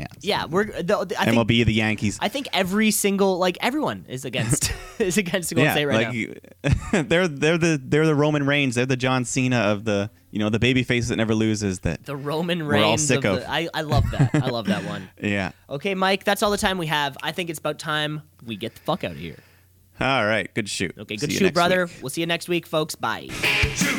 B: Yeah.
A: yeah, we're the, the- I think
B: MLB, the Yankees.
A: I think every single like everyone
B: [laughs]
A: is against [laughs] is against Golden State right now.
B: like, [laughs] they're they're the they're the Roman Reigns. They're the John Cena of the you know the baby face that never loses. That
A: The Roman
B: We're all
A: Reigns.
B: sick
A: of
B: of.
A: the, I I love that. I love
B: [laughs]
A: that one.
B: yeah.
A: Okay, Mike, that's all the time we have. I think it's about time we get the fuck out of here.
B: All right. Good shoot.
A: Okay,
B: See
A: good
B: you
A: shoot,
B: next
A: brother.
B: week.
A: We'll see you next week, folks. Bye.
D: Shoot,